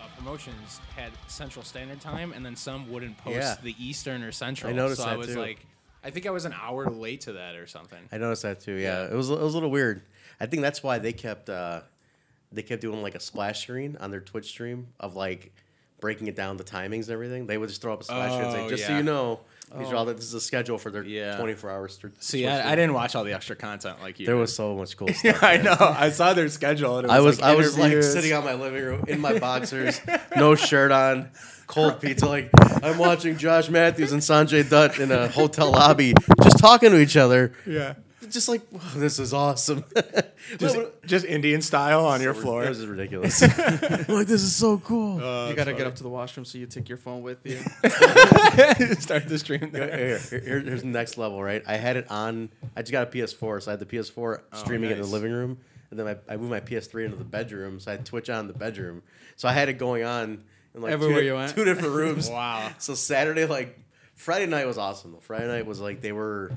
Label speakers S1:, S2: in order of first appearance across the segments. S1: uh, promotions had Central Standard Time, and then some wouldn't post
S2: Yeah.
S1: the Eastern or Central.
S2: I noticed
S1: so I
S2: that,
S1: was
S2: too.
S1: like, I think I was an hour late to that or something.
S2: I noticed that too. Yeah,
S1: Yeah.
S2: it was it was a little weird. I think that's why they kept uh, they kept doing like a splash screen on their Twitch stream of like breaking it down the timings and everything. They would just throw up a splash screen and
S1: Oh,
S2: say, "Just so
S1: yeah. Oh.
S2: you know, these are all that this is the schedule for their
S1: Yeah.
S2: 24 hour st-
S1: See,
S2: Twitch
S1: I, I
S2: stream.
S1: didn't watch all the extra content like you.
S2: There
S1: did.
S2: was so much cool stuff.
S1: I
S2: man.
S1: know. I saw their schedule. And it was
S2: I was
S1: like
S2: I was like
S1: interviews.
S2: sitting on my living room in my boxers, no shirt on, cold pizza. Like I'm watching Josh Matthews and Sanjay Dutt in a hotel lobby, just talking to each other.
S1: Yeah.
S2: Just like wow, this is awesome.
S1: Just, just Indian style on your floor. Uh,
S2: This is ridiculous. like this is so cool.
S3: you gotta get up to the washroom, so you take your phone with you.
S1: Start the stream there.
S2: here, here- here- here's the next level, right? I had it on. I just got a PS4, so I had the PS4
S3: Oh,
S2: streaming in
S1: nice.
S2: the living room, and then I, I moved my PS3 into the bedroom, so I had Twitch on in the bedroom. So I had it going on in like
S3: Everywhere
S2: two,
S3: you went.
S2: two different rooms.
S1: Wow.
S2: So Saturday, like Friday night was awesome. though. Friday night was like they were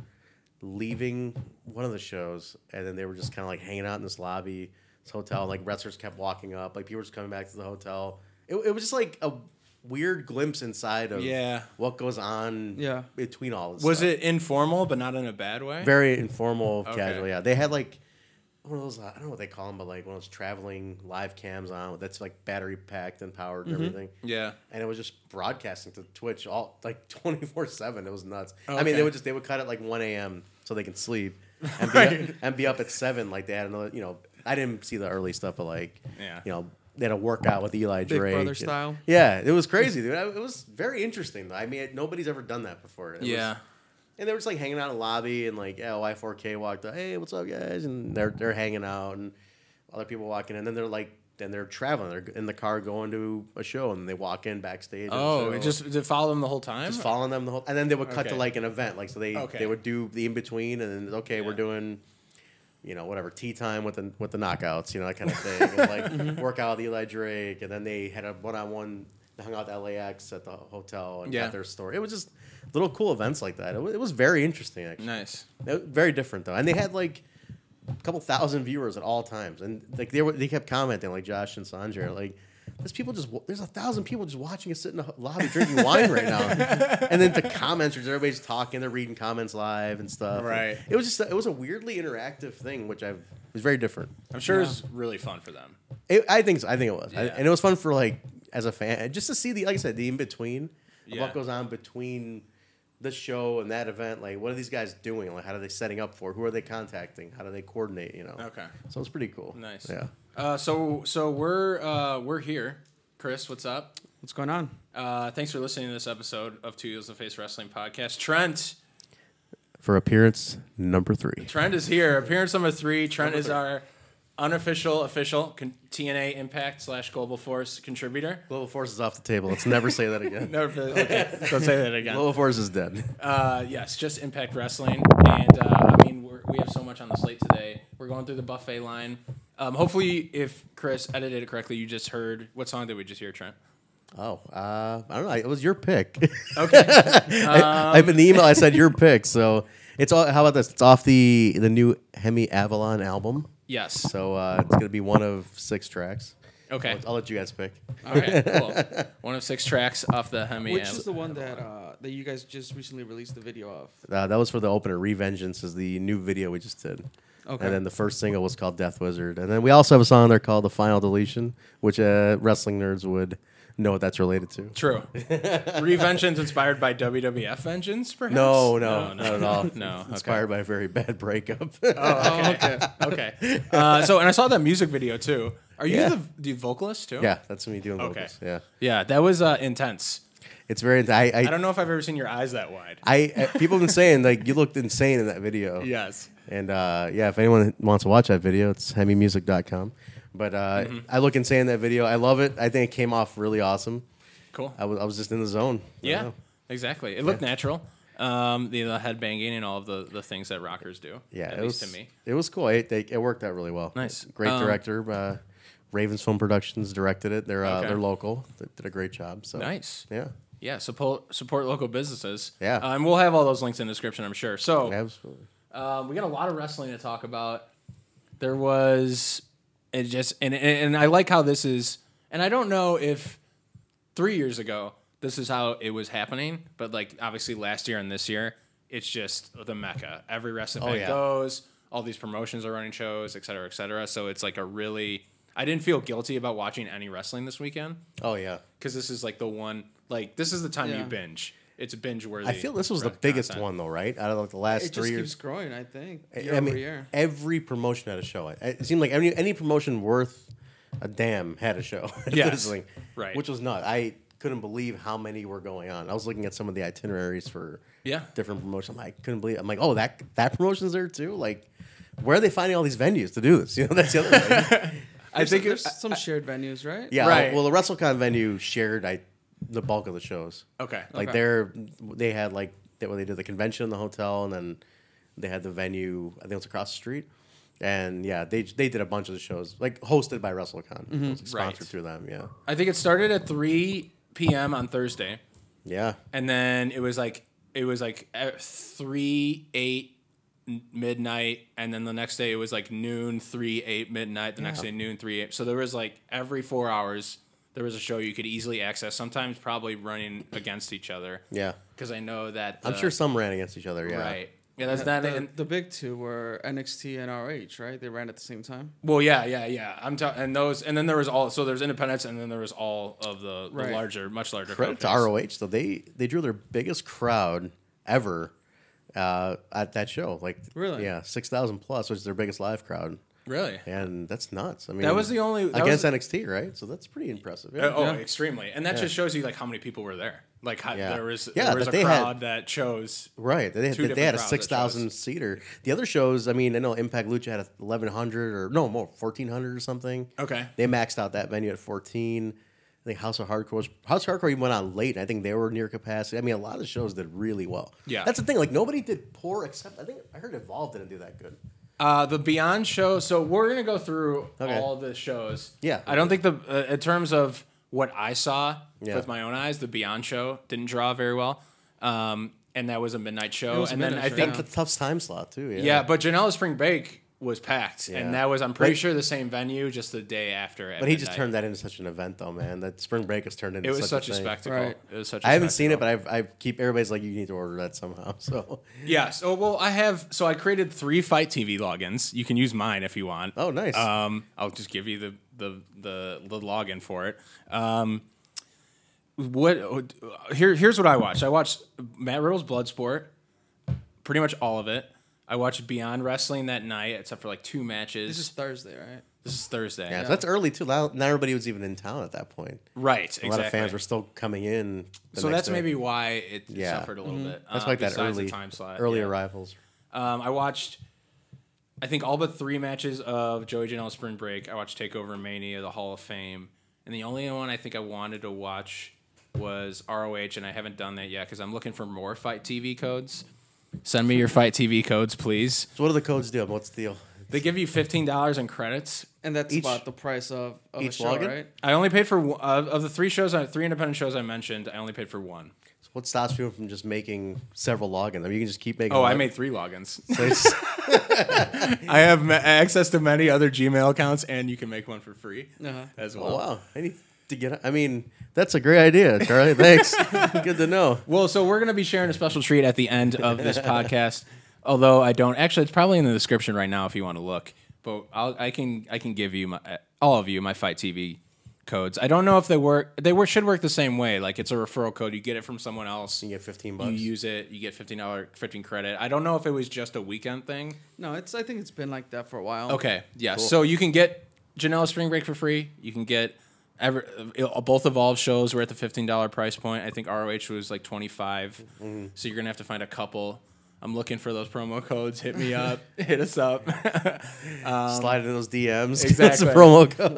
S2: leaving one of the shows, and then they were just kind of like hanging out in this lobby, this hotel. Like wrestlers kept walking up, like people were just coming back to the hotel. It, it was just like a weird glimpse inside of
S1: Yeah.
S2: what goes on
S3: Yeah.
S2: between all this
S1: Was
S2: stuff.
S1: it informal, but not in a bad way?
S2: very informal
S1: Okay.
S2: casual yeah they had like one of those i don't know what they call them but like one of those traveling live cams on that's like battery packed and powered and everything
S1: yeah.
S2: and it was just broadcasting to Twitch all like twenty four seven. It was nuts. I
S1: Okay.
S2: mean, they would just they would cut at like one a.m. so they can sleep and be,
S1: Right.
S2: and be up at seven. Like they had another, you know, I didn't see the early stuff, but like,
S1: Yeah.
S2: you know, they had a workout with Eli
S3: Big
S2: Drake.
S3: Brother
S2: and-
S3: style.
S2: Yeah, it was crazy, dude. I- It was very interesting. though. I mean, it- nobody's ever done that before. It was-
S1: Yeah.
S2: and they were just like hanging out in the lobby, and like yeah, Y4K walked up, hey, what's up, guys? And they're they're hanging out, and other people walking in, and then they're like, then they're traveling, they're in the car going to a show, and they walk in backstage. of the
S1: Oh,
S2: show.
S1: it just did it follow them the whole time?
S2: Just following them the whole, and then they would cut
S1: Uh-huh. Okay.
S2: to like an event, like so they
S1: Okay.
S2: they would do the in between, and then okay, we're
S1: Yeah.
S2: doing. You know, whatever tea time with the with the knockouts, you know that kind of thing. And, like
S1: Mm-hmm.
S2: workout with Eli Drake, and then they had a one on one. They hung out at LAX at the hotel and
S1: Yeah.
S2: got their story. It was just little cool events like that. It was, it was very interesting. Actually.
S1: nice.
S2: They were Very different though, and they had like a couple thousand viewers at all times, and like they were they kept commenting like Josh and Sanjay are like. There's people just wa- there's a thousand people just watching us sit in the lobby drinking wine right now, and then the comments are just everybody's talking, they're reading comments live and stuff.
S1: Right.
S2: It was just it was a weirdly interactive thing, which I've it was very different.
S1: I'm sure it was really fun for them.
S2: It, I think so, I think it was, I-
S1: Yeah.
S2: and it was fun for like as a fan just to see the like I said the in between of
S1: Yeah.
S2: what goes on between this show and that event. Like, what are these guys doing? Like, how are they setting up for? it? Who are they contacting? How do they coordinate? You know.
S1: Okay.
S2: So it's pretty cool.
S1: Nice.
S2: Yeah.
S1: Uh, so so we're uh, we're here. Chris, what's up?
S3: What's going on?
S1: Uh, thanks for listening to this episode of Two Heels of Face Wrestling Podcast. Trent,
S2: For appearance number three.
S1: Trent is here. Appearance number three. Trent is our unofficial official con- TNA Impact slash Global Force contributor.
S2: Global Force is off the table. Let's never say that again.
S1: Never, okay, don't say that again.
S2: Global Force is dead.
S1: Uh, yes, just Impact Wrestling, and uh, I mean we're, we have so much on the slate today. We're going through the buffet line. Um, hopefully, if Chris edited it correctly, you just heard what song did we just hear, Trent?
S2: Oh, uh, I don't know. It was your pick.
S1: Okay,
S2: I, I've been the email. I said your pick. So it's all. How about this? It's off the the new Hemi Avalon album.
S1: yes.
S2: So uh, it's gonna be one of six tracks.
S1: Okay,
S2: I'll let you guys pick.
S1: all right, cool. One of six tracks off the Hemi.
S3: Which
S1: and-
S3: is the one that uh, that you guys just recently released the video of?
S2: Uh, that was for the opener. Revengeance is the new video we just did.
S3: Okay.
S2: And then the first single was called Death Wizard. And then we also have a song there called The Final Deletion, which uh, wrestling nerds would know what that's related to.
S1: True. Revengeance inspired by WWF Vengeance, perhaps?
S2: No, no, not at all.
S1: No, okay.
S2: Inspired by a very bad breakup.
S3: Oh, okay.
S1: Okay. Uh, so, and I saw that music video too. Are you
S2: Yeah.
S1: the, the vocalist too?
S2: yeah, that's me doing
S1: Okay.
S2: vocals. Yeah.
S1: Yeah, that was uh, intense.
S2: It's very. I, I,
S1: I don't know if I've ever seen your eyes that wide.
S2: I, I- people have been saying like you looked insane in that video.
S1: Yes.
S2: And uh, yeah, if anyone wants to watch that video, it's hemimusic.com. But uh,
S1: Mm-hmm.
S2: I look insane in that video. I love it. I think it came off really awesome.
S1: Cool.
S2: I was, I was just in the zone. I don't
S1: yeah,
S2: know.
S1: exactly. It looked natural. Um, the, the headbanging and all of the, the things that rockers do.
S2: Yeah.
S1: At
S2: it
S1: least
S2: was,
S1: to me.
S2: It was cool. It, they, it worked out really well.
S1: Nice.
S2: Great
S1: Um,
S2: director. Uh, Ravens Film Productions directed it. They're, uh,
S1: Okay.
S2: they're local. They did a great job. So
S1: Nice.
S2: Yeah.
S1: Yeah, support, support local businesses.
S2: Yeah.
S1: Uh, and we'll have all those links in the description, I'm sure. So,
S2: Absolutely.
S1: Um, we got a lot of wrestling to talk about. There was, it just and, and and I like how this is, and I don't know if three years ago, this is how it was happening. But like obviously last year and this year, it's just the mecca. Every wrestling fan
S2: Oh, yeah.
S1: goes. All these promotions are running shows, et cetera, et cetera. So it's like a really. I didn't feel guilty about watching any wrestling this weekend
S2: Oh yeah.
S1: because this is like the one. Like this is the time
S3: Yeah.
S1: you binge. It's binge worthy.
S2: I feel this was the biggest one though, right? Out of like the last
S3: It just
S2: three years.
S3: keeps growing, I think,
S2: I-
S3: year
S2: I mean,
S3: over year.
S2: every promotion had a show. It- It seemed like any any promotion worth a damn had a show. at
S1: Yes.
S2: this thing,
S1: Right.
S2: Which was not. I couldn't believe how many were going on. I was looking at some of the itineraries for
S1: Yeah.
S2: different promotions. I couldn't believe. I'm like, oh, that that promotion's there too. Like, where are they finding all these venues to do this? You know, that's the other thing.
S1: I think
S3: there's
S1: it's
S3: some shared venues, right?
S2: Yeah.
S1: Right.
S2: Well, the WrestleCon venue shared I, the bulk of the shows.
S1: okay.
S2: Like
S3: Okay.
S2: they're they had like they, well, they did the convention in the hotel and then they had the venue I think it was across the street and yeah they they did a bunch of the shows like hosted by WrestleCon It was sponsored
S1: Mm-hmm. Right.
S2: through them yeah
S1: I think it started at three p.m. on Thursday.
S2: yeah
S1: and then it was like it was like at three eight n- midnight and then the next day it was like noon three eight midnight the next
S2: Yeah.
S1: day noon three eight so there was like every four hours there was a show you could easily access sometimes probably running against each other
S2: yeah
S1: because i know that
S2: I'm
S1: the-
S2: sure some ran against each other yeah
S1: Uh, right yeah that's that
S3: The,
S1: and,
S3: the big two were NXT and ROH, right? They ran at the same time.
S1: well yeah yeah yeah i'm talking and those and then there was all so there's independence and then there was all of the, the
S3: Right.
S1: larger much larger
S2: credit to
S1: companies.
S2: ROH though they they drew their biggest crowd ever uh, at that show like
S3: Really?
S2: yeah six thousand plus which is their biggest live crowd
S1: really
S2: and that's nuts I mean
S1: was the only- that
S2: against
S1: was-
S2: NXT right so that's pretty impressive yeah.
S1: Uh, Oh,
S3: Yeah.
S1: extremely, and that just shows you like how many people were there. Like how,
S2: Yeah.
S1: there was
S2: Yeah,
S1: there was
S2: that
S1: a
S2: they had-
S1: crowd that chose.
S2: Right. They,
S1: Two
S2: they, they had a
S1: different crowds at
S2: 6,000 seater. The other shows, I mean, I know Impact Lucha had a 1,100 or no, more, 1,400 or something.
S1: Okay,
S2: They maxed out that venue at 14. I think House of Hardcore was, House of Hardcore even went on late, and I think they were near capacity. I mean, a lot of the shows did really well.
S1: Yeah.
S2: That's the thing. Like, nobody did poor except, I think, I heard Evolve didn't do that good.
S1: uh, the Beyond show. So we're gonna go through
S2: Okay.
S1: all the shows.
S2: Yeah.
S1: I don't think the uh, in terms of what I saw
S2: Yeah.
S1: with my own eyes, the Beyond show didn't draw very well, um, and that was a midnight show.
S3: was a
S1: and then
S3: midnight
S1: I
S3: show,
S1: think
S2: It's
S3: yeah.
S2: a tough time slot, too. Yeah.
S1: yeah. but Janela Spring Break was packed,
S2: Yeah.
S1: and that was I'm pretty
S2: But-
S1: sure the same venue, just the day after.
S2: But he just turned that into such an event, though, man. That spring break has turned into
S1: It was
S2: such,
S1: such a
S2: thing.
S1: spectacle.
S3: Right.
S1: It was such. I
S2: I haven't seen it, but I've, I've keep everybody's like, you need to order that somehow. So,
S1: Yeah. So well, I have. So I created three Fight TV logins. You can use mine if you want.
S2: oh, nice.
S1: Um, I'll just give you the the the, the login for it. Um, what here? Here's what I watched. I watched Matt Riddle's Bloodsport, pretty much all of it. I watched Beyond Wrestling that night, except for like two matches.
S3: This is Thursday, right?
S1: Thursday,
S2: Yeah, so that's early too. Not not everybody was even in town at that point.
S1: right?
S2: A
S1: Exactly.
S2: lot of fans were still coming in. the
S1: so
S2: next
S1: that's
S2: day.
S1: maybe why it
S2: Yeah.
S1: suffered a little bit.
S2: that's
S1: uh,
S2: like that
S1: besides the
S2: early
S1: time slot.
S2: early
S1: yeah.
S2: arrivals.
S1: Um, I watched, I think, all but three matches of Joey Janela Spring Break. I watched Takeover Mania, the Hall of Fame, and the only one I think I wanted to watch was ROH, and I haven't done that yet because I'm looking for more Fight TV codes. Send me your Fight TV codes, please.
S2: So what do the codes do? What's the deal?
S1: They give you fifteen dollars in credits.
S3: And that's
S2: Each-
S3: about the price of, of a
S2: each
S3: show,
S2: login?
S3: right?
S1: I only paid for one, of, of the three shows, I- three independent shows I mentioned. I only paid for one.
S2: So what stops people from just making several logins? I mean, you can just keep making.
S1: Oh, I
S2: log-
S1: made three logins.
S2: So it's-
S1: I have ma- access to many other Gmail accounts, and you can make one for free
S3: Uh-huh.
S1: as well.
S2: oh, wow, I need to get. I mean, that's a great idea, Charlie. Thanks. Good to know.
S1: Well, so we're going to be sharing a special treat at the end of this podcast. Although I don't actually, it's probably in the description right now if you want to look. But I'll, I can I can give you my, uh, all of you my Fight TV codes. I don't know if they work. They work should work the same way. Like it's a referral code. You get it from someone else.
S2: You get fifteen
S1: You
S2: bucks.
S1: use it. You get fifteen dollar fifteen credit. I don't know if it was just a weekend thing.
S3: No, it's. I think it's been like that for a while.
S1: Okay. Yeah. So you can get Janela Spring Break for free. You can get every, uh, both Evolve shows were at the fifteen dollar price point. I think ROH was like twenty So you're gonna have to find a couple. I'm looking for those promo codes. Hit me up. Hit us up.
S2: Slide in those DMs. That's
S1: exactly.
S2: the promo code.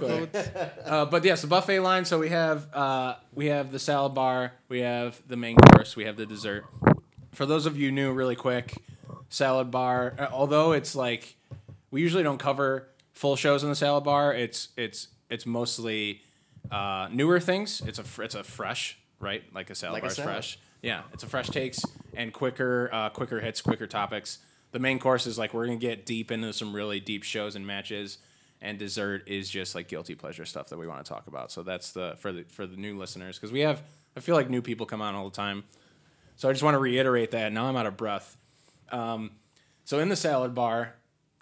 S3: codes.
S1: Uh, but yes, the buffet line. So we have uh, we have the salad bar, we have the main course, we have the dessert. For those of you new, really quick, salad bar. uh, Although it's like we usually don't cover full shows in the salad bar. It's it's it's mostly uh, newer things. It's a fr- it's a fresh right like a salad
S2: Like a
S1: bar is
S2: salad.
S1: fresh. Yeah, it's a fresh takes and quicker uh, quicker hits, quicker topics. The main course is like we're gonna get deep into some really deep shows and matches. and dessert is just like guilty pleasure stuff that we want to talk about. So that's the for the for the new listeners because we have I feel like new people come on all the time. So I just want to reiterate that. Now I'm out of breath. Um, so in the salad bar,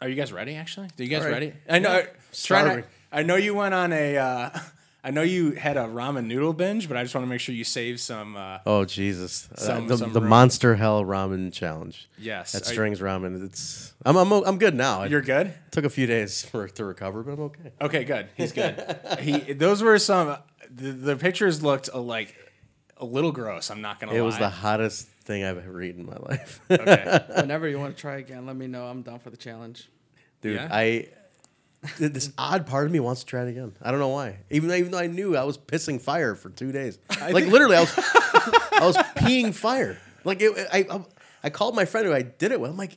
S1: are you guys ready? Actually, are you guys
S2: All right.
S1: ready? I know. I, try
S2: Starving.
S1: not, I know you went on a. Uh, I know you had a ramen noodle binge, but I just want to make sure you save some. Uh,
S2: Oh Jesus! Uh,
S1: Some-
S2: the
S1: some
S2: the
S1: ramen.
S2: Monster Hell Ramen Challenge.
S1: Yes,
S2: that
S1: I-
S2: Strings Ramen. It's I'm I'm, I'm good now.
S1: you're
S2: It
S1: good.
S2: took a few days for to recover, but I'm okay.
S1: Okay, good. He's good. he. Those were some. The, the pictures looked uh, like a little gross. I'm not gonna
S2: It
S1: lie.
S2: was the hottest thing I've ever eaten in my life,
S1: okay.
S3: Whenever you want to try again, let me know. I'm down for the challenge.
S2: dude.
S1: Yeah?
S2: I th- this odd part of me wants to try it again. I don't know why. Even though, even though I knew I was pissing fire for two days, like literally, I was I was peeing fire. Like it, I, I I called my friend who I did it with. I'm like,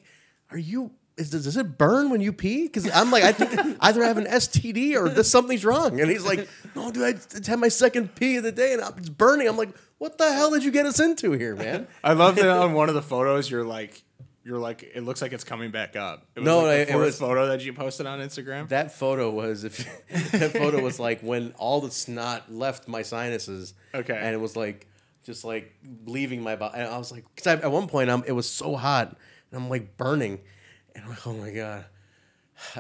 S2: are you? Is, does, does it burn when you pee? Because I'm like, I think either I have an STD or this something's wrong. And he's like, No, dude, I just had my second pee of the day and it's burning. I'm like, What the hell did you get us into here, man?
S1: I love that on one of the photos you're like you're like it looks like it's coming back up. It was
S2: No,
S1: like
S2: it-
S1: the
S2: it
S1: fourth
S2: was-
S1: photo that you posted on Instagram.
S2: That photo was if that photo was like when all the snot left my sinuses.
S1: Okay.
S2: And it was like just like leaving my body. And I was like, because at one point I'm, it was so hot and I'm like burning, and I'm like, oh my god.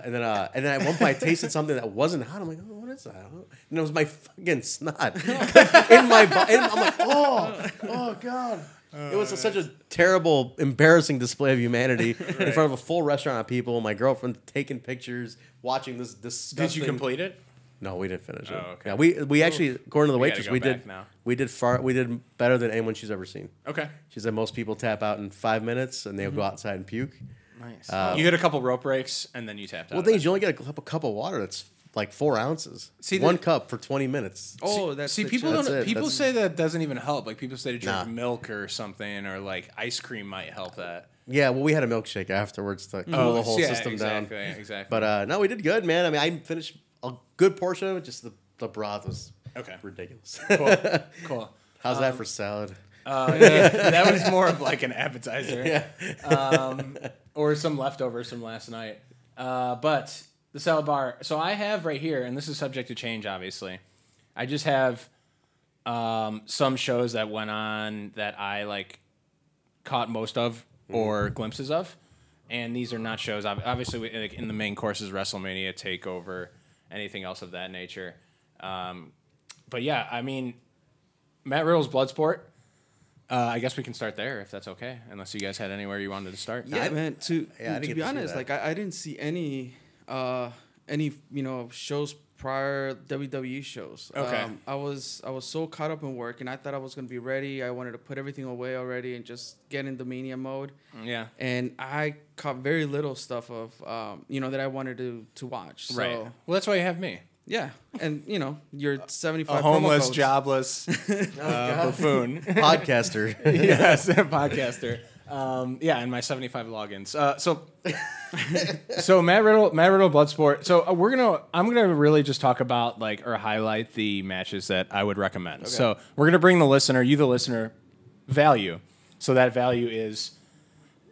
S2: And then, uh, and then at one point I tasted something that wasn't hot. I'm like, oh, what is that? And it was my fucking snot in my body. I'm like, oh, oh god. It was such a terrible, embarrassing display of humanity in front of a full restaurant of people. My girlfriend taking pictures, watching this. Disgusting...
S1: Did you complete it?
S2: No, we didn't finish it.
S1: Oh, okay.
S2: Yeah, we we actually, according to the
S1: We gotta
S2: waitress,
S1: go
S2: we
S1: back
S2: did
S1: now.
S2: we did far we did better than anyone she's ever seen.
S1: Okay.
S2: She said most people tap out in five minutes and they'll go outside and puke.
S3: Nice.
S1: you hit a couple rope breaks and then you tapped out.
S2: Well,
S1: of
S2: the thing
S1: it.
S2: is, you only get a cup, a cup of water that's like four ounces.
S1: See,
S2: one
S1: the-
S2: cup for twenty minutes.
S3: oh, that's
S1: See,
S3: the
S1: people
S3: challenge.
S1: don't.
S2: That's it,
S1: People
S2: that's-
S1: say that doesn't even help. Like people say to drink
S2: Nah.
S1: milk or something, or like ice cream might help that.
S2: Yeah, well, we had a milkshake afterwards to cool the whole
S1: Oh, yeah,
S2: system
S1: exactly,
S2: down.
S1: Exactly.
S2: But uh, no, we did good, man. I mean, I finished a good portion of it. Just the, the broth was
S1: Okay. Um,
S2: ridiculous.
S1: cool. Cool.
S2: How's that for salad?
S1: Uh, yeah, that was more of like an appetizer.
S2: Yeah.
S1: um, or some leftovers from last night. Uh, but the salad bar. So I have right here, and this is subject to change, obviously. I just have um, some shows that went on that I like caught most of or glimpses of, and these are not shows. ob- Obviously, we, like in the main courses, WrestleMania, Takeover, anything else of that nature. Um, but yeah, I mean, Matt Riddle's Bloodsport. Uh, I guess we can start there if that's okay, unless you guys had anywhere you wanted to start.
S3: yeah,
S2: I-
S3: man. To
S2: Yeah, I didn't
S3: to
S2: get
S3: be
S2: to see
S3: honest,
S2: that.
S3: like I, I didn't see any uh any you know shows prior WWE shows. Um,
S1: Okay.
S3: I was I was so caught up in work, and I thought I was gonna be ready. I wanted to put everything away already and just get in the mania mode.
S1: Yeah.
S3: And I caught very little stuff of um you know that I wanted to to watch. So,
S1: Right. Well, that's why you have me.
S3: Yeah, and you know your seventy
S1: A
S3: five
S1: homeless, jobless uh, buffoon.
S2: Podcaster.
S1: yes, podcaster. Um, yeah, and my 75 logins. Uh, so, so Matt Riddle, Matt Riddle, Bloodsport. So uh, we're gonna, I'm gonna really just talk about like or highlight the matches that I would recommend. So we're gonna bring the listener, you the listener, value. So that value is,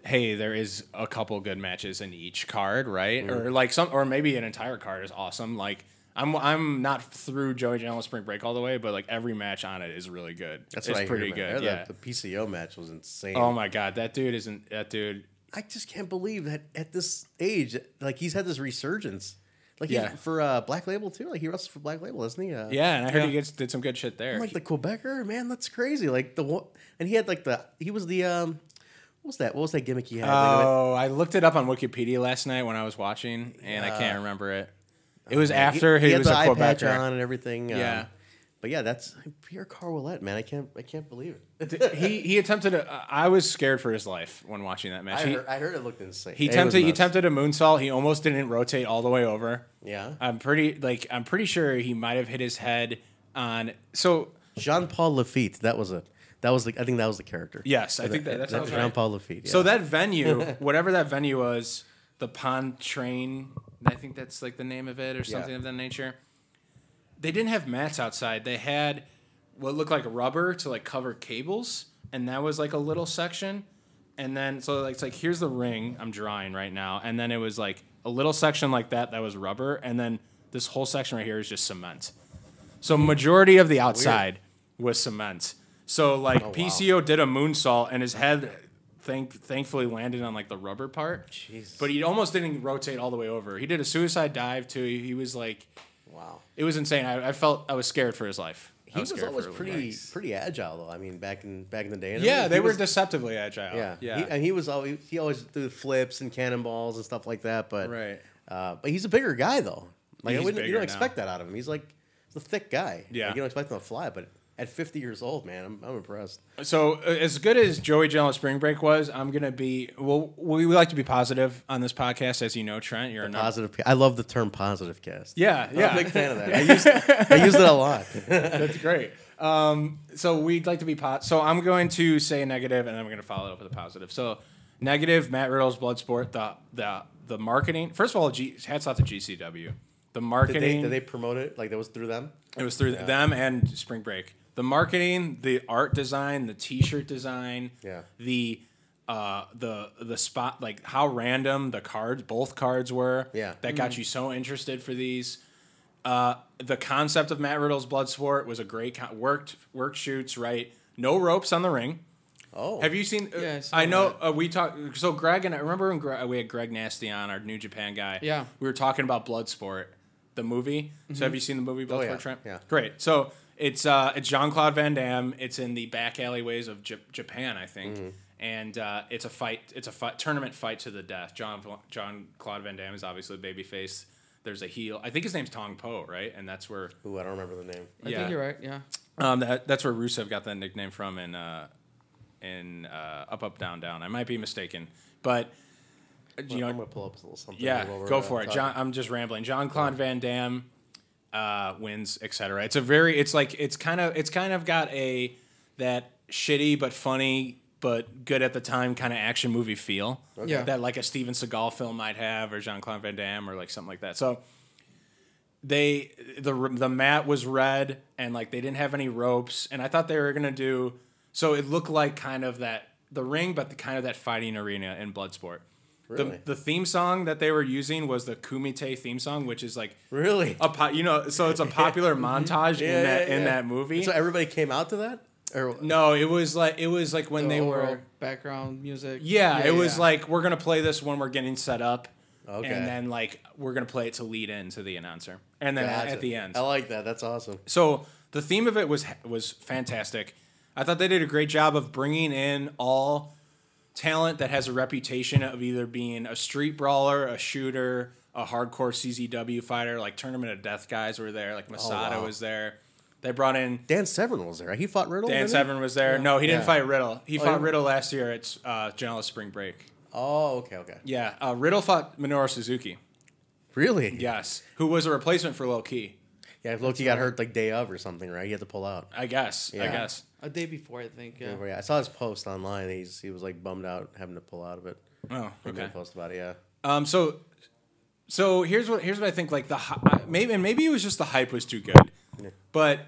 S1: hey, there is a couple good matches in each card, right?
S2: Mm-hmm.
S1: Or like some, or maybe an entire card is awesome. Like. I'm, I'm not through Joey Janela Spring Break all the way, but like every match on it is really good.
S2: That's
S1: it's
S2: what I hear,
S1: pretty
S2: man.
S1: good.
S2: The-
S1: yeah.
S2: The, PCO match was insane.
S1: Oh my god, that dude isn't that dude.
S2: I just can't believe that at this age, like he's had this resurgence. Like he-
S1: Yeah.
S2: for uh, Black Label too. Like he wrestles for Black Label, doesn't he? Uh,
S1: Yeah, and I heard
S3: Yeah.
S1: he gets, did some good shit there.
S2: I'm like the Quebecer man. That's crazy. Like the one, and he had like the he was the um, what was that? What was that gimmick he had? Like, uh,
S1: oh, I looked it up on Wikipedia last night when I was watching, and I can't remember it. It was after he,
S2: Oh, had
S1: was a
S2: the eye patch
S1: Quebecer.
S2: on and everything.
S1: Yeah.
S2: um, but yeah, that's Pierre Carwillette, man. I can't I can't believe it.
S1: he he attempted. A, I was scared for his life when watching that match.
S2: I
S1: he
S2: heard, I heard it looked insane.
S1: he
S2: It was
S1: tempted he
S2: nuts.
S1: tempted a moonsault. He almost didn't rotate all the way over.
S2: Yeah.
S1: I'm pretty like I'm pretty sure he might have hit his head on. So
S2: Jean Paul Lafitte. That was it. That was the I think that was the character.
S1: yes, I think that, that sounds
S2: Jean
S1: right.
S2: Paul Lafitte.
S1: So
S2: yeah.
S1: that venue, whatever that venue was, the Pond Train, I think that's like the name of it or something of that nature. They didn't have mats outside. They had what looked like rubber to like cover cables, and that was like a little section. And then so like it's like here's the ring I'm drawing right now, and then it was like a little section like that that was rubber, and then this whole section right here is just cement. So majority of the outside was cement. So like
S2: Oh,
S1: PCO did a moonsault and his head thank thankfully landed on like the rubber part.
S2: Jesus.
S1: But he almost didn't rotate all the way over. He did a suicide dive too. He, he was like
S2: Wow.
S1: it was insane. I, I felt I was scared for his life. I
S2: He was,
S1: scared for
S2: always
S1: his
S2: pretty
S1: life.
S2: pretty agile though. I mean, back in back in the day. and
S1: Yeah,
S2: everything,
S1: they
S2: he
S1: were
S2: was-
S1: deceptively agile.
S2: yeah,
S1: yeah.
S2: He, and he was always he always threw flips and cannonballs and stuff like that. But
S1: Right.
S2: uh, but he's a bigger guy though. Like I
S1: He's
S2: wouldn't, you
S1: bigger
S2: don't
S1: now.
S2: expect that out of him. He's like he's a thick guy.
S1: Yeah.
S2: Like, you don't expect him to fly. But at 50 years old, man, I'm, I'm impressed.
S1: So uh, as good as Joey Gel at Spring Break was, I'm gonna be. Well, we like to be positive on this podcast, as you know, Trent. You're a not.
S2: Positive. Oh, I love the term positive cast.
S1: Yeah,
S2: I'm
S1: yeah,
S2: a big fan of that. I use I use it a lot.
S1: that's great. Um, so we'd like to be pot. So I'm going to say a negative, and I'm going to follow it up with a positive. So negative, Matt Riddle's Bloodsport. The the the marketing. First of all, G, hats off to GCW. The
S2: Did they,
S1: marketing.
S2: did they promote it? Like that was through them?
S1: It was through them and Spring Break. The marketing, the art design, the T-shirt design,
S2: Yeah.
S1: the uh, the the spot like how random the cards, both cards were.
S2: Yeah.
S1: that got you so interested for these. Uh, the concept of Matt Riddle's Bloodsport was a great con- worked work shoots right. No ropes on the ring.
S2: Oh,
S1: Have you seen? uh,
S3: Yeah, I saw
S1: I know uh, we talked. So Greg and I remember when Gre- we had Greg Nasty on our New Japan guy.
S3: Yeah. Mm-hmm.
S1: we were talking about Bloodsport, the movie. So have you seen the movie Bloodsport,
S2: Oh, yeah,
S1: Trent?
S2: yeah.
S1: great. So it's uh, it's Jean Claude Van Damme. It's in the back alleyways of J- Japan, I think.
S2: Mm-hmm.
S1: And uh, it's a fight. It's a fight, tournament fight to the death. John John Claude Van Damme is obviously babyface. There's a heel. I think his name's Tong Po, right? And that's where
S2: Ooh, I don't remember the name.
S3: I
S1: Yeah.
S3: think you're right. Yeah.
S1: um, that, that's where Rusev got that nickname from in uh, in uh, Up Up Down Down. I might be mistaken, but uh, you know,
S2: I'm gonna pull up a little something.
S1: yeah,
S2: while we're,
S1: go
S2: uh,
S1: for it.
S2: talking.
S1: John, I'm just rambling. John Claude Van Damme uh, wins, etc. It's a very, it's like it's kind of, it's kind of got a that shitty but funny but good at the time kind of action movie feel.
S3: Yeah.
S1: that like a Steven Seagal film might have, or Jean Claude Van Damme, or like something like that. So they the the mat was red and like they didn't have any ropes and I thought they were gonna do so it looked like kind of that the ring but the kind of that fighting arena in Bloodsport.
S2: Really?
S1: The, the theme song that they were using was the Kumite theme song, which is like
S2: Really?
S1: a po- you know so it's a popular montage
S2: Mm-hmm. Yeah,
S1: in that
S2: yeah,
S1: in
S2: yeah.
S1: that movie.
S2: So everybody came out to that? Or
S1: no, it was like it was like when
S3: The
S1: they
S3: overall
S1: were
S3: background music.
S1: yeah, it was
S3: yeah.
S1: like we're gonna play this when we're getting set up,
S2: Okay.
S1: and then like we're gonna play it to lead in to the announcer, and then
S2: Gotcha.
S1: at the end.
S2: I like that. That's awesome.
S1: So the theme of it was was fantastic. I thought they did a great job of bringing in all talent that has a reputation of either being a street brawler, a shooter, a hardcore CZW fighter. Like Tournament of Death guys were there. Like Masada
S2: Oh, wow.
S1: was there. They brought in
S2: Dan Severn was there. right? He fought Riddle.
S1: Dan
S2: didn't he?
S1: Severn was there. No, he didn't
S2: Yeah. Oh,
S1: fight Riddle. He fought
S2: he-
S1: Riddle last year at uh, General Spring Break.
S2: Oh, okay, okay.
S1: Yeah, uh, Riddle fought Minoru Suzuki.
S2: Really?
S1: Yes, who was a replacement for Low Key.
S2: Yeah. Loki got hurt like day of or something, right? He had to pull out.
S1: I guess. I
S2: Yeah.
S1: guess.
S3: A day before, I think. Yeah.
S2: Yeah. I saw his post online. He's he was like bummed out having to pull out of it.
S1: Oh,
S2: He made
S1: okay.
S2: a post about it. Yeah.
S1: Um, so, so here's what here's what I think. Like the hy- maybe and maybe it was just the hype was too good, but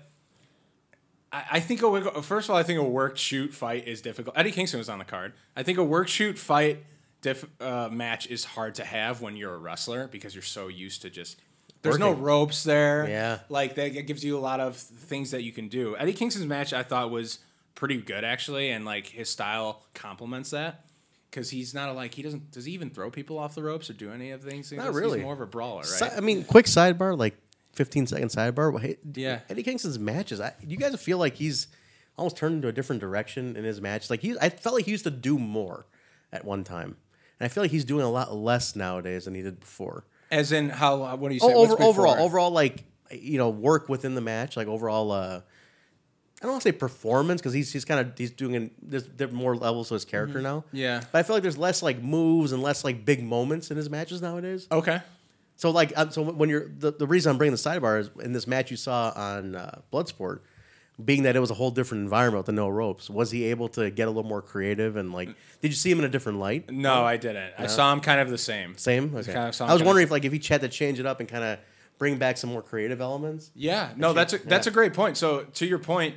S1: I, I think a wiggle- first of all, I think a work shoot fight is difficult. Eddie Kingston was on the card. I think a work shoot fight diff, uh, match is hard to have when you're a wrestler because you're so used to just. There's no
S2: Working.
S1: ropes there.
S2: Yeah.
S1: Like that it gives you a lot of things that you can do. Eddie Kingston's match I thought was pretty good actually, and like his style complements that because he's not a, like he doesn't does he even throw people off the ropes or do any of the things? Not
S2: really.
S1: He's more of a brawler, right?
S2: Si- I mean, quick sidebar, like 15 second sidebar. Well, Hey,
S1: Yeah.
S2: Eddie Kingston's matches. I, you guys feel like he's almost turned into a different direction in his match. Like he, I felt like he used to do more at one time, and I feel like he's doing a lot less nowadays than he did before.
S1: As in how? What do you say?
S2: Oh,
S1: What's
S2: over, overall,
S1: before?
S2: overall, like you know, work within the match, like overall. uh I don't want to say performance because he's he's kind of he's doing an, there's there are more levels to his character now.
S1: Mm-hmm. Yeah.
S2: but I feel like there's less like moves and less like big moments in his matches nowadays.
S1: Okay.
S2: So like, um, so when you're the, the reason I'm bringing the sidebar is in this match you saw on uh, Bloodsport, being that it was a whole different environment with the no ropes. Was he able to get a little more creative and
S1: Mm.
S2: like? Did you see him in a different light?
S1: No, I didn't. I saw him kind of the same.
S2: Same. Okay.
S1: kinda- so I'm
S2: I was
S1: kinda-
S2: wondering if like if he had to change it up and kind of bring back some more creative elements.
S1: Yeah, no, that's a, that's a great point. So to your point,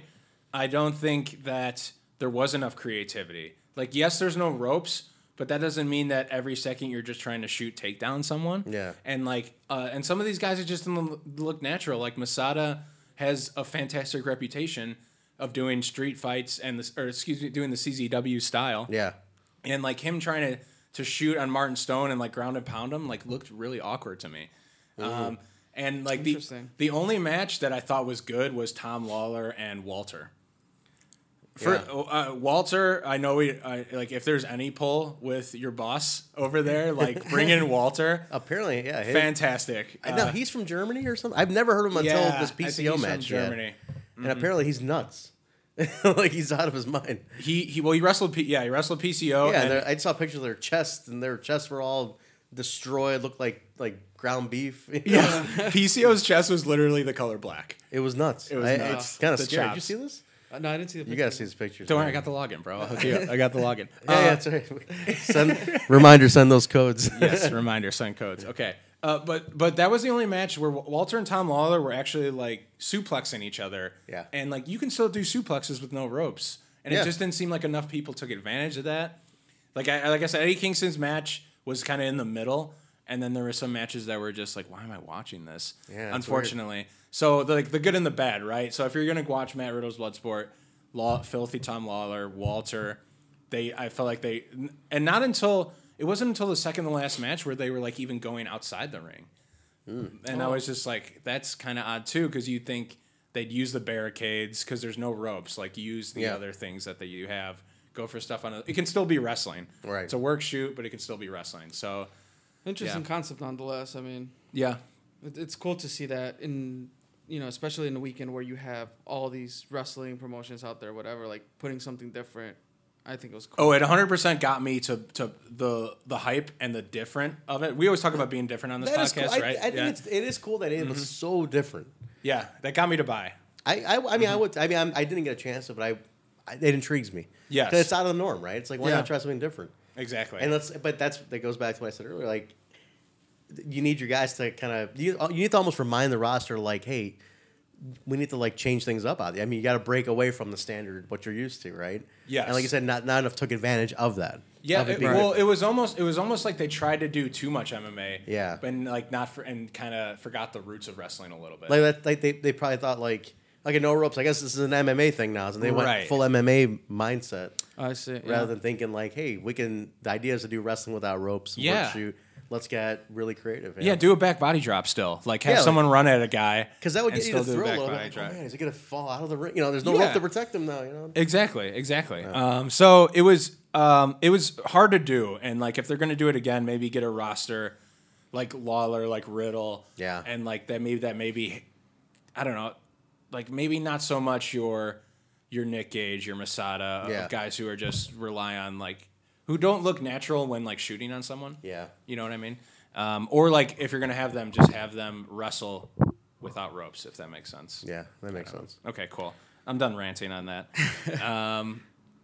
S1: I don't think that there was enough creativity. Like, yes, there's no ropes, but that doesn't mean that every second you're just trying to shoot take down someone.
S2: Yeah.
S1: And like, uh, and some of these guys are just in look natural. Like Masada has a fantastic reputation of doing street fights and this, or excuse me, doing the CZW style.
S2: Yeah.
S1: And like him trying to to shoot on Martin Stone and like ground and pound him like looked really awkward to me. Um, and like the
S3: Interesting.
S1: the only match that I thought was good was Tom Lawler and Walter. For uh, Walter, I know we I, like if there's any pull with your boss over there, like bring in Walter.
S2: Apparently, yeah. his-
S1: Fantastic.
S2: I know
S1: Uh,
S2: he's from Germany or something. I've never heard of him until
S1: yeah,
S2: this
S1: I think
S2: PCO
S1: he's from
S2: match. yeah.
S1: Germany. Mm-hmm.
S2: And apparently he's nuts. like he's out of his mind.
S1: He he. Well, he wrestled. P, yeah, he wrestled PCO.
S2: Yeah,
S1: Oh, and-
S2: and I saw pictures of their chests, and their chests were all destroyed. Looked like like ground beef. you know?
S1: yeah. PCO's chest was literally the color black.
S2: it was nuts. It
S1: was
S2: was I,
S1: nuts.
S2: It's kind of
S1: The
S2: scary.
S1: chops.
S2: Did you see this?
S3: Uh, no, I didn't see the.
S2: You gotta see these pictures.
S1: Don't worry,
S2: man.
S1: I got the login, bro. I'll hook you up. I got the login.
S2: Yeah, yeah,
S1: Uh,
S2: it's all right. send, reminder, send those codes.
S1: yes, Uh, reminder, send codes. Okay. Uh, but but that was the only match where Walter and Tom Lawler were actually like suplexing each other.
S2: Yeah.
S1: And like you can still do suplexes with no ropes, and it
S2: Yeah.
S1: just didn't seem like enough people took advantage of that. Like I like I said, Eddie Kingston's match was kind of in the middle, and then there were some matches that were just like, why am I watching this?
S2: Yeah, it's
S1: Unfortunately, so the, like the good and the bad, right? So if you're gonna watch Matt Riddle's Bloodsport, Law, Filthy Tom Lawler, Walter, they I felt like they, and not until it wasn't until the second to last match where they were like even going outside the ring. And I
S2: Oh.
S1: was just like, that's kind of odd too, because you think they'd use the barricades because there's no ropes. Like use the
S2: Yeah.
S1: other things that they, you have. Go for stuff on a, it can still be wrestling.
S2: Right.
S1: It's a work shoot, but it can still be wrestling. So
S3: Interesting
S1: Yeah.
S3: concept, nonetheless. I mean,
S1: yeah,
S3: it, it's cool to see that in you know, especially in the weekend where you have all these wrestling promotions out there, whatever, like putting something different. I think it was cool.
S1: Oh, it 100% got me to, to the the hype and the different of it. We always talk about being different on this
S2: That is
S1: podcast,
S2: cool. I-
S1: right?
S2: I, think
S1: yeah. Mm-hmm.
S2: it's, it is cool that it was so different.
S1: yeah, that got me to buy.
S2: I, I, I mean,
S1: Mm-hmm.
S2: I would. I mean, I'm, I didn't get a chance to, but I, I it intrigues me.
S1: Yes.
S2: 'Cause it's out of the norm, right? It's like why
S1: Yeah.
S2: not try something different?
S1: Exactly.
S2: And that's, but that's that goes back to what I said earlier. Like, you need your guys to kind of you, you need to almost remind the roster, like, hey, we need to like change things up out there. I mean, you got to break away from the standard what you're used to, right?
S1: Yes.
S2: And like you said, not not enough took advantage of that.
S1: yeah,
S2: Of it
S1: it-
S2: being
S1: well, it was almost it was almost like they tried to do too much MMA.
S2: Yeah.
S1: and like not for and kind of forgot the roots of wrestling a little bit.
S2: Like that, like they, they probably thought like okay, no ropes. I guess this is an MMA thing now, so they
S1: Right.
S2: went full MMA mindset
S1: Oh,
S3: I see. yeah.
S2: rather than thinking like, hey, we can. The idea is to do wrestling without ropes. work
S1: Yeah.
S2: shoot. Let's get really creative.
S1: yeah, do a back body drop still. Like have
S2: Yeah, like-
S1: someone run at a guy
S2: because that would
S1: and
S2: get you to
S1: still do
S2: thrill a
S1: back
S2: little bit.
S1: body
S2: Like, oh
S1: drop.
S2: man, is he gonna fall out of the ring? You know, there's no
S1: Yeah.
S2: rope to protect him now. You know.
S1: Exactly, exactly. Um, so it was um, it was hard to do, and like if they're gonna do it again, maybe get a roster like Lawler, like Riddle,
S2: Yeah.
S1: and like that maybe that maybe I don't know, like maybe not so much your your Nick Gage, your Masada, of
S2: Yeah.
S1: guys who are just rely on like who don't look natural when like shooting on someone.
S2: Yeah.
S1: you know what I mean. Um, or like if you're gonna have them, just have them wrestle without ropes, if that makes sense.
S2: Yeah, that makes sense.
S1: Okay, cool. I'm done ranting on that. um,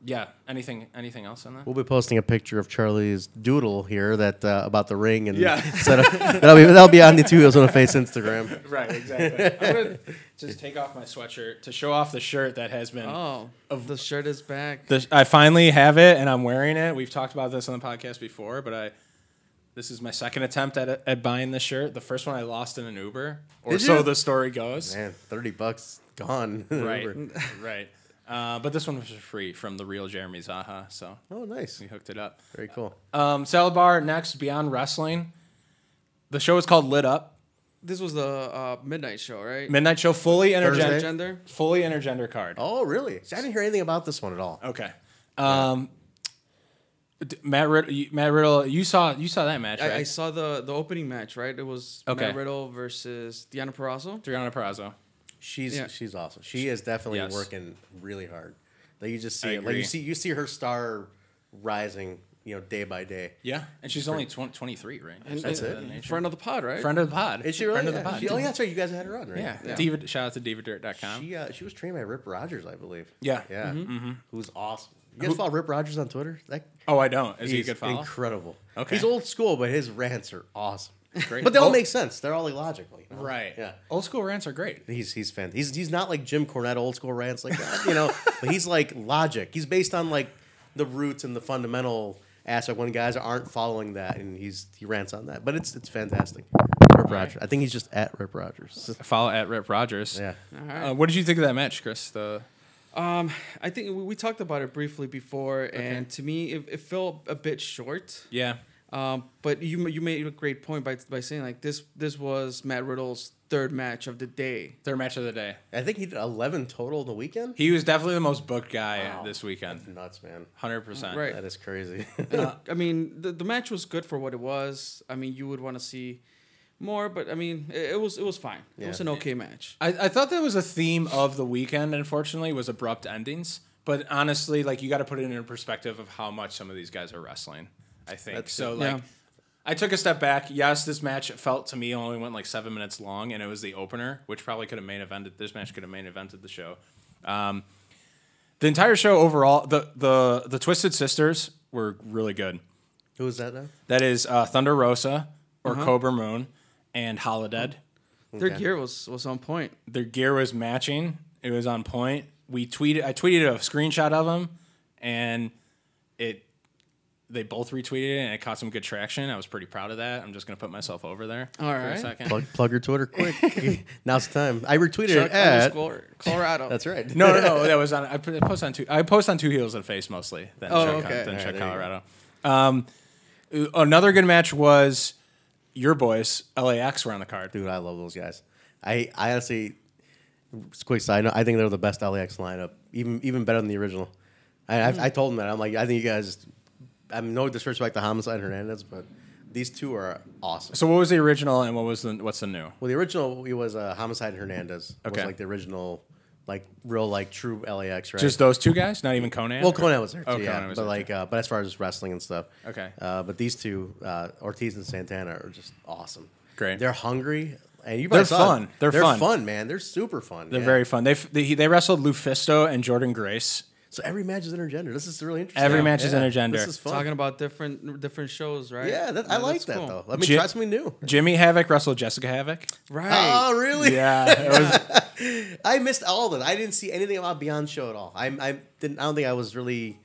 S1: yeah. Anything? Anything else on that?
S2: We'll be posting a picture of Charlie's doodle here that uh, about the ring and
S1: Yeah.
S2: set up- that'll be that'll be on the two wheels on a face Instagram.
S1: Right. Exactly. I'm gonna just take off my sweatshirt to show off the shirt that has been.
S3: Oh, the shirt is back.
S1: The, I finally have it, and I'm wearing it. We've talked about this on the podcast before, but I. This is my second attempt at, at buying this shirt. The first one I lost in an Uber, or
S2: Did
S1: so
S2: you?
S1: the story goes.
S2: Man, thirty bucks gone.
S1: Right,
S2: Over.
S1: right. Uh, but this one was free from the real Jeremy Zaha, so
S2: Oh, nice.
S1: we hooked it up.
S2: Very cool.
S1: Um, Salad Bar next, Beyond Wrestling. The show is called Lit Up.
S3: This was the uh, midnight show, right?
S1: Midnight Show fully intergender,
S2: Thursday?
S3: Gender.
S1: fully intergender card.
S2: Oh, really? See, I didn't hear anything about this one at all.
S1: Okay. Um, d- Matt Riddle, you, Matt Riddle, you saw you saw that match,
S3: I,
S1: right?
S3: I saw the the opening match, right? It was
S1: Okay.
S3: Matt Riddle versus Diana Perazzo.
S1: Adriana Perazzo.
S2: She's
S3: Yeah.
S2: she's awesome. She is definitely
S1: Yes.
S2: working really hard. That you just see
S1: I
S2: it. Like
S1: agree.
S2: you see you see her star rising, you know, day by day.
S1: Yeah, and she's only 20, 23, right?
S3: And-
S1: Something
S2: it.
S1: of that nature.
S3: Friend of the pod, right?
S1: Friend of the pod.
S2: Is she really?
S1: Friend of
S2: Yeah.
S1: the pod.
S2: She- oh yeah, that's right. You guys had her on, right?
S1: yeah.
S3: Yeah.
S1: Diva, shout out to divadurt.com.
S2: She uh, she was trained by Rip Rogers, I believe.
S1: Yeah. Mm-hmm.
S2: Yeah. Mm-hmm. Who's awesome. You guys follow Rip Rogers on Twitter? That
S1: oh, I don't. Is
S2: he's
S1: he a good follow?
S2: incredible.
S1: Okay.
S2: He's old school, but his rants are awesome.
S1: Great.
S2: But they all
S1: Oh.
S2: make sense. They're all illogical. you know?
S1: right.
S2: Yeah.
S1: Old school rants are great.
S2: He's he's fan. He's he's not like Jim Cornette old school rants like that, you know. but he's like logic. He's based on like the roots and the fundamental. aspect when guys aren't following that, and he's he rants on that. But it's it's fantastic. Rip Rogers. I think he's just at Rip Rogers.
S1: Follow at Rip Rogers.
S2: yeah.
S3: All right.
S1: Uh, what did you think of that match, Chris? The
S3: Um, I think we, we talked about it briefly before, and to me, it, it felt a bit short.
S1: yeah,
S3: Um, but you ma- you made a great point by by saying like this this was Matt Riddle's third match of the day.
S1: third match of the day.
S2: I think he did 11 total in the weekend.
S1: He was definitely the most booked guy
S2: Wow.
S1: this
S2: That's
S1: weekend.
S2: nuts, man.
S1: Hundred percent.
S3: Right.
S2: That is crazy.
S3: I mean, the, the match was good for what it was. I mean, you would want to see more, but I mean, it, it was it was fine. It was
S2: Yeah.
S3: an okay match.
S1: I, I thought that was a theme of the weekend. Unfortunately, was abrupt endings. But honestly, like you got to put it in perspective of how much some of these guys are wrestling. I think
S2: That's
S1: so.
S2: it.
S1: Like,
S3: Yeah.
S1: I took a step back. Yes, this match felt to me only went like seven minutes long, and it was the opener, which probably could have main evented. This match could have main evented the show. Um, the entire show overall, the the the Twisted Sisters were really good.
S2: Who was that now?
S1: That is uh, Thunder Rosa or
S2: Uh-huh.
S1: Cobra Moon and Holodead.
S3: Their
S2: Okay.
S3: gear was was on point.
S1: Their gear was matching. It was on point. We tweeted. I tweeted a screenshot of them, and it. They both retweeted it, and it caught some good traction. I was pretty proud of that. I'm just gonna put myself over there
S3: All
S1: for a
S3: right.
S1: second.
S2: Plug, plug your Twitter quick. Now's the time. I retweeted it
S3: Chuck
S2: at.
S3: underscore Colorado.
S2: That's right.
S1: No, no, no. That was on. I put- I post on two. I post on two heels and face mostly. Then
S3: Oh,
S1: Chuck,
S3: okay.
S1: Then
S2: All right,
S1: Chuck
S2: there you go.
S1: Colorado. Um, uh, another good match was your boys LAX were on the card.
S2: Dude, I love those guys. I, I honestly, just quick side note, I think they're the best LAX lineup, even even better than the original. I, I, I told them that. I'm like, I think you guys, I'm no disrespect to Homicide Hernandez, but these two are awesome.
S1: So what was the original and what was the what's the new?
S2: Well, the original, it was uh, Homicide Hernandez.
S1: Okay.
S2: was like the original, like real, like true LAX, right?
S1: Just those two guys, not even Conan.
S2: Well, Conan was there too,
S1: Oh,
S2: yeah.
S1: Conan was
S2: but
S1: there,
S2: like, uh, but as far as wrestling and stuff,
S1: Okay.
S2: Uh, but these two, uh, Ortiz and Santana, are just awesome.
S1: Great.
S2: They're hungry, and you. probably
S1: They're
S2: saw it.
S1: fun. They're fun.
S2: man. They're super fun.
S1: They're
S2: yeah.
S1: very fun. They f- they he- they wrestled Lufisto and Jordan Grace.
S2: So every match is intergender. This is really interesting.
S1: Every match is intergender.
S2: This is fun.
S3: Talking about different different shows, right?
S2: yeah, that, I like
S3: that's
S2: that
S3: cool.
S2: though. Let me
S1: Jim-
S2: try something new.
S1: Jimmy Havoc wrestled Jessica Havoc.
S3: Right.
S2: Oh, really?
S1: Yeah, it was-
S2: I missed all of it. I didn't see anything about Beyond Show at all. I, I didn't. I don't think I was really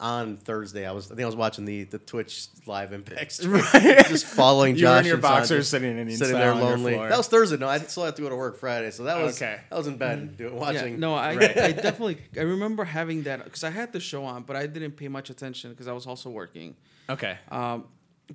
S2: on Thursday. I was. I think I was watching the the Twitch live impact. stream. Just following
S1: You were in
S2: Josh
S1: your
S2: and
S1: boxers
S2: Sanjay.
S1: sitting in Indian
S2: sitting
S1: style
S2: there
S1: on your
S2: lonely.
S1: floor.
S2: That was Thursday. No, I still have to go to work Friday. So that was
S1: Okay.
S2: I was in bed doing watching.
S3: Yeah, no, I,
S1: Right.
S3: I definitely I remember having that because I had the show on, but I didn't pay much attention because I was also working.
S1: okay.
S3: Um,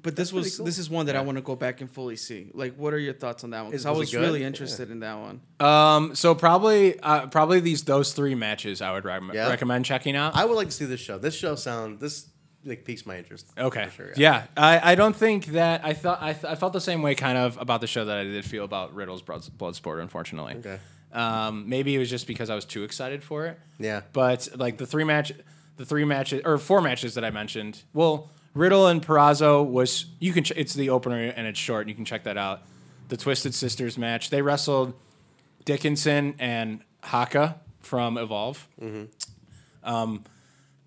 S3: but this
S2: pretty
S3: was
S2: cool.
S3: this is one that I want to go back and fully see. Like, what are your thoughts on that one?
S2: Is-
S3: Because I
S2: was it
S3: was
S2: good?
S3: really
S2: Yeah. Oh.
S3: interested in that one.
S1: Um, so probably uh, probably these those three matches I would re-
S2: Yeah.
S1: recommend checking out.
S2: I would like to see this show. This show sound this like piques my interest.
S1: Okay.
S2: For sure,
S1: yeah. I, I don't think that I thought I, th- I felt the same way kind of about the show that I did feel about Riddle's Blood, Bloodsport. Unfortunately.
S2: Okay.
S1: Um, maybe it was just because I was too excited for it.
S2: Yeah.
S1: But like the three match, the three matches or four matches that I mentioned. Well, Riddle and Perazzo was you can ch- it's the opener and it's short and you can check that out. The Twisted Sisters match. They wrestled Dickinson and Haka from Evolve. Um,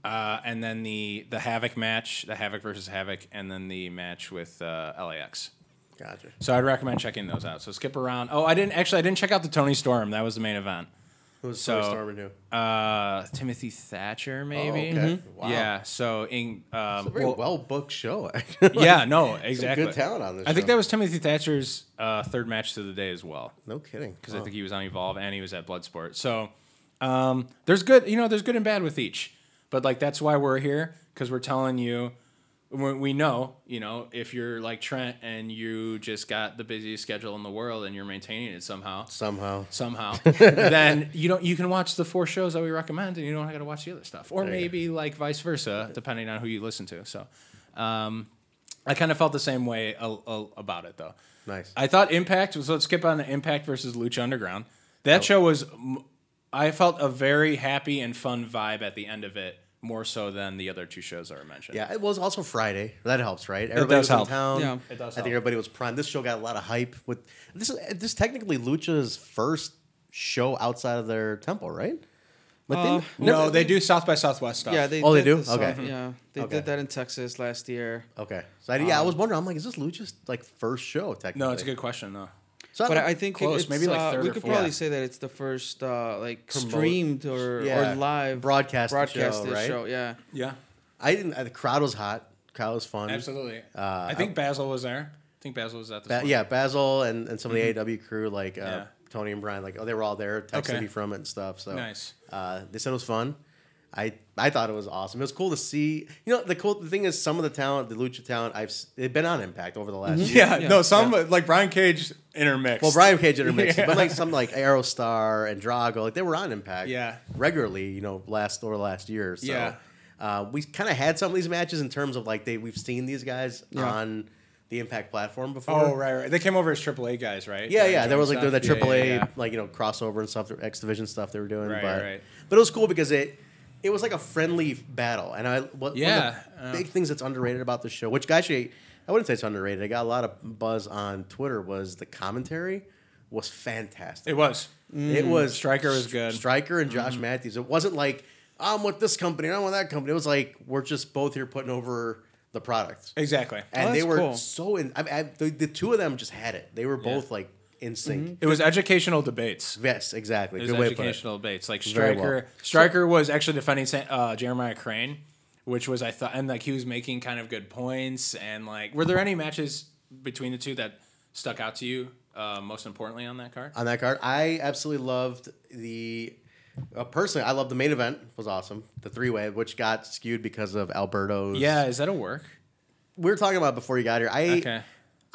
S1: Uh, and then the the Havoc match, the Havoc versus Havoc, and then the match with uh, LAX.
S2: Gotcha.
S1: So I'd recommend checking those out. So skip around. Oh, I didn't actually. I didn't check out the Tony Storm. That was the main event.
S2: Who's
S1: So-
S2: so, Storm and who?
S1: Uh, Timothy Thatcher, maybe. Mm-hmm.
S2: okay. Mhm. Wow.
S1: Yeah. So in um,
S2: It's a very
S1: well-
S2: well, booked show. actually.
S1: yeah, no, exactly.
S2: good talent on this.
S1: I think
S2: show.
S1: that was Timothy Thatcher's uh, third match to the day as well.
S2: no kidding.
S1: because I think he was on Evolve and he was at Bloodsport. So um, there's good, you know, there's good and bad with each. But like that's why we're here because we're telling you, we we know, you know, if you're like Trent and you just got the busiest schedule in the world and you're maintaining it somehow,
S2: somehow.
S1: somehow, then you don't, you can watch the four shows that we recommend and you don't got to watch the other stuff, or
S2: There you go.
S1: maybe like vice versa, depending on who you listen to. So. Um, I kind of felt the same way a, a, about it though.
S2: Nice.
S1: I thought Impact. So let's skip on to Impact versus Lucha Underground. That
S2: Oh.
S1: show was. m- I felt a very happy and fun vibe at the end of it, more so than the other two shows that were mentioned.
S2: Yeah, it was also Friday. That helps, right? Everybody
S1: does
S2: was
S1: help.
S2: in town.
S3: Yeah.
S1: It does
S2: I think
S1: help.
S2: everybody was primed. This show got a lot of hype. With this, is this technically Lucha's first show outside of their temple, right? But
S3: Uh,
S1: No, they do South by Southwest stuff.
S3: Yeah, they
S2: Oh, they
S3: did
S2: do?
S3: this, uh,
S2: Okay.
S3: Yeah, they
S2: Okay.
S3: did that in Texas last year.
S2: okay. So I, yeah, I was wondering. I'm like, is this Lucha's like first show? Technically,
S1: Um, No, it's a good question though.
S2: So
S3: But
S2: don't-
S3: I think it-
S1: Close,
S3: it's,
S1: maybe like
S3: uh,
S1: third
S3: we
S1: or
S3: could
S1: fourth.
S3: probably
S2: Yeah.
S3: say that it's the first uh, like
S2: Promote-
S3: streamed or,
S2: Yeah.
S3: or live
S2: Broadcasted show,
S3: broadcasted
S2: right?
S3: show. Yeah,
S1: Yeah.
S2: I didn't. The crowd was hot. Kyle was fun.
S1: Absolutely.
S2: Uh,
S1: I think Basil was there. I think Basil was at this.
S2: Ba-
S1: one.
S2: yeah, Basil and, and some of the AW crew, like uh,
S1: Mm-hmm. Yeah.
S2: Tony and Brian, like oh, they were all there texting
S1: Okay.
S2: me from it and stuff. So
S1: Nice.
S2: Uh, they said it was fun. I I thought it was awesome. It was cool to see. You know, the cool the thing is, some of the talent, the lucha talent, I've s- they've been on Impact over the last. year.
S1: Yeah,
S3: Yeah.
S1: no, some like Brian Cage intermixed.
S2: Well, Brian Cage intermixed,
S1: Yeah.
S2: but like some like Aerostar and Drago, like they were on Impact,
S1: Yeah.
S2: regularly. You know, last or last year. So,
S1: Yeah.
S2: uh, we kind of had some of these matches in terms of like they we've seen these guys
S3: Yeah.
S2: on the Impact platform before.
S1: Oh right, right. They came over as AAA guys, right?
S2: Yeah,
S1: Like,
S2: yeah. There
S1: doing
S2: was like the, the
S1: stuff. Yeah,
S2: AAA,
S1: yeah, yeah.
S2: like you know, crossover and stuff, the X Division stuff they were doing.
S1: Right,
S2: but
S1: right.
S2: but it was cool because it it was like a friendly battle, and I what,
S1: Yeah,
S2: one
S1: uh.
S2: of the big things that's underrated about the show, which actually I wouldn't say it's underrated. I got a lot of buzz on Twitter. Was the commentary was fantastic.
S1: It was.
S2: It was
S1: Stryker was good. Mm-hmm.
S2: Striker and Josh Matthews. It wasn't like I'm with this company, and I'm with that company. It was like we're just both here putting over the product
S1: Exactly.
S2: and
S3: Oh,
S2: they
S3: that's
S2: were
S3: cool.
S2: so in. I, I, the, the two of them just had it. They were both like in sync.
S1: It was educational debates.
S2: Yes, exactly.
S1: Mm-hmm. It was
S2: Good way to put it.
S1: educational debates. Like
S2: Very well.
S1: Striker, Striker was actually defending Sa- uh, Jeremiah Crane, which was I thought, and like he was making kind of good points. And like, were there any matches between the two that stuck out to you? Uh, most importantly, on that card.
S2: On that card, I absolutely loved the. Uh, personally, I loved the main event. Was awesome. The three way, which got skewed because of Alberto's.
S1: Yeah, is that a work?
S2: we were talking about it before you got here. I
S1: Okay.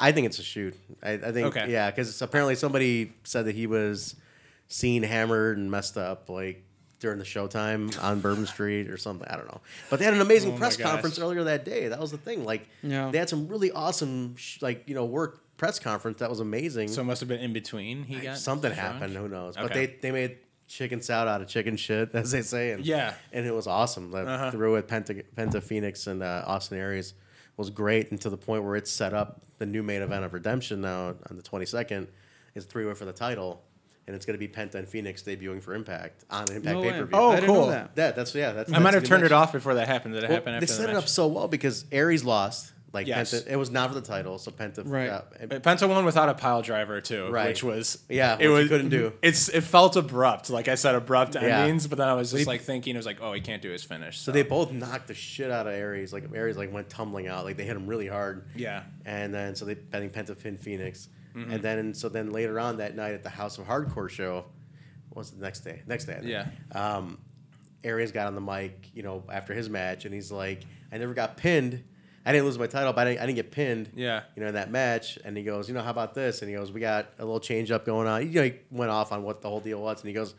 S2: I think it's a shoot. I, I think
S1: Okay.
S2: yeah, because apparently somebody said that he was seen hammered and messed up like during the showtime on Bourbon Street or something. I don't know. But they had an amazing
S1: Oh my
S2: press
S1: gosh.
S2: conference earlier that day. That was the thing. Like
S3: Yeah.
S2: they had some really awesome sh- like you know work press conference that was amazing.
S1: So it must have been in between. He got
S2: something
S1: drunk?
S2: happened. Who knows? But
S1: Okay.
S2: they they made chicken salad out of chicken shit, as they say. And,
S1: Yeah.
S2: and it was awesome. The
S1: Uh-huh.
S2: through with Penta, Penta Phoenix and uh, Austin Aries was great, and to the point where it's set up the new main event of Redemption now on the twenty second is three way for the title, and it's going to be Penta and Phoenix debuting for Impact on Impact
S3: No
S2: pay
S3: way.
S2: per view.
S1: Oh,
S3: I didn't know
S1: cool.
S3: that.
S2: that that's yeah. That's
S1: I might have turned it off before that happened. Did it happen
S2: they
S1: after
S2: set
S1: the
S2: it up
S1: match?
S2: so well because Aries lost. Like
S1: Yes.
S2: Penta, it was not for the title, so Penta
S3: Right.
S2: uh,
S1: But Penta won without a pile driver too,
S2: Right.
S1: which was
S2: Yeah, which
S1: it
S2: he
S1: was
S2: couldn't do.
S1: It's it felt abrupt, like I said, abrupt
S2: Yeah.
S1: endings. But then I was just like thinking, it was like, oh, he can't do his finish.
S2: So they both knocked the shit out of Aries. Like Aries like went tumbling out. Like they hit him really hard.
S1: yeah, Mm-hmm.
S2: And then so they I think Penta pinned Phoenix. And then so then later on that night at the House of Hardcore show, what was the next day? Next day. I think.
S1: yeah,
S2: Um, Aries got on the mic, you know, after his match, and he's like, "I never got pinned. I didn't lose my title, but I didn't, I didn't get pinned."
S1: Yeah.
S2: You know, in that match, and he goes, "You know, how about this?" And he goes, "We got a little change up going on." You know, he went off on what the whole deal was, and he goes,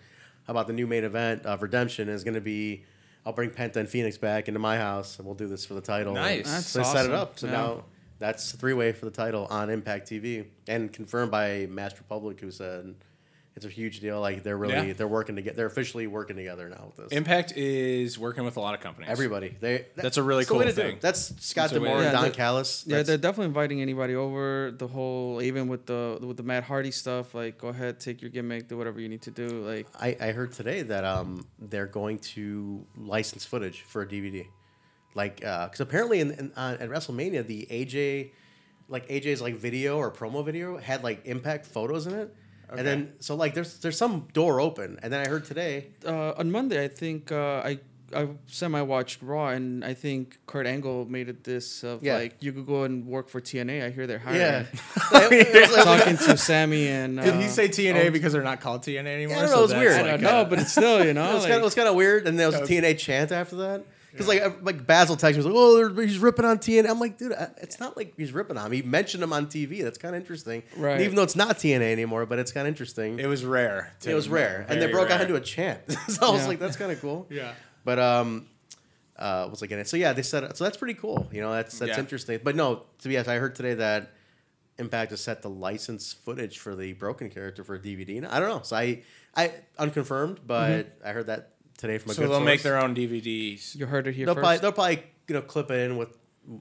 S2: "How about the new main event of Redemption is going to be?" I'll bring Penta and Phoenix back into my house, and we'll do this for the title.
S1: Nice.
S2: And
S1: That's
S2: so they set it
S3: awesome.
S2: up. So
S3: Yeah.
S2: now that's three way for the title on Impact TV, and confirmed by Master Public, who said it's a huge deal. Like they're really
S1: Yeah.
S2: they're working together. They're officially working together now with this.
S1: Impact is working with a lot of companies.
S2: Everybody, they
S1: That's a really
S2: it's the way
S1: cool
S2: to do it.
S1: thing.
S2: That's Scott
S1: That's a way to
S2: Demore
S1: do
S2: and
S3: it.
S2: Don
S3: Yeah,
S2: Callis.
S3: Yeah,
S2: That's-
S3: they're definitely inviting anybody over. The whole even with the with the Matt Hardy stuff, like go ahead, take your gimmick, do whatever you need to do. Like
S2: I, I heard today that um they're going to license footage for a DVD, like because apparently in, in on, at WrestleMania the AJ, like AJ's like video or promo video had like Impact photos in it, and then so like there's there's some door open, and then I heard today
S3: uh, on Monday, I think uh, I I semi watched Raw, and I think Kurt Angle made it this of
S2: Yeah.
S3: like you could go and work for TNA. I hear they're hiring.
S2: yeah.
S3: Talking to Sammy and uh,
S1: Did he say TNA
S3: oh,
S1: because they're not called TNA anymore?
S2: I don't know, it was
S1: that's
S2: weird.
S3: I
S1: like
S3: don't
S1: a-
S3: know, but it's still you
S2: It
S3: know.
S2: was kind of it
S3: Oh, like-
S2: was kind of weird, and there was a TNA chant after that. Because like uh, like Basil texted me, he's like, "Oh, they're- he's ripping on TNA." I'm like, dude, I- it's not like he's ripping on him. He mentioned him on TV. That's kind of interesting,
S3: Right.
S2: And even though it's not TNA anymore, but it's kind of interesting.
S1: it
S2: It,
S1: was rare. to-
S2: was rare, and they
S1: very
S2: broke out
S1: rare.
S2: into a chant. so I was
S3: Yeah.
S2: like, that's kind of cool.
S1: Yeah.
S2: But um, uh, what's I getting? at? So yeah, they said so. That's pretty cool. You know, that's that's
S1: Yeah.
S2: interesting. But no, to be honest, I heard today that Impact is set to license footage for the Broken character for a DVD. And I don't know. So I I unconfirmed, but I heard that today from a
S1: Mm-hmm. So
S2: good
S1: they'll make
S2: source.
S1: their own DVDs.
S3: you heard it here
S2: They'll
S3: first.
S2: probably they'll probably you know clip it in with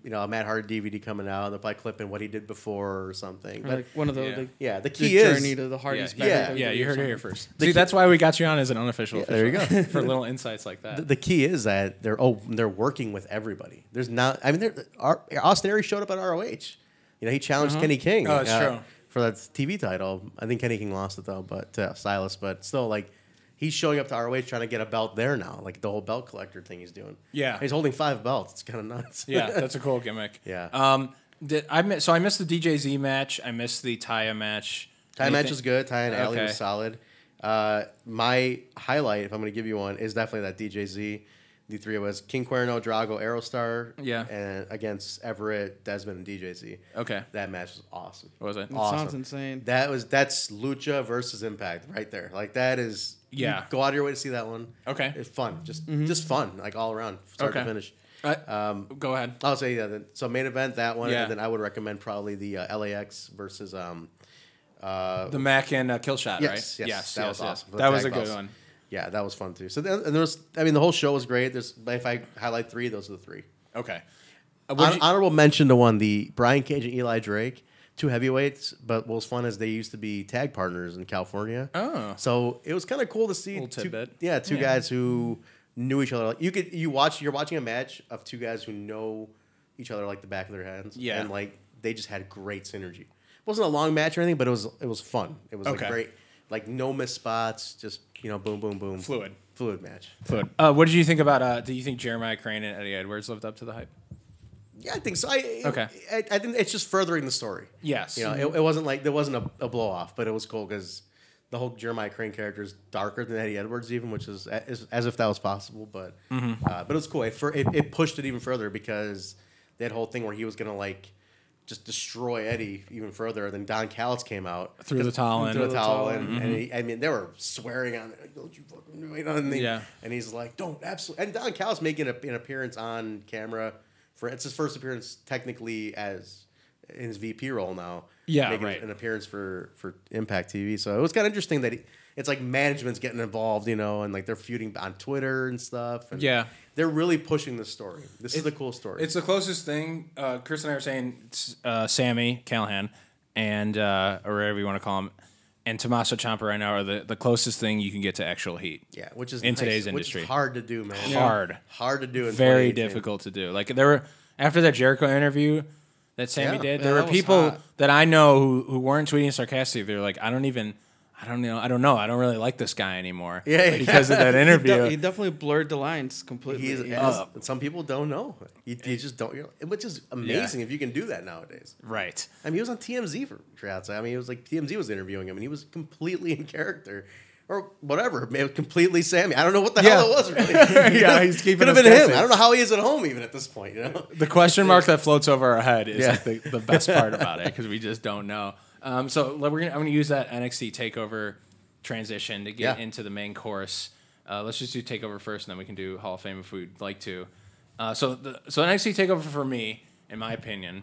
S2: you know a Matt Hardy DVD coming out. They'll probably clip in what he did before or something.
S3: Or,
S2: But
S3: like one of the
S1: Yeah.
S3: like,
S2: yeah, the
S3: the
S2: key is
S3: journey to the Hardy's.
S1: yeah,
S3: back
S1: yeah,
S3: in
S1: yeah,
S3: WWE
S1: you
S3: or
S1: heard it
S3: something.
S1: here first. See, that's why we got you on as an unofficial.
S2: Yeah, there you
S1: official,
S2: go.
S1: for little insights like that.
S2: The- the key is that they're oh they're working with everybody. There's not. I mean, they're- our, Austin Aries showed up at ROH. You know, he challenged Kenny King.
S1: Oh, that's
S2: uh,
S1: true.
S2: For that TV title, I think Kenny King lost it though, but uh, Silas. But still, like he's showing up to ROH trying to get a belt there now, like the whole belt collector thing he's doing.
S1: Yeah.
S2: he's holding five belts. It's kind of nuts.
S1: yeah, that's a cool gimmick.
S2: Yeah.
S1: Um, did I miss, so I missed the DJZ match. I missed the Taya match.
S2: Time match
S1: Anything-
S2: was good. Ty and Alley
S1: Okay.
S2: was solid. Uh, my highlight, if I'm going to give you one, is definitely that DJZ. The three of us: King Cuerno, Drago, Aerostar.
S1: Yeah.
S2: And against Everett, Desmond, and DJZ.
S1: Okay.
S2: That match was awesome.
S1: What was it?
S3: That sounds insane.
S2: That was that's Lucha versus Impact right there. Like that is
S1: Yeah.
S2: you Go out of your way to see that one.
S1: Okay. Mm-hmm.
S2: It's fun. Just just fun. Like all around, start to
S1: Okay.
S2: finish.
S1: um, go ahead.
S2: I'll say yeah. Then, so main event that one,
S1: Yeah.
S2: and then I would recommend probably the uh, LAX versus um, uh,
S1: The Mac and uh, Killshot,
S2: Yes,
S1: right?
S2: yes, that was awesome.
S1: That
S2: The
S1: was a
S2: tag
S1: good
S2: belts.
S1: one.
S2: yeah, that was fun too. So then, and there was, I mean, the whole show was great. There's if I highlight three, those are the three.
S1: Okay. Uh, what'd
S2: Hon-
S1: you-
S2: honorable mention to one: the Brian Cage and Eli Drake, two heavyweights. But what was fun is they used to be tag partners in California.
S1: Oh.
S2: so it was kind of cool to see.
S1: Little
S2: two-
S1: tidbit.
S2: yeah, two
S1: Yeah.
S2: guys who knew each other. Like you could, you watch, you're watching a match of two guys who know each other like the back of their hands.
S1: Yeah.
S2: and like they just had great synergy. It wasn't a long match or anything, but it was it was fun. It was
S1: Okay.
S2: like great, like no missed spots. Just you know, boom, boom, boom,
S1: Fluid.
S2: fluid match.
S1: Uh, what did you think about? Uh, do you think Jeremiah Crane and Eddie Edwards lived up to the hype?
S2: Yeah, I think so. I,
S1: Okay.
S2: I, I think it's just furthering the story.
S1: Yes.
S2: You know, it, it wasn't like there wasn't a, a blow off, but it was cool because the whole Jeremiah Crane character is darker than Eddie Edwards, even, which is a- is- as if that was possible. But
S1: Mm-hmm.
S2: uh, but it was cool. It, fur- it, it pushed it even further because that whole thing where he was gonna like just destroy Eddie even further. And then Don Callis came out
S1: Through the towel and-
S2: through the
S3: Through the
S2: towel,
S3: towel
S2: and, and
S1: Mm-hmm.
S2: he, I mean they were swearing on it. Like, Don't you fucking do it on the
S1: Yeah.
S2: and he's like, "Don't absolutely." And Don Callis making a, an appearance on camera for it's his first appearance technically as in his VP role now.
S1: Yeah,
S2: making
S1: right.
S2: An appearance for for Impact TV, so it was kind of interesting that he, it's like management's getting involved, you know, and like they're feuding on Twitter and stuff. And
S1: Yeah.
S2: they're really pushing the story. This is
S1: It-
S2: the cool story.
S1: It's the closest thing. Uh, Chris and I were saying it's, uh, Sammy Callahan and uh, or whatever you want to call him, and Tommaso Ciampa right now are the, the closest thing you can get to actual heat.
S2: yeah, which is
S1: in
S2: nice,
S1: today's
S2: which is
S1: industry.
S2: hard to do, man.
S1: Hard.
S2: hard to do. In
S1: Very
S2: 2018.
S1: difficult to do. Like there were after that Jericho interview that Sammy
S2: Yeah.
S1: did,
S3: Yeah,
S1: there
S3: that
S1: were
S3: was
S1: people
S3: hot.
S1: that I know who, who weren't tweeting sarcastically. They're like, I don't even, I don't know, I don't know, I don't really like this guy anymore.
S2: Yeah, yeah.
S1: because of that
S3: He, de- he
S1: interview.
S3: definitely blurred the lines completely.
S2: He's,
S3: Yeah.
S1: up.
S2: and some people don't know. You, you just don't, you know, which is amazing if you can do that nowadays.
S1: right.
S2: I mean, he was on TMZ for Trouts. I mean, it was like TMZ was interviewing him, and he was completely in character. Or whatever, man, completely Sammy. I don't know what the hell
S1: Yeah.
S2: it was. Really.
S1: Yeah, he's keeping
S2: Could have
S1: us
S2: been him.
S1: guessing.
S2: I don't know how he is at home even at this point. You know,
S1: The question mark that floats over our head is
S2: Yeah.
S1: like, the, the best part about it because we just don't know. Um, so le- we're gonna, I'm going to use that NXT takeover transition to get
S2: Yeah.
S1: into the main course. Uh, let's just do takeover first, and then we can do Hall of Fame if we'd like to. Uh, so the, so NXT takeover for me, in my opinion,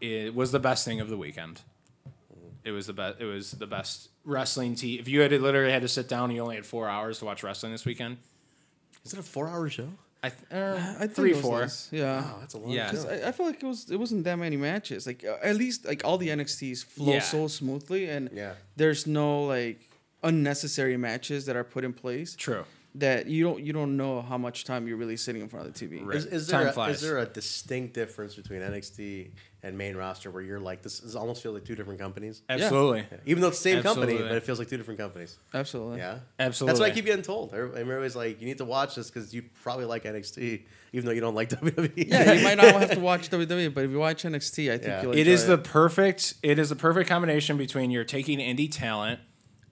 S1: it was the best thing of the weekend. It was the best. It was the best wrestling. T- if you had to- literally had to sit down, and you only had four hours to watch wrestling this weekend.
S2: is it a four-hour show?
S1: I th- uh,
S3: I think
S1: three
S3: it was
S1: four.
S3: nice. Yeah.
S2: Oh, that's a long
S1: Yeah.
S2: yeah.
S1: 'Cause
S3: Because I, I feel like it was it wasn't that many matches. Like uh, at least like all the NXTs flow
S1: Yeah.
S3: so smoothly, and
S2: Yeah.
S3: there's no like unnecessary matches that are put in place
S1: True.
S3: that you don't you don't know how much time you're really sitting in front of the TV.
S1: Right.
S2: Is, is
S1: Time
S2: there a,
S1: flies.
S2: is there a distinct difference between NXT and main roster where you're like this is almost feels like two different companies?
S1: Absolutely.
S2: Even though it's the same company,
S1: Absolutely.
S2: but it feels like two different companies.
S3: Absolutely.
S2: Yeah,
S1: Absolutely.
S2: That's what I keep getting told. Every- Everybody's like, "You need to watch this because you probably like NXT, even though you don't like E." WWE."
S3: Yeah, you might not have to watch WWE, but if you watch NXT, I think
S2: Yeah.
S3: you'll.
S1: it
S3: enjoy
S1: is the perfect it is the perfect combination between you're taking indie talent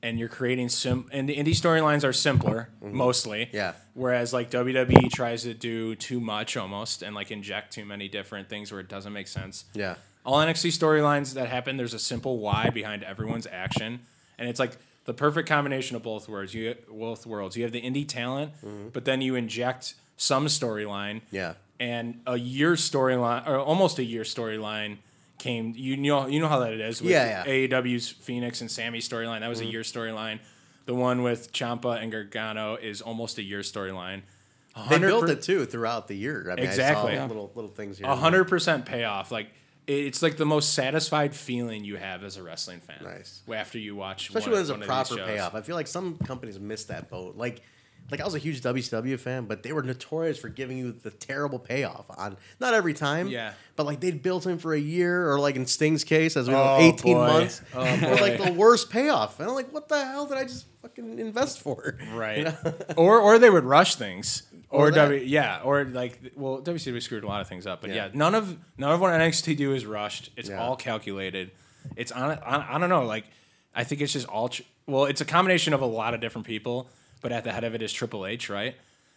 S1: and you're creating sim and the indie storylines are simpler mostly
S2: Mm-hmm. Yeah.
S1: whereas like wwe tries to do too much almost and like inject too many different things where it doesn't make sense
S2: Yeah.
S1: all nxt storylines that happen there's a simple why behind everyone's action and it's like the perfect combination of both words you both worlds you have the indie talent
S2: Mm-hmm.
S1: but then you inject some storyline
S2: Yeah.
S1: and a year storyline or almost a year storyline came. You know, you know how that it is. With
S2: Yeah, Mm-hmm. yeah.
S1: AEW's Phoenix and Sammy storyline. That was a year storyline. The one with Champa and Gargano is almost a year storyline. A
S2: They
S1: hundred
S2: built
S1: per-
S2: it too throughout the year. I mean,
S1: Exactly.
S2: I saw little little things here.
S1: A
S2: and
S1: hundred percent payoff. Like it- it's like the most satisfied feeling you have as a wrestling fan.
S2: Nice.
S1: After you watch,
S2: there.
S1: one,
S2: especially when there's a
S1: one of these
S2: proper
S1: shows.
S2: payoff. I feel like some companies miss that boat. Like like I was a huge WCW fan, but they were notorious for giving you the terrible payoff on not every time,
S1: Yeah.
S2: but like they'd built him for a year or like in Sting's case as we
S1: Oh,
S2: know, eighteen
S1: boy.
S2: months,
S1: Oh,
S2: it was like
S1: boy.
S2: the worst payoff, and I'm like, what the hell did I just fucking invest for? You
S1: Right. Uh,
S2: know?
S1: or or they would rush things. Or,
S2: Or that.
S1: W yeah, or like well WCW screwed a lot of things up, but yeah,
S2: Yeah.
S1: none of none of what NXT do is rushed. It's
S2: Yeah.
S1: all calculated. It's on, on I don't know, like I think it's just all tr- well, it's a combination of a lot of different people, but at the head of it is Triple H, right?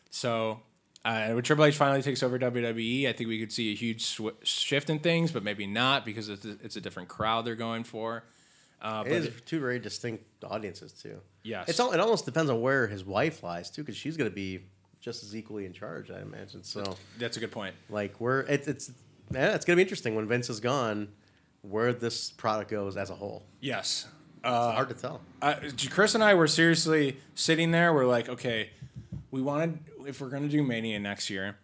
S1: So uh, when Triple H finally takes over WWE, I think we could see a huge sw- shift in things, but maybe not because it's a, it's a different crowd they're going for. Uh, but
S2: It is two very distinct audiences too.
S1: Yes.
S2: it's all, it almost depends on where his wife lies too, because she's gonna be just as equally in charge, I imagine. So
S1: that's a good point.
S2: like where it, it's yeah, it's gonna be interesting when Vince is gone, where this product goes as a whole.
S1: Yes.
S2: It's hard to tell.
S1: uh, Chris and I were seriously sitting there. We're like, okay, we wanted if we're gonna do Mania next year,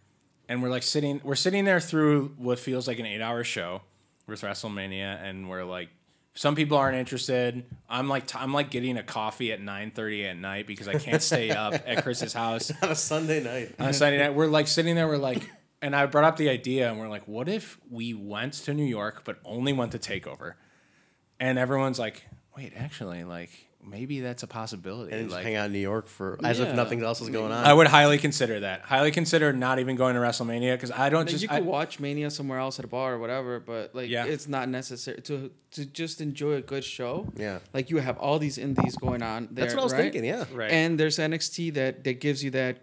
S1: and we're like sitting, we're sitting there through what feels like an eight-hour show with WrestleMania, and we're like, some people aren't interested. I'm like, t- I'm like getting a coffee at 9:30 at night because I can't stay up at Chris's house
S2: On a Sunday night.
S1: on a Sunday Uh, night. We're like sitting there, we're like, and I brought up the idea, and we're like, what if we went to New York but only went to Takeover? And everyone's like, wait, actually, like maybe that's a possibility.
S2: and just
S1: like,
S2: hang out in New York for as
S3: Yeah.
S2: if nothing else is going on.
S1: I would highly consider that. Highly consider not even going to WrestleMania because I don't
S3: Like,
S1: just.
S3: you could
S1: I-
S3: watch Mania somewhere else at a bar or whatever, but like
S1: Yeah.
S3: it's not necessary to to just enjoy a good show.
S2: Yeah.
S3: like you have all these indies going on there.
S2: That's what I was
S3: right?
S2: thinking, yeah.
S1: Right.
S3: and there's NXT that that gives you that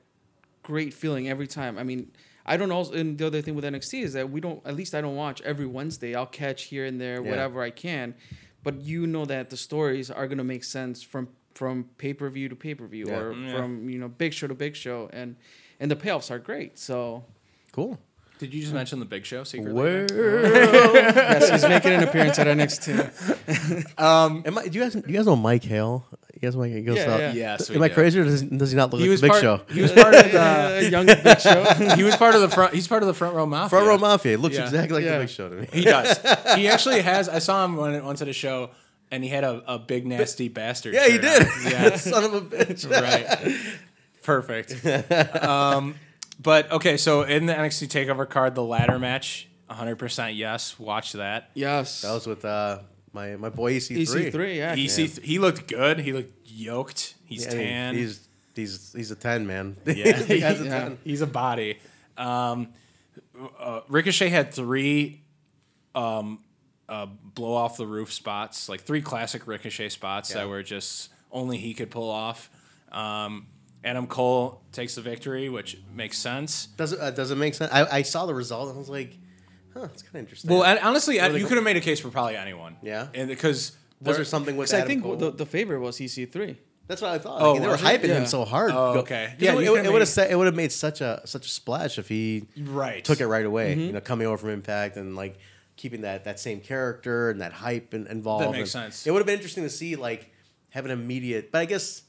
S3: great feeling every time. I mean, I don't also. And the other thing with NXT is that we don't. At least I don't watch every Wednesday. I'll catch here and there
S2: Yeah.
S3: whatever I can, but you know that the stories are gonna make sense from from pay per view to pay per view
S2: Yeah.
S3: or
S1: Yeah.
S3: from you know big show to big show and and the payoffs are great. So
S2: Cool.
S1: did you just mention the Big Show secretly?
S3: yes, he's making an appearance at NXT.
S1: Um,
S2: Am I, do you guys do you guys know Mike Hale? You guys know Mike Hale? He goes
S3: Yeah,
S2: out-
S3: yeah.
S1: Yes, we
S2: Am I
S1: do.
S2: crazy or does, does he not look
S1: He
S2: like
S1: was
S2: the Big
S1: part.
S2: Show?
S1: He was part of the.
S3: Uh, young big show.
S1: He was part of the front. He's part of the front row mafia.
S2: Front Row Mafia. He looks
S1: Yeah.
S2: exactly like
S3: Yeah.
S2: the Big Show to me.
S1: He does. he actually has. I saw him one, once at a show, and he had a, a big nasty bastard.
S2: Yeah, he
S1: shirt
S2: did.
S1: on. Yeah,
S2: Son of a bitch.
S1: right. Perfect. Um, but okay, so in the NXT Takeover card, the ladder match, 100% yes. Watch that.
S3: Yes.
S2: That was E with uh, my my boy
S1: E
S2: EC3.
S3: EC3, yeah.
S1: He see, he looked good. He looked yoked. He's
S2: Yeah, I mean,
S1: tan. he's
S2: He's he's he's a ten man.
S1: Yeah.
S2: he has a
S3: Yeah.
S2: ten.
S1: he's a body. Um, uh, Ricochet had three um, uh, blow off the roof spots, like three classic Ricochet spots that were just only he could pull off. Um, Adam Cole takes the victory, which makes sense.
S2: Does it uh, does it make sense? I, I saw the result and I was like, huh, it's kind of interesting.
S1: Well, and honestly, Ed, you could have made a case for probably anyone.
S2: Yeah?
S1: and because
S2: was there something with
S3: Because I
S2: Adam
S3: think
S2: Cole?
S3: the, the favorite was E EC3.
S2: That's what I thought.
S1: Oh,
S2: Like, they were
S1: was it?
S2: hyping
S3: Yeah.
S2: him so hard.
S1: Oh,
S2: Go-
S1: okay.
S2: 'cause
S1: Yeah,
S2: it would-
S1: you
S2: it,
S1: could've
S2: would have
S1: made-
S2: it would have made such a such a splash if he
S1: right Mm-hmm.
S2: took it right away. You know, coming over from Impact and like keeping that that same character and that hype and, involved.
S1: That makes
S2: And
S1: sense.
S2: It would have been interesting to see like have an immediate. But I guess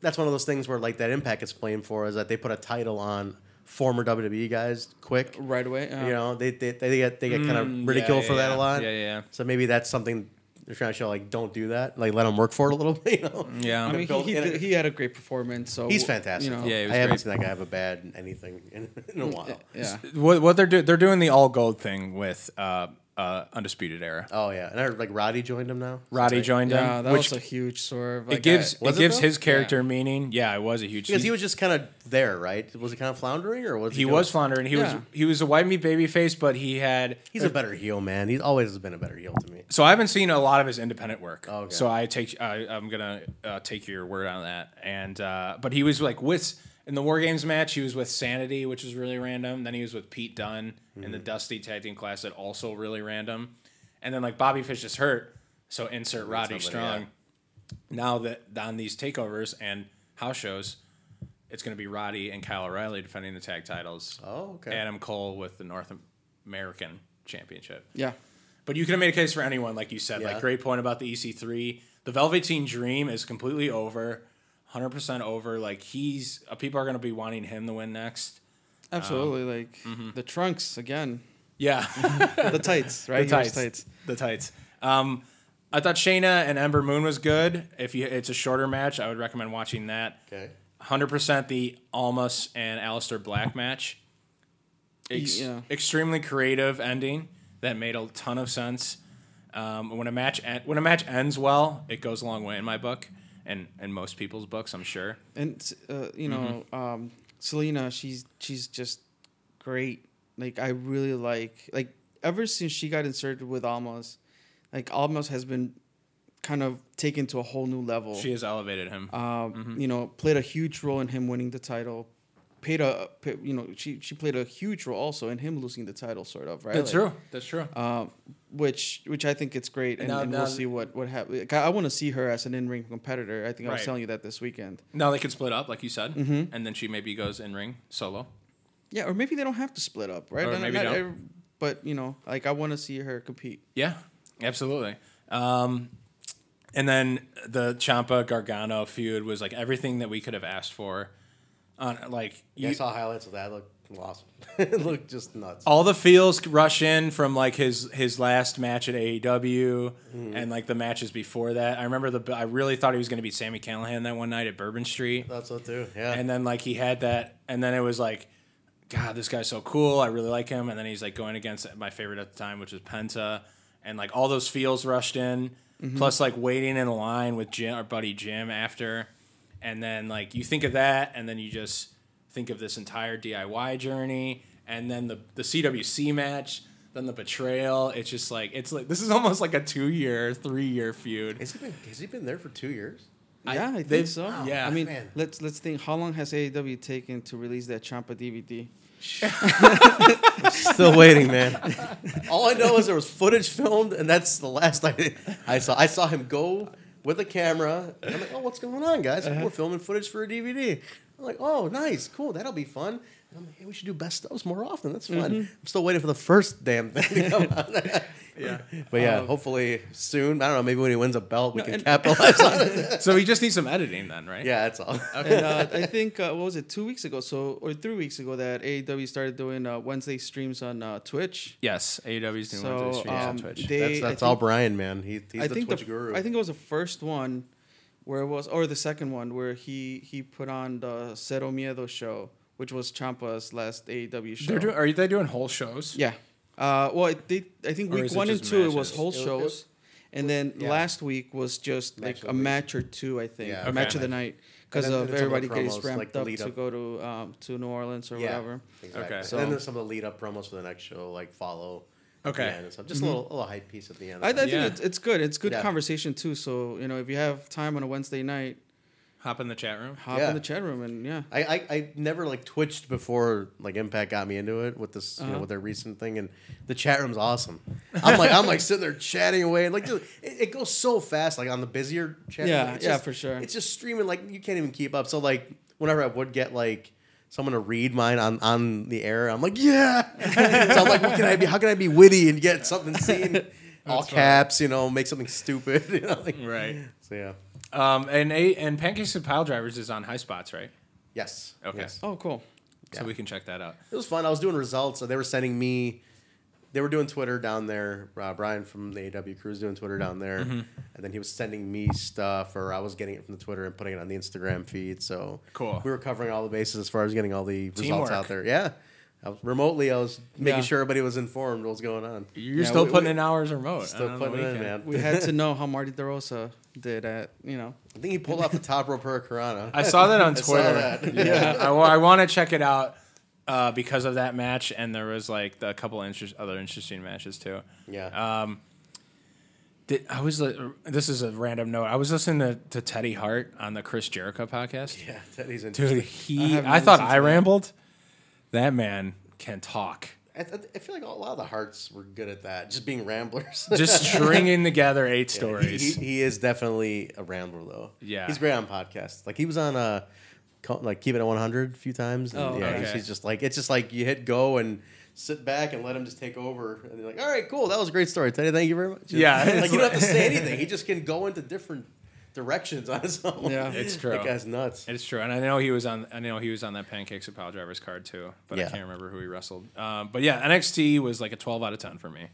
S2: that's one of those things where like that Impact is playing for is that they put a title on former WWE guys quick.
S3: Right away. uh,
S2: You know, they they they get they get kind of ridiculed
S1: Mm, yeah,
S2: for that
S1: yeah.
S2: a lot.
S1: Yeah, yeah, yeah.
S2: So maybe that's something they're trying to show like don't do that. Like let them work for it a little bit. You know.
S1: Yeah,
S3: I mean, he,
S2: built
S3: he,
S2: in
S3: did-
S2: it.
S3: he had a great performance. So
S2: He's fantastic.
S3: You know, uh,
S1: Yeah, he was
S2: I haven't
S1: great.
S2: seen that guy have a bad anything in, in a while.
S3: yeah.
S1: what what they're doing they're doing the all gold thing with uh, uh, Undisputed Era.
S2: Oh yeah, and I heard like Roddy joined him now.
S1: Roddy joined them,
S3: Yeah, that
S1: which
S3: was a huge swerve. Like,
S1: it gives
S3: I-
S1: it
S2: Was it
S1: gives
S2: though?
S1: his character meaning. Yeah, it was a huge
S2: because he was just kind of there, right? Was he kind of floundering or was he?
S1: he
S2: doing-
S1: was floundering. He
S3: Yeah.
S1: was he was a white meat baby face, but he had
S2: He's a better heel, man. He's always has been a better heel to me.
S1: so I haven't seen a lot of his independent work.
S2: Oh, Okay.
S1: So I take I, I'm gonna uh, take your word on that. And uh, but he was like with in the War Games match, he was with Sanity, which was really random. Then he was with Pete Dunn in
S2: Mm-hmm.
S1: the Dusty Tag Team Class, that also really random. And then like Bobby Fish is hurt, so insert Roddy
S2: somebody,
S1: Strong.
S2: yeah.
S1: Now that on these takeovers and house shows, it's gonna be Roddy and Kyle O'Reilly defending the tag titles.
S2: Oh, okay.
S1: Adam Cole with the North American Championship.
S3: yeah.
S1: But you could have made a case for anyone, like you said. Like
S2: Yeah.
S1: great point about the EC3. The Velveteen Dream is completely over, hundred percent over. Like he's uh, people are going to be wanting him to win next.
S3: Absolutely.
S1: Um,
S3: like
S1: mm-hmm.
S3: the trunks again.
S1: Yeah,
S3: The tights, right?
S1: the
S3: He wears
S1: tights, the tights. Um, I thought Shayna and Ember Moon was good. If you, it's a shorter match, I would recommend watching that.
S2: Okay.
S1: hundred percent the Almas and Alistair Black match. Ex-
S3: Yeah.
S1: Extremely creative ending that made a ton of sense. Um, when a match en- when a match ends well, it goes a long way in my book, and and most people's books, I'm sure.
S3: and uh, you know
S1: Mm-hmm.
S3: um, Selena, she's she's just great. Like I really like like ever since she got inserted with Almas, like Almas has been kind of taken to a whole new level.
S1: She has elevated him.
S3: um,
S1: Mm-hmm.
S3: you know, played a huge role in him winning the title. Played a, pa- you know, she she played a huge role also in him losing the title, sort of, right?
S1: That's
S3: Like,
S1: true. That's true.
S3: Um, which which I think it's great, and,
S1: Now-
S3: and
S1: now-
S3: we'll see what what happens. I want to see her as an in ring competitor. I think I was
S1: Right.
S3: telling you that this weekend.
S1: now they can split up, like you said, mm-hmm. and then she maybe goes in ring solo.
S3: Yeah, or maybe they don't have to split up, right?
S1: Or
S3: Not-
S1: maybe
S3: not
S1: don't.
S3: every- but you know, like I want to see her compete.
S1: Yeah, absolutely. Um, and then the Champa Gargano feud was like everything that we could have asked for. On like
S2: Yeah, I
S1: you-
S2: saw highlights of that. Look, awesome. it looked just nuts.
S1: all the feels rush in from like his his last match at AEW and like the matches before that. I remember the I really thought he was going to be Sammy Callahan that one night at Bourbon Street.
S2: That's what too. Yeah.
S1: and then like he had that and then it was like god this guy's so cool i really like him and then he's like going against my favorite at the time which was penta and like all those feels rushed in
S3: Mm-hmm.
S1: plus like waiting in line with jim our buddy jim after and then like you think of that and then you just think of this entire diy journey and then the, the cwc match then the betrayal it's just like it's like this is almost like a two year three year feud
S2: has he been? Has he been there for two years?
S1: I-
S3: yeah, I think
S1: they've-
S3: so.
S1: Wow, yeah,
S3: I mean,
S2: man.
S3: let's let's think. How long has AEW taken to release that Champa DVD?
S2: Still waiting, man. All I know is there was footage filmed, and that's the last I, I saw. I saw him go with a camera. And I'm like, oh, what's going on, guys?
S3: Uh-huh.
S2: We're filming footage for a DVD. I'm like, oh, nice, cool, that'll be fun. And I'm like, hey, we should do best ofs more often. That's fun.
S3: Mm-hmm.
S2: I'm still waiting for the first damn thing to come out.
S1: yeah
S2: But yeah,
S3: Um,
S2: hopefully soon. I don't know. Maybe when he wins a belt, we
S3: No,
S2: can
S3: and-
S2: capitalize on it.
S1: so he just needs some editing then right
S2: yeah, that's all.
S3: and uh, I think uh, what was it two weeks ago, so or three weeks ago that AEW started doing uh, Wednesday streams on uh, Twitch.
S1: yes aew's doing
S3: So
S1: one of those streams on
S3: um,
S1: twitch
S3: they,
S2: That's,
S3: I
S2: that's all
S3: think-
S2: Brian, man. He, he's
S3: I
S2: the
S3: think
S2: Twitch
S3: the
S2: guru.
S3: I think it was the first one where it was, or the second one where he he put on the Cero Miedo show, which was Champa's last AEW show.
S1: They're doing. Are they doing whole shows?
S3: yeah. Uh, well, it, they, I think
S1: Or
S3: week
S1: is it
S3: one and
S1: just
S3: two it
S1: matches?
S3: was whole
S2: It- it-
S3: shows, and then
S2: yeah.
S3: last week was just
S2: Match
S3: like
S2: of
S3: a
S2: the week.
S3: match or two, I think,
S2: Yeah,
S3: a
S2: okay.
S3: match of the night because
S2: And then
S3: of
S2: it's some of the
S3: everybody
S2: promos,
S3: gets ramped
S2: like the
S3: up
S2: lead
S3: to
S2: up.
S3: go to um, to New Orleans or whatever.
S2: Exactly.
S1: Okay.
S2: So, and
S3: So-
S2: then there's some of the lead up promos for the next show, like follow. at the
S1: Okay.
S2: end and stuff. Just a little, a little hype piece at the end.
S3: I, I think
S1: Yeah.
S3: it's, it's good. It's good
S2: Yeah.
S3: conversation too. So you know, if you have time on a Wednesday night,
S1: Hop in the chat room.
S3: hop
S2: Yeah.
S3: in the chat room and yeah.
S2: I, I, I never like twitched before like Impact got me into it with this you know
S3: Uh-huh.
S2: with their recent thing and the chat room's awesome. I'm like I'm like sitting there chatting away and like dude, it, it goes so fast like on the busier chat. room,
S3: Yeah,
S2: it's
S3: yeah,
S2: just-
S3: for sure.
S2: It's just streaming like you can't even keep up. So like whenever I would get like someone to read mine on on the air, I'm like yeah. so I'm like what can I be? How can I be witty and get something seen? All
S1: That's funny.
S2: caps, you know, make something stupid. You know, like,
S1: Right.
S2: So yeah.
S1: Um. And a and pancakes and pile drivers is on high spots, right?
S2: Yes.
S1: Okay.
S2: Yes.
S3: Oh, cool.
S1: So
S2: Yeah.
S1: we can check that out.
S2: It was fun. I was doing results, so they were sending me. They were doing Twitter down there. Uh, Brian from the AW crew was doing Twitter down there,
S1: Mm-hmm.
S2: and then he was sending me stuff, or I was getting it from the Twitter and putting it on the Instagram feed. So
S1: Cool.
S2: We were covering all the bases as far as getting all the results
S1: Teamwork.
S2: out there. Yeah, I was, remotely, I was making
S3: Yeah.
S2: sure everybody was informed what was going on.
S1: You're
S3: Yeah,
S1: still
S3: we-
S1: putting
S3: we-
S1: in hours remote. and
S2: Still
S1: on the
S2: putting it in,
S1: weekend.
S2: man.
S3: We had to know how Marty DeRosa did at you know.
S2: I think he pulled off the top rope per Karana.
S1: I saw that on
S2: saw
S1: Twitter.
S2: that.
S1: Yeah. I, want to check it out uh, because of that match, and there was like a couple interest, other interesting matches too.
S2: yeah,
S1: Did, I was li- this is a random note. I was listening to, to Teddy Hart on the Chris Jericho podcast.
S2: yeah, Teddy's interesting.
S1: Um, Dude, he.
S3: haven't
S1: I, thought
S3: listened
S1: I rambled. That man can talk.
S2: I, I- I feel like a lot of the hearts were good at that, just being ramblers.
S1: Just stringing together eight
S2: Yeah,
S1: stories.
S2: He, he, he is definitely a rambler though.
S1: Yeah.
S2: he's great on podcasts. Like he was on a like keep it at one hundred a few times. And
S3: Oh,
S2: yeah,
S1: okay.
S2: he's, he's just like it's just like you hit go and sit back and let him just take over. And you're like, all right, cool, that was a great story, Teddy. Thank you very much.
S1: Yeah,
S2: like
S1: it's
S2: you don't have to
S1: like-
S2: say anything. He just can go into different directions on his own.
S3: Yeah.
S1: It's true.
S2: That guy's nuts.
S1: It's true, and I know he was on. I know he was on that pancakes and pile drivers card too, but I
S2: Yeah.
S1: can't remember who he wrestled. Um, but yeah, NXT was like a twelve out of ten for me.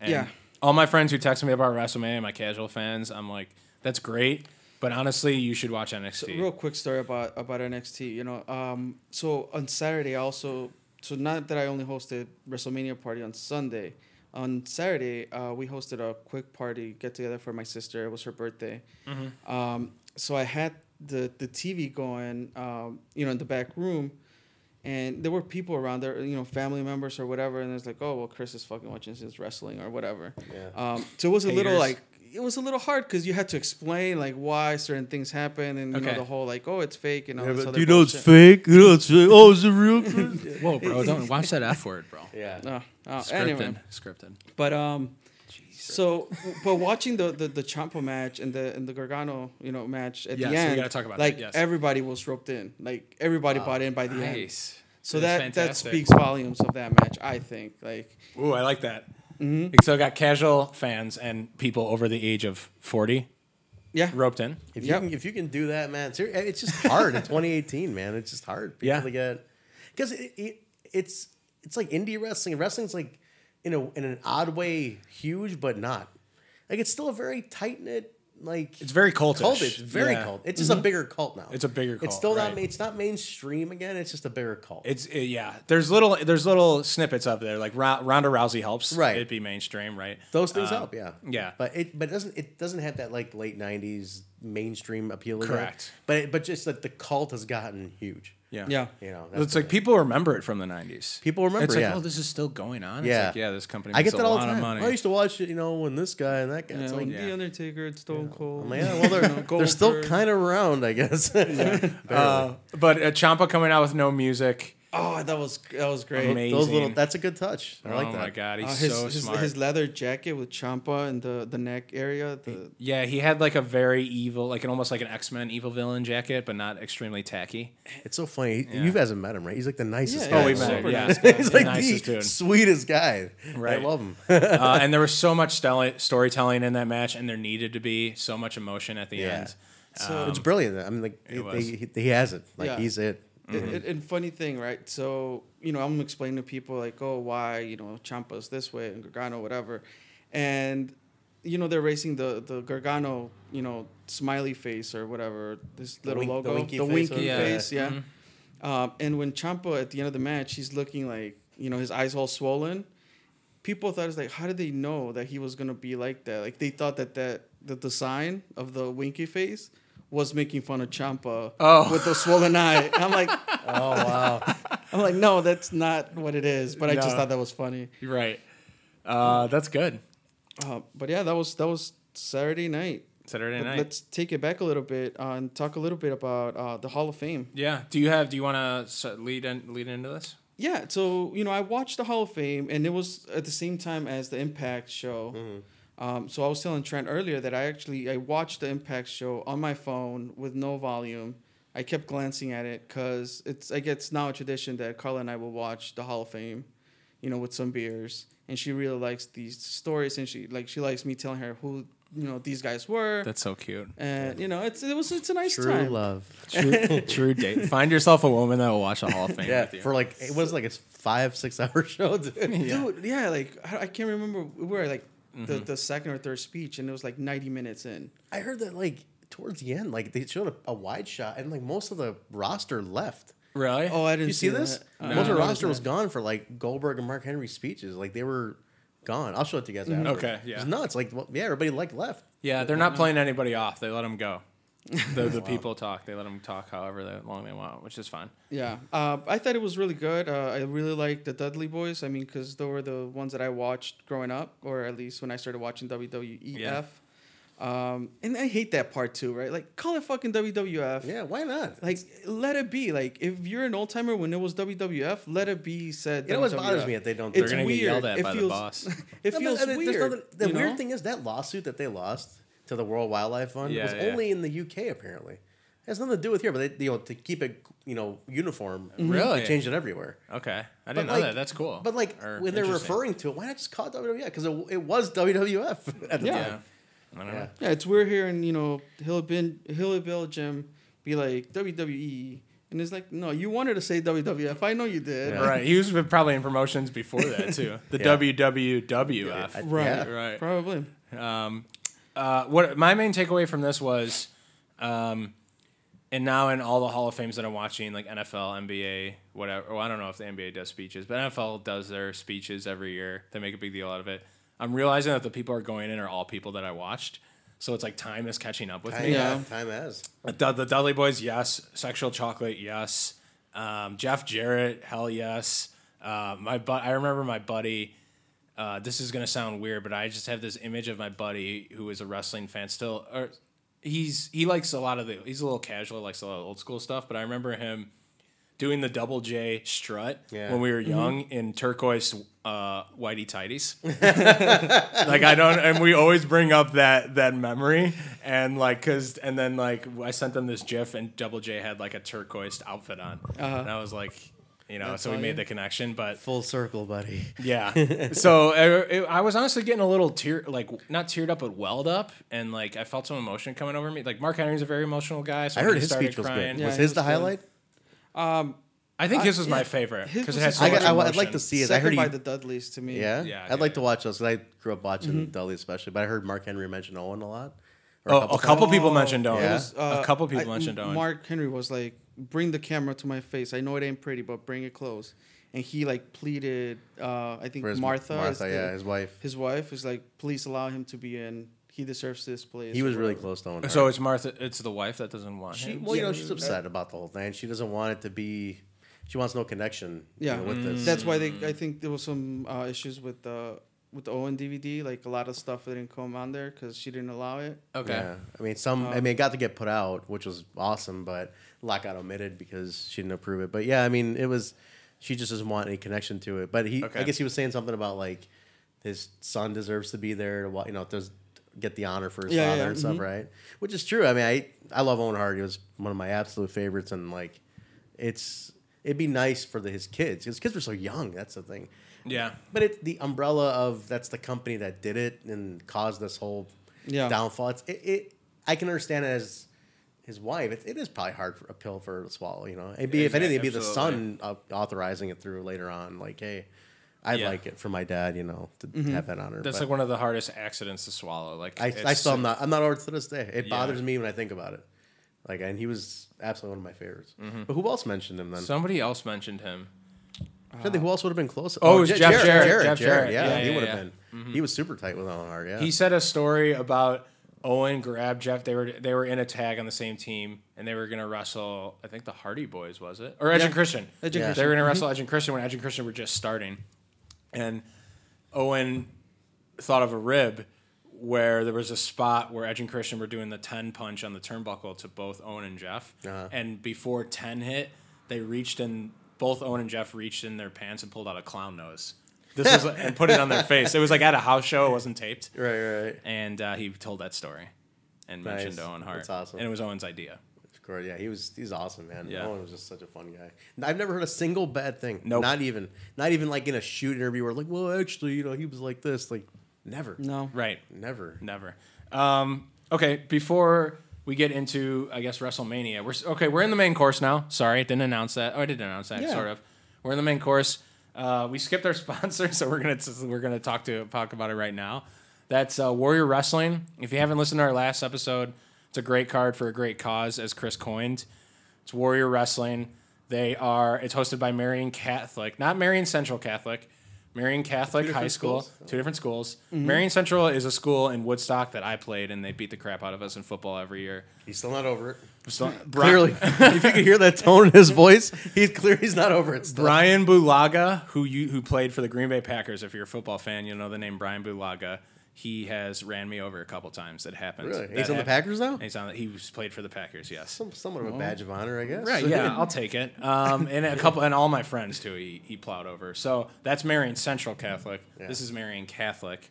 S1: And
S3: Yeah.
S1: All my friends who text me about WrestleMania, my casual fans, I'm like, that's great. But honestly, you should watch NXT.
S3: real quick story about about NXT. You know, um, so on Saturday I also so not that I only hosted WrestleMania party on Sunday. On Saturday, uh, we hosted a quick party get together for my sister. It was her birthday, um, so I had the the TV going, um, you know, in the back room, and there were people around there, you know, family members or whatever. And it's like, oh well, Chris is fucking watching his wrestling or whatever.
S2: Yeah.
S3: Um, so it was a little
S1: Haters.
S3: like it was a little hard because you had to explain like why certain things happen and you
S1: Okay.
S3: know the whole like oh it's fake and all this
S2: but
S3: other
S2: do you know it's
S3: bullshit.
S4: fake. You know it's fake. Oh, is it real? Chris?
S1: Whoa, bro! Don't watch that F word, bro.
S2: Yeah.
S3: No, no,
S1: Scripted.
S3: Uh, anyway,
S1: Scripted.
S3: but um, so but watching the the, the Champa match and the and the Gargano you know match at
S1: Yes, we
S3: the end,
S1: gotta talk about that,
S3: like
S1: yes.
S3: everybody was roped in, like everybody bought in by the end.
S1: Nice.
S3: So
S1: That's
S3: that that
S1: fantastic.
S3: speaks volumes of that match, I think. Like
S1: Ooh, I like that.
S3: Mm-hmm.
S1: So I got casual fans and people over the age of forty
S3: yeah,
S1: roped in.
S2: If
S3: Yep.
S2: you can, if you can do that, man, it's, it's just hard in 2018, man. It's just hard. People
S1: Yeah.
S2: to get because it, it, it's it's like indie wrestling. Wrestling's like in a in an odd way huge, but not like it's still a very tight knit. Like
S1: It's very cultish.
S2: cult. It's very
S1: Yeah. Mm-hmm.
S2: cult. It's just a bigger cult now.
S1: It's a bigger cult,
S2: It's still
S1: right.
S2: not. ma- It's not mainstream again. It's just a bigger cult.
S1: It's uh, yeah. There's little there's little snippets up there like Ro- Ronda Rousey helps.
S2: Right.
S1: It'd be mainstream, right?
S2: Those things
S1: Um,
S2: help, yeah,
S1: yeah.
S2: But it but it doesn't it doesn't have that like late '90s mainstream appeal. again.
S1: Correct.
S2: But it, but just that the cult has gotten huge.
S1: Yeah.
S3: yeah,
S2: You know,
S1: It's like people remember it from the '90s.
S2: People remember,
S1: It's like,
S2: yeah.
S1: oh, this is still going on.
S2: Yeah.
S1: It's like, yeah. This company. Makes
S2: I get that
S1: a
S2: all
S1: lot
S2: the time.
S1: Of money.
S2: I used to watch it, you know, when this guy and that guy.
S3: You
S2: It's
S3: know,
S2: like,
S1: yeah.
S3: the Undertaker, Stone Cold.
S2: I'm like, yeah, well,
S3: you
S2: they're,
S3: know,
S2: they're still
S3: Goldberg.
S2: kind of around, I guess.
S1: Uh, but uh, Champa coming out with no music.
S3: Oh, that was that was great.
S1: Amazing.
S2: Those little, that's a good touch. I like
S1: oh
S2: that.
S1: my god, he's
S3: Uh, his,
S1: so
S3: his,
S1: smart.
S3: his leather jacket with Champa and the, the neck area. The,
S1: yeah, he had like a very evil, like an almost like an X Men evil villain jacket, but not extremely tacky.
S2: It's so funny. He-
S1: Yeah.
S2: You guys have met him, right? He's like the nicest
S3: Yeah,
S2: guy.
S3: yeah,
S1: oh, we
S3: he's
S1: met.
S3: super
S1: him, Yeah,
S3: nice
S2: He's like
S1: nicest
S2: the
S1: dude.
S2: sweetest guy.
S1: Right.
S2: I love him.
S1: uh, and there was so much stel- storytelling in that match, and there needed to be so much emotion at the
S2: Yeah.
S1: end.
S3: So-
S1: Um,
S2: it's brilliant. I mean, like,
S1: it
S2: they-
S1: was.
S2: he, he has it. Like,
S3: Yeah.
S2: he's it.
S3: and- and, and funny thing, right? So you know, I'm explaining to people like, oh, why you know Champa's this way and Gargano whatever, and you know they're racing the the Gargano you know smiley face or whatever this little
S2: wink- the
S3: logo, the winky,
S2: winky face
S1: or- Yeah.
S3: face, yeah. Um, and when Champa at the end of the match, he's looking like you know his eyes all swollen. People thought it's like, how did they know that he was gonna be like that? Like they thought that that the design of the winky face was making fun of Champa
S1: Oh.
S3: with the swollen eye. I'm like,
S2: Oh, wow.
S3: I'm like, no, that's not what it is. But I
S1: No.
S3: just thought that was funny.
S1: You're right. Uh, that's good.
S3: Uh, but yeah, that was that was Saturday night.
S1: Saturday
S3: But
S1: night.
S3: Let's take it back a little bit uh, and talk a little bit about uh, the Hall of Fame.
S1: yeah. Do you have? Do you want to lead in, lead into this?
S3: Yeah, so you know, I watched the Hall of Fame, and it was at the same time as the Impact show. Um, so I was telling Trent earlier that I actually I watched the Impact show on my phone with no volume. I kept glancing at it because it's I guess now a tradition that Carla and I will watch the Hall of Fame, you know, with some beers, and she really likes these stories, and she like she likes me telling her who you know these guys were,
S1: That's so cute.
S3: and you know it's it was it's a nice
S2: True
S3: time.
S2: love.
S1: True, true date. Find yourself a woman that will watch the Hall of Fame
S2: Yeah.
S1: with you.
S2: For like, it was like a five, six hour show, dude.
S3: dude yeah like i I can't remember we were like the,
S2: Mm-hmm.
S3: the second or third speech and it was like 90 minutes in
S2: I heard that like towards the end, like they showed a, a wide shot, and like most of the roster left.
S1: really?
S3: oh i didn't
S2: You see this?
S3: that.
S2: most of the
S3: No.
S2: roster was gone for like Goldberg and Mark Henry speeches. Like they were gone. I'll show it to you guys. After.
S1: Mm-hmm. Okay, yeah.
S2: It's nuts. Like well, yeah, everybody like left.
S1: yeah, they're not playing anybody off. They let them go. The, the people talk. They let them talk however they- long they want, which is fine.
S3: yeah uh, i thought it was really good uh, i really liked the dudley boys i mean because they were the ones that i watched growing up or at least when i started watching wwef
S1: Yeah.
S3: um, and i hate that part too right like call it fucking wwf
S2: Yeah, why not?
S3: like let it be like if you're an old timer when it was WWF, let it be said.
S2: It always bothers
S3: WWF.
S2: me that they don't-
S3: It's
S2: They're
S1: gonna get
S3: weird.
S1: yelled at
S3: it
S1: by the
S3: feels,
S1: boss.
S3: It
S2: No, but,
S3: feels
S2: I mean, there's
S3: weird.
S2: nothing- the
S3: you
S2: weird
S3: know?
S2: thing is that lawsuit that they lost to the World Wildlife Fund
S1: Yeah,
S2: was
S1: yeah.
S2: only in the UK apparently. It has nothing to do with here, but they you know to keep it you know uniform.
S1: Really?
S2: they changed it everywhere.
S1: Okay, I didn't know
S2: like-
S1: that. That's cool.
S2: But like
S1: Or
S2: when they're
S1: interesting.
S2: referring to it, why not just call it WWF? Because it, it was WWF at the
S3: Yeah.
S1: yeah,
S2: time.
S1: I don't
S2: Yeah.
S1: know.
S3: Yeah, it's weird hearing you know Hillbilly Hillbilly Jim be like WWE, and it's like, no, you wanted to say WWF. I know you did.
S2: Yeah.
S1: Right, he was probably in promotions before that too. The
S2: Yeah.
S1: WWWF.
S2: I-
S3: Right.
S2: Yeah.
S1: Right.
S3: Probably.
S1: Um, uh, what my main takeaway from this was Um, and now in all the Hall of Fames that I'm watching, like NFL, NBA, whatever. Well, I don't know if the NBA does speeches, but NFL does their speeches every year. They make a big deal out of it. I'm realizing that the people are going in are all people that I watched. So it's like time is catching up with me.
S3: Yeah.
S2: Time has.
S1: The, the Dudley Boys, yes. Sexual Chocolate, yes. Um, Jeff Jarrett, hell yes. Uh, my but I remember my buddy. Uh, this is gonna sound weird, but I just have this image of my buddy who is a wrestling fan still. Or he's he likes a lot of the he's a little casual, likes a lot of old school stuff. But I remember him doing the double J strut
S2: Yeah.
S1: when we were young in turquoise uh, whitey tighties. like I don't, and we always bring up that that memory, and like, cause, and then like I sent them this GIF, and Double J had like a turquoise outfit on, and I was like, you know, so we
S3: all
S1: made
S3: you?
S1: the connection, but
S2: Full circle, buddy.
S1: yeah. so I, it- I was honestly getting a little tear, like not teared up, but welled up, and like I felt some emotion coming over me. Like Mark Henry's a very emotional guy, so
S2: I
S1: when
S2: heard
S1: he
S2: his
S1: started
S2: speech was
S1: crying-
S2: good.
S3: Yeah,
S2: was
S3: it
S2: his
S3: was
S2: the
S3: good.
S2: highlight?
S1: I think his was my
S3: yeah,
S1: favorite
S3: his
S1: because it
S3: was
S1: had
S3: his
S1: so
S2: I
S1: much
S2: got, I, would
S1: emotion.
S2: like to see it. I
S3: Second
S2: heard he,
S3: by the Dudleys to me.
S2: yeah? Mm-hmm.
S1: Yeah,
S2: I'd like
S1: yeah.
S2: to watch those. 'cause I grew up watching Dudley especially, but I heard Mark Henry mention Owen a lot. Or
S1: Oh, a couple
S2: times.
S1: people mentioned Owen.
S2: Yeah.
S3: was, uh,
S1: a couple people
S3: I-
S1: mentioned Owen.
S3: Mark Henry was like, "Bring the camera to my face. I know it ain't pretty, but bring it close." And he like pleaded. Uh, I think
S2: For his-
S3: Martha. is
S2: Martha,
S3: the-
S2: yeah, his wife.
S3: His wife is like, "Please allow him to be in. He deserves this place."
S2: He was really close to Owen.
S1: so
S2: Hart.
S1: it's Martha. It's the wife that doesn't want
S2: she,
S1: him.
S2: well, you know,
S3: Yeah.
S2: she's upset about the whole thing. She doesn't want it to be. She wants no connection. you
S3: Yeah,
S2: know, with this.
S3: that's why they.
S1: Mm.
S3: I think there was some uh, issues with the with the Owen DVD. Like a lot of stuff didn't come on there because she didn't allow it.
S1: Okay.
S2: Yeah, I mean, some. I mean, it got to get put out, which was awesome, but a lot got omitted because she didn't approve it. But yeah, I mean, it was. She just doesn't want any connection to it. But he,
S1: Okay.
S2: I guess, he was saying something about like his son deserves to be there to wa- you know does get the honor for his
S3: Yeah,
S2: father
S3: yeah, Mm-hmm.
S2: and stuff, right? Which is true. I mean, I I love Owen Hart. He was one of my absolute favorites, and like, it's it'd be nice for the, his kids. His kids were so young. That's the thing.
S1: Yeah.
S2: But it's the umbrella of that's the company that did it and caused this whole
S3: Yeah.
S2: downfall. It's, it, it, I can understand it as his wife. It, it is probably hard for a pill for her to swallow, you know. It'd be, if
S1: Exact-
S2: anything, it'd be the son uh, authorizing it through later on. Like, hey, I'd
S1: Yeah. Mm-hmm.
S2: like it for my dad, you know, to have that honor.
S1: That's
S2: But
S1: like one of the hardest accidents to swallow. Like
S2: I, I
S1: it's-
S2: still am not. I'm not over it to this day. It
S1: Yeah.
S2: bothers me when I think about it. Like, and he was absolutely one of my favorites.
S1: Mm-hmm.
S2: But who else mentioned him then?
S1: Somebody else mentioned him.
S2: I think who else would have been close?
S1: oh, it was
S2: Ja-
S1: Jeff Jarrett. Jeff Jarrett.
S2: Yeah,
S1: Yeah,
S2: he
S1: yeah,
S2: would have
S1: yeah. Mm-hmm.
S2: been. He was super tight with Owen Hart. Yeah,
S1: He said a story about Owen grabbed Jeff. They were they were in a tag on the same team, and they were gonna wrestle. I think the Hardy Boys was it or Edge and Christian.
S3: Edge and
S2: Yeah.
S1: They
S3: Christian.
S1: were gonna wrestle Edge and Christian when Edge and Christian were just starting, and Owen thought of a rib where there was a spot where Edge and Christian were doing the 10 punch on the turnbuckle to both Owen and Jeff.
S2: Uh-huh.
S1: And before 10 hit, they reached in, both Owen and Jeff reached in their pants and pulled out a clown nose. This was and put it on their face. It was like at a house show. It wasn't taped,
S2: right, right, right.
S1: and uh, he told that story and
S2: Nice.
S1: mentioned Owen Hart.
S2: That's awesome.
S1: And it was Owen's idea.
S2: Of course, yeah, he was he's awesome, man.
S1: Yeah.
S2: Owen was just such a fun guy. And I've never heard a single bad thing. No,
S1: Nope.
S2: not even not even like in a shoot interview where like, well, actually, you know, he was like this, like never,
S3: No.
S1: Right.
S2: never.
S1: Never. Um, okay, before we get into, I guess WrestleMania, we're s- okay. We're in the main course now. Sorry, I didn't announce that. Oh, I did announce that.
S3: Yeah.
S1: Sort of. We're in the main course. Uh, we skipped our sponsor, so we're gonna we're gonna talk to talk about it right now. That's uh, Warrior Wrestling. If you haven't listened to our last episode, it's a great card for a great cause, as Chris coined. It's Warrior Wrestling. They are. It's hosted by Marion Catholic, not Marion Central Catholic. Marion Catholic High
S2: different
S1: School,
S2: schools. Mm-hmm.
S1: two different schools. Marion Central is a school in Woodstock that I played, and they beat the crap out of us in football every year.
S2: He's still not over it.
S1: So,
S2: Clearly, if you can hear that tone in his voice, he's clear. He's not over it. Still.
S1: Brian Bulaga, who you who played for the Green Bay Packers, if you're a football fan, you'll know the name Brian Bulaga. He has ran me over a couple times. It happens.
S2: Really?
S1: That
S2: He's on the
S1: hap-
S2: Packers now.
S1: He's on. The, he was played for the Packers. Yes.
S2: Some, somewhat of a badge of honor, I guess.
S1: Right. Yeah, I'll take it. Um, and a couple, and all my friends too. He, he plowed over. So that's Marion Central Catholic.
S2: Yeah.
S1: This is Marion Catholic.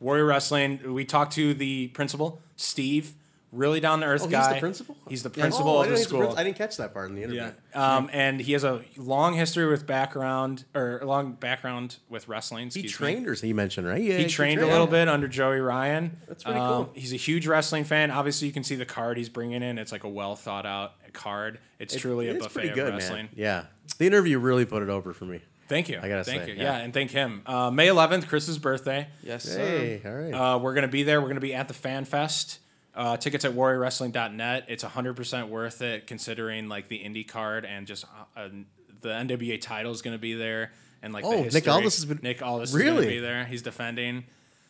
S1: Warrior Wrestling. We talked to the principal, Steve. Really down to earth
S2: Oh, he's
S1: guy.
S2: the principal.
S1: He's the
S2: Yeah.
S1: principal
S2: Oh, I
S1: of the
S2: didn't- he's
S1: school.
S2: prin- I didn't catch that part in the interview.
S1: Yeah. Um, and he has a long history with background or a long background with wrestling.
S2: He
S1: excuse me.
S2: trained, or he mentioned, right? Yeah,
S1: He trained a little bit under Joey Ryan. Um,
S2: That's pretty cool.
S1: He's a huge wrestling fan. Obviously, you can see the card he's bringing in. It's like a well thought out card. It's truly a
S2: It's
S1: buffet
S2: pretty
S1: of
S2: good,
S1: wrestling.
S2: man. Yeah, the interview really put it over for me.
S1: Thank you.
S2: I gotta
S1: thank
S2: say,
S1: you.
S2: yeah.
S1: Yeah. and thank him. Uh, May 11th, Chris's birthday.
S3: Yes. sir.
S2: Hey, all right.
S1: Uh, we're gonna be there. We're gonna be at the Fan Fest. Uh, tickets at warriorwrestling.net. It's 100% worth it considering like the indie card and just uh, uh, the NWA title is going to be there. And like
S2: Oh,
S1: the
S2: Nick
S1: history.
S2: Aldis has been-
S1: Nick Aldis is
S2: Really?
S1: going to be there. He's defending.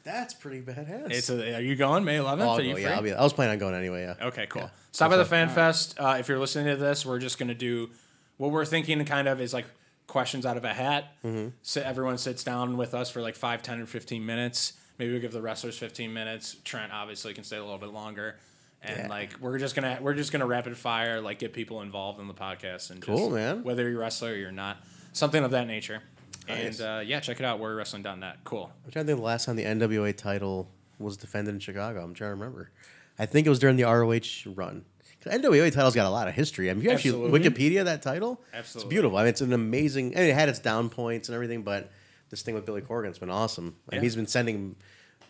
S2: That's pretty badass.
S1: It's a, are you going May 11th?
S2: Oh, I'll
S1: are
S2: go,
S1: you
S2: yeah,
S1: free?
S2: I'll be, I was planning on going anyway. Yeah.
S1: Okay, cool. Stop by the Fan Fest. Uh, if you're listening to this, we're just going to do what we're thinking kind of is like questions out of a hat.
S2: Mm-hmm.
S1: So everyone sits down with us for like 5, 10, or 15 minutes. Maybe we'll give the wrestlers 15 minutes. Trent obviously can stay a little bit longer. And like we're just gonna we're just gonna rapid fire like get people involved in the podcast and
S2: Cool,
S1: just,
S2: man.
S1: whether you're a wrestler or you're not something of that nature
S2: Nice.
S1: and uh, yeah check it out warriorwrestling.net cool
S2: I'm trying to think the last time the NWA title was defended in Chicago. I'm trying to remember. I think it was during the ROH run. 'Cause NWA title's got a lot of history. I mean, if you
S1: Absolutely.
S2: actually Wikipedia that title,
S1: Absolutely.
S2: it's beautiful. I mean, it's an amazing. And it had its down points and everything, but this thing with Billy Corgan's been awesome.
S1: Yeah.
S2: And he's been sending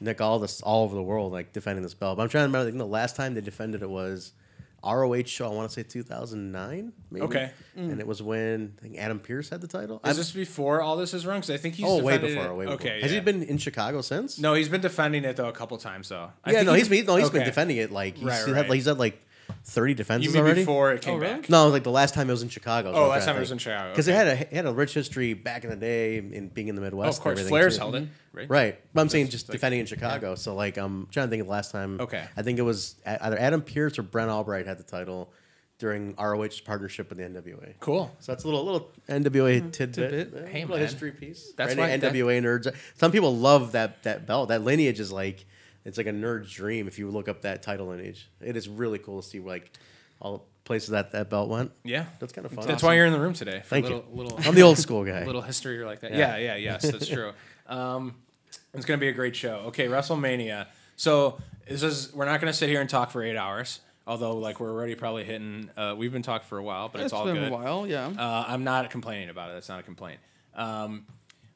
S2: Nick Aldis all over the world, like defending this belt. But I'm trying to remember. I think the last time they defended it was ROH show. I want to say 2009, maybe.
S1: Okay. Mm.
S2: and it was when I think Adam Pierce had the title.
S1: is this before all this is run because I think he's
S2: oh, way
S1: defended
S2: before.
S1: it-
S2: Way before.
S1: okay
S2: Has
S1: yeah.
S2: he been in Chicago since?
S1: No, he's been defending it though a couple times though. I
S2: yeah,
S1: think
S2: no,
S1: he-
S2: he's been, no, he's been
S1: okay.
S2: defending it. Like he's,
S1: Right,
S2: he
S1: right.
S2: Had, like, he's had like thirty defenses
S1: You mean
S2: already.
S1: before it came
S3: Oh, really?
S1: back?
S2: No, like the last time it was in Chicago. is
S1: Oh,
S2: what I'm
S1: last
S2: trying
S1: time
S2: to
S1: it was
S2: think.
S1: in Chicago,
S2: Because
S1: okay.
S2: it had a it had a rich history back in the day in being in the
S1: Oh,
S2: Midwest.
S1: of course,
S2: and everything,
S1: Flair's
S2: too. Mm-hmm.
S1: held it, right?
S2: Right, but I'm saying just
S1: like-
S2: defending in Chicago. So like I'm trying to think of the last time.
S1: Okay.
S2: I think it was a- either Adam Pierce or Brent Albright had the title during ROH's partnership with the NWA.
S1: Cool.
S2: So that's a little little NWA tidbit,
S3: tidbit.
S2: eh,
S1: Hey,
S2: little
S1: man.
S2: history piece.
S1: That's
S2: For any
S1: why- that-
S2: NWA nerds. Some people love that that belt. That lineage is like it's like a nerd's dream if you look up that title lineage. It is really cool to see like all places that that belt went.
S1: Yeah.
S2: That's kind of fun.
S1: That's why you're in the room today. For
S2: Thank
S1: little,
S2: you.
S1: Little,
S2: I'm the old school guy.
S1: little history like that. Yeah, yeah, yes, that's true. Um, it's gonna be a great show. Okay, WrestleMania. So this is we're not gonna sit here and talk for eight hours. Although like we're already probably hitting. Uh, we've been talking for a while, but it's,
S3: It's
S1: all
S3: been
S1: good.
S3: a while, yeah.
S1: Uh, I'm not complaining about it. That's not a complaint. Um,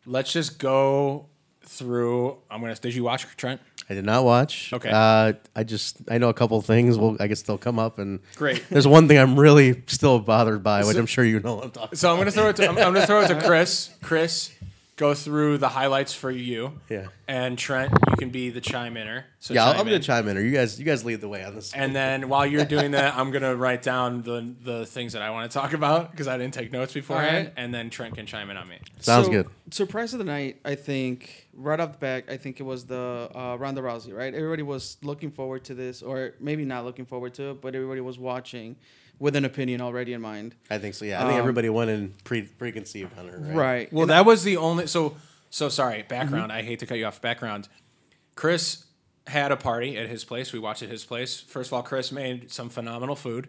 S1: let's just go through. I'm gonna. Did you watch Trent?
S2: I did not watch.
S1: Okay.
S2: Uh, I just I know a couple things. Well, I guess they'll come up and
S1: Great.
S2: There's one thing I'm really still bothered by, which I'm sure you know. What I'm talking.
S1: So I'm gonna throw it. To, I'm, I'm gonna throw it to Chris. Chris, go through the highlights for you.
S2: Yeah.
S1: And Trent, you can be the chime inner. So
S2: Yeah, I'll-
S1: chime
S2: I'm gonna
S1: in.
S2: chime in. Or you guys, you guys lead the way on this.
S1: And then while you're doing that, I'm gonna write down the the things that I want to talk about because I didn't take notes beforehand.
S3: right.
S1: And then Trent can chime in on me.
S2: Sounds
S3: So,
S2: good.
S3: Surprise of the night, I think. Right off the back, I think it was the uh, Ronda Rousey. Right, everybody was looking forward to this, or maybe not looking forward to it, but everybody was watching with an opinion already in mind.
S2: I think so. Yeah,
S1: Um,
S2: I think everybody went in pre preconceived on her. Right.
S3: Right.
S1: Well, that was the only. So so sorry. Background. I hate to cut you off. Background. Chris had a party at his place. We watched at his place. First of all, Chris made some phenomenal food.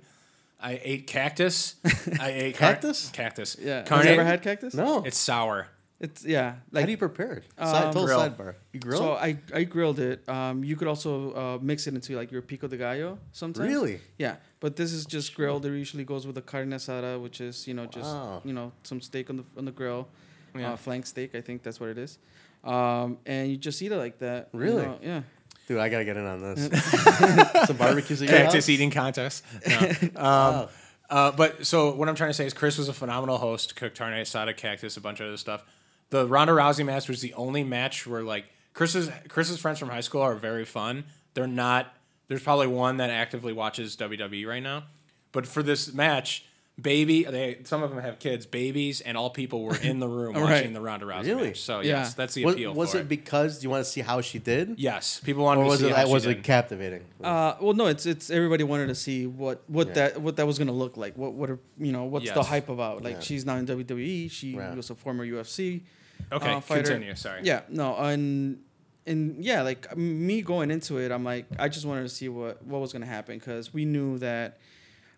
S1: I ate cactus. I ate car-
S2: Cactus?
S1: cactus.
S3: yeah. Have
S1: Carne-
S3: you ever had cactus?
S2: No.
S1: It's sour.
S3: It's yeah. Like
S2: How do you prepare it? Side, total
S1: grill.
S2: sidebar. uh, You grill
S3: so
S2: it?
S3: I, I grilled it. Um, you could also uh, mix it into like your pico de gallo sometimes.
S2: Really?
S3: Yeah, but this is just grilled. It usually goes with a carne asada, which is you know just
S2: Wow.
S3: you know some steak on the on the grill,
S1: Yeah.
S3: uh, flank steak. I think that's what it is. Um, and you just eat it like that. you
S2: Really?
S3: know, yeah.
S2: Dude, I gotta get in on this. Some barbecues at your
S1: Cactus
S2: house?
S1: eating contest. No. Um,
S2: Wow.
S1: Uh, but so what I'm trying to say is Chris was a phenomenal host, cooked carne asada, cactus, a bunch of other stuff. The Ronda Rousey match was the only match where like Chris's Chris's friends from high school are very fun. They're not. There's probably one that actively watches WWE right now, but for this match, baby, they some of them have kids, babies, and all people were in the room
S3: Right.
S1: watching the Ronda Rousey
S2: Really?
S1: match. So
S3: Yeah.
S1: yes, that's the
S2: Was,
S1: appeal.
S2: was
S1: for
S2: it because you want to see how she did?
S1: yes, people wanted
S2: Or
S1: to
S2: was
S1: see how
S2: it that
S1: she
S2: was
S1: did. Um,
S2: it captivating?
S3: Uh, well, no, it's it's everybody wanted to see what what
S2: Yeah.
S3: that what that was gonna look like. What what are, you know what's the
S1: Yes.
S3: hype about? Like
S2: Yeah.
S3: she's now in WWE. She
S2: Right.
S3: was a former UFC.
S1: Okay,
S3: uh, fighter.
S1: continue. Sorry.
S3: Yeah, no, and and yeah, like me going into it, I'm like, I just wanted to see what what was gonna happen because we knew that,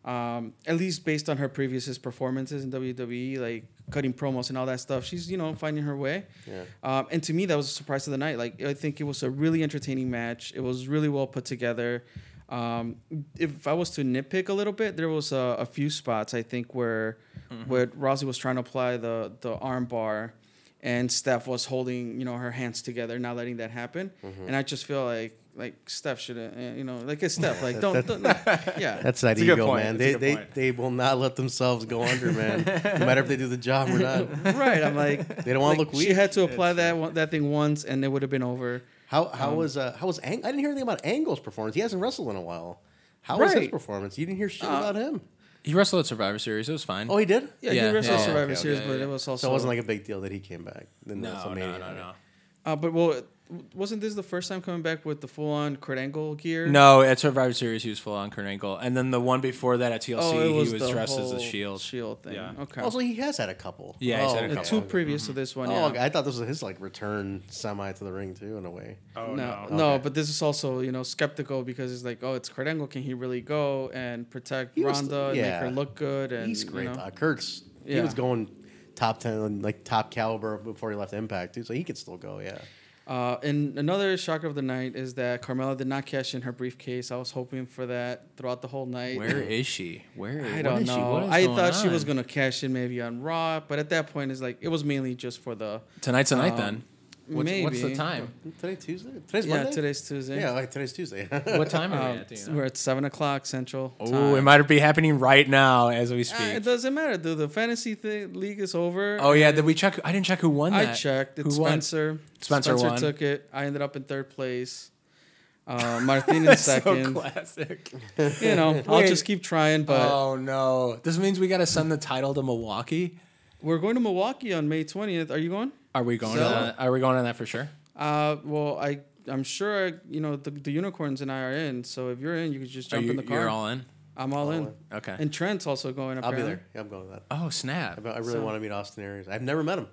S3: um, at least based on her previous performances in WWE, like cutting promos and all that stuff, she's you know finding her way.
S2: Yeah.
S3: Um, and to me, that was a surprise of the night. Like I think it was a really entertaining match. It was really well put together. Um, if I was to nitpick a little bit, there was a, a few spots I think where
S1: Mm-hmm.
S3: where Rousey was trying to apply the the arm bar, and Steph was holding you know her hands together, not letting that happen. And I just feel like like Steph should have you know like it's Steph like don't, don't yeah
S2: That's that
S1: It's a good
S2: ego,
S1: point.
S2: man.
S1: It's a
S2: They,
S1: good
S2: they,
S1: point.
S2: they will not let themselves go under, man. no matter if they do the job or not.
S3: right. I'm like
S2: They don't want to
S3: like,
S2: look weak.
S3: She had to apply that one, that thing once, and it would have been over.
S2: How how
S1: Um,
S2: was uh how was Ang- I didn't hear anything about Angle's performance. He hasn't wrestled in a while. How was his
S3: Right.
S2: performance? You didn't hear shit about him.
S1: He wrestled at Survivor Series. It was fine.
S2: Oh, he did.
S3: Yeah,
S1: Uh, Yeah,
S3: he wrestled
S1: yeah,
S3: Survivor
S2: okay,
S3: Series,
S1: okay,
S3: but
S1: yeah.
S3: it was also
S2: So it wasn't like a big deal that he came back. in
S1: no, no, no,
S2: WrestleMania.
S1: no, no.
S3: Uh, but well, wasn't this the first time coming back with the full on Kurt Angle gear?
S1: No, at Survivor Series he was full on Kurt Angle, and then the one before that at TLC
S3: oh, it was
S1: he was
S3: the
S1: dressed as
S3: whole
S1: the Shield.
S3: Shield thing.
S1: Yeah.
S3: Okay.
S2: Also, he has had a couple.
S1: Yeah, he's
S2: oh,
S1: had a
S3: the
S2: okay.
S1: couple.
S3: two previous to this one.
S2: Oh,
S3: yeah.
S2: okay. I thought this was his like return semi to the ring too, in a way.
S1: Oh
S3: no,
S2: no.
S3: no,
S2: Okay.
S3: but this is also you know skeptical because it's like, oh, it's Kurt Angle. Can he really go and protect
S2: He was-
S3: Ronda and
S2: yeah.
S3: make her look good? And
S2: He's
S3: you
S2: great.
S3: know?
S2: though. Kurt's he
S3: Yeah.
S2: was going top ten, like top caliber before he left Impact too, so he could still go. Yeah.
S3: Uh, and another shocker of the night is that Carmella did not cash in her briefcase. I was hoping for that throughout the whole night.
S1: Where is she? Where?
S3: I don't know. I thought she was gonna cash in maybe on Raw, but at that point, it's like it was mainly just for the
S1: Tonight's the night
S3: Um,
S1: then. What's, what's the
S3: maybe.
S1: time?
S2: Today Tuesday. Today's
S3: yeah.
S2: Monday.
S3: Today's Tuesday.
S2: Yeah, like today's Tuesday.
S1: What time are
S3: Um,
S1: we at? do you know?
S3: We're at seven o'clock central.
S1: Oh,
S3: time.
S1: it might be happening right now as we
S3: Uh, it
S1: speak.
S3: doesn't matter, dude. The fantasy thi- league is over.
S1: oh yeah, did we check? I didn't check who won that.
S3: I checked. It's
S1: who won?
S3: Spencer.
S1: Spencer won.
S3: took it. I ended up in third place. Uh, Martin in second.
S1: So classic.
S3: you know, I'll
S1: Wait.
S3: just keep trying. But
S1: oh no, this means we got to send the title to Milwaukee.
S3: we're going to Milwaukee on May twentieth. Are you going?
S1: Are we going?
S3: So-
S1: on that? Are we going on that for sure?
S3: Uh, well, I I'm sure you know the, the unicorns and I are in. So if you're in, you can just
S1: Are
S3: jump
S1: you,
S3: in the car.
S1: You're all in.
S3: I'm all in.
S1: Okay.
S3: And Trent's also going.
S2: I'll be
S3: Apparently.
S2: there. Yeah, I'm going to that.
S1: oh snap,
S2: But I really want to meet Austin Aries. I've never met him.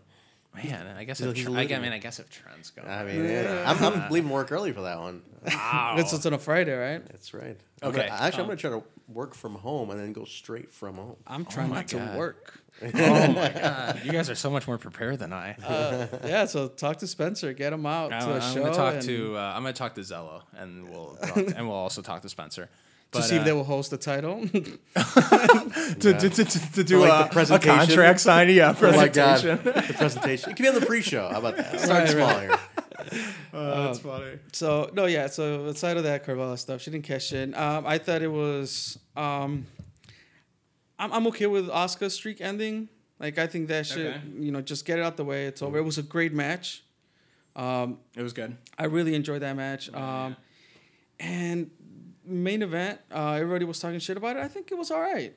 S1: man! I guess
S2: He's
S1: if,
S2: a
S1: Tr- I,
S2: little-
S1: I mean, I guess if Trent's going.
S2: I mean, yeah. I'm, I'm leaving work early for that one.
S1: Wow.
S3: It's, it's on a Friday, right?
S2: That's right. I'm
S1: Okay. Um,
S2: gonna- actually, I'm going to try to work from home and then go straight from home.
S3: I'm trying
S1: Oh my
S3: not
S1: God.
S3: to work.
S1: oh my god, you guys are so much more prepared than I.
S3: Uh, yeah, so talk to Spencer, get him out
S1: I'm,
S3: to a
S1: I'm
S3: show.
S1: gonna talk
S3: and-
S1: to. Uh, I'm gonna talk to Zello, and we'll and we'll also talk to Spencer. But,
S3: to see if
S1: uh,
S3: they will host the
S1: to,
S3: title.
S1: to, to, to, to do
S2: like,
S1: a,
S2: the presentation?
S1: a contract signing. Yeah,
S2: Oh my god,
S1: presentation.
S2: the presentation. It could be on the pre-show. How about that? Start
S3: Right,
S2: small
S3: right.
S2: here.
S1: that's funny.
S3: so no, yeah. So aside of that Carvalho stuff, she didn't cash in. Um, I thought it was. Um, I'm I'm okay with Oscar's streak ending. Like I think that should
S1: Okay.
S3: you know just get it out the way. It's over. It was a great match. Um,
S1: It was good.
S3: I really enjoyed that match. Um, and main event, uh, everybody was talking shit about it. I think it was all right.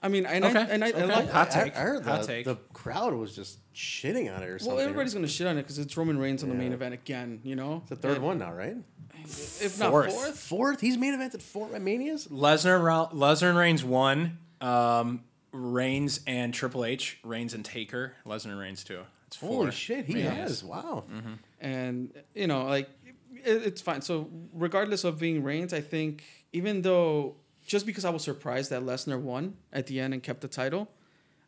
S3: I mean, and I
S1: Okay.
S3: and I,
S1: Okay.
S3: I like
S1: Hot
S2: I-
S1: take.
S2: I, heard
S1: Hot
S2: the,
S1: take.
S2: the crowd was just shitting on it or something.
S3: Well, everybody's gonna shit on it because it's Roman Reigns on the main
S2: Yeah.
S3: event again. You know,
S2: It's the third
S3: And-
S2: one now, right?
S3: if not
S1: Fourth.
S3: fourth.
S2: Fourth. He's main evented four at Manias.
S1: Lesnar, Ra- Lesnar and Reigns won. Um, Reigns and Triple H, Reigns and Taker, Lesnar and Reigns too. It's four.
S2: Holy shit, he
S1: Manias.
S2: has. Wow.
S3: Mm-hmm. and you know, like it, it's fine. So regardless of being Reigns, I think even though just because I was surprised that Lesnar won at the end and kept the title,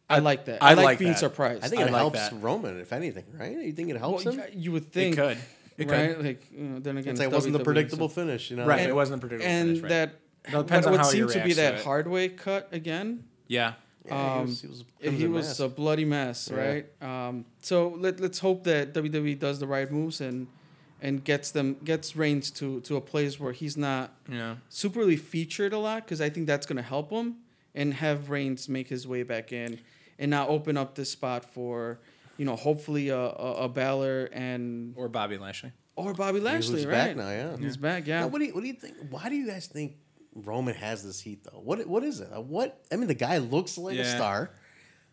S3: I, like that.
S1: I
S3: I, like,
S1: like
S3: being
S1: that.
S3: surprised.
S2: I think
S1: I
S2: it
S1: like
S2: helps
S1: that.
S2: Roman, if anything, right? You think it helps
S3: Well,
S2: him?
S3: y- you would think
S1: could. It could.
S3: right? Like you know, then again,
S2: It's like it
S3: it's
S2: wasn't the
S3: WWE, E, so-
S2: predictable finish, you know?
S1: Right.
S2: Like,
S1: it wasn't a particular
S3: and
S1: finish, right?
S3: that
S1: No, it depends on
S3: what, what
S1: how he
S3: seemed to be
S1: reacts to
S3: that
S1: it.
S3: Hardway cut again.
S1: yeah.
S2: yeah,
S3: um,
S2: he was,
S3: He
S2: Crimson
S3: was
S2: Mask.
S3: a bloody mess,
S2: Yeah.
S3: right? Um, so let let's hope that WWE does the right moves and and gets them gets Reigns to to a place where he's not
S1: Yeah.
S3: superly featured a lot because I think that's gonna help him and have Reigns make his way back in and now open up this spot for you know hopefully a a, a Balor and
S1: Or Bobby Lashley.
S3: or Bobby Lashley,
S2: He's
S3: right?
S2: back now, yeah.
S3: He's back, yeah.
S2: Now, what do you what do you think? Why do you guys think Roman has this heat though? What what is it? Uh, What I mean, the guy looks like a
S1: Yeah.
S2: star.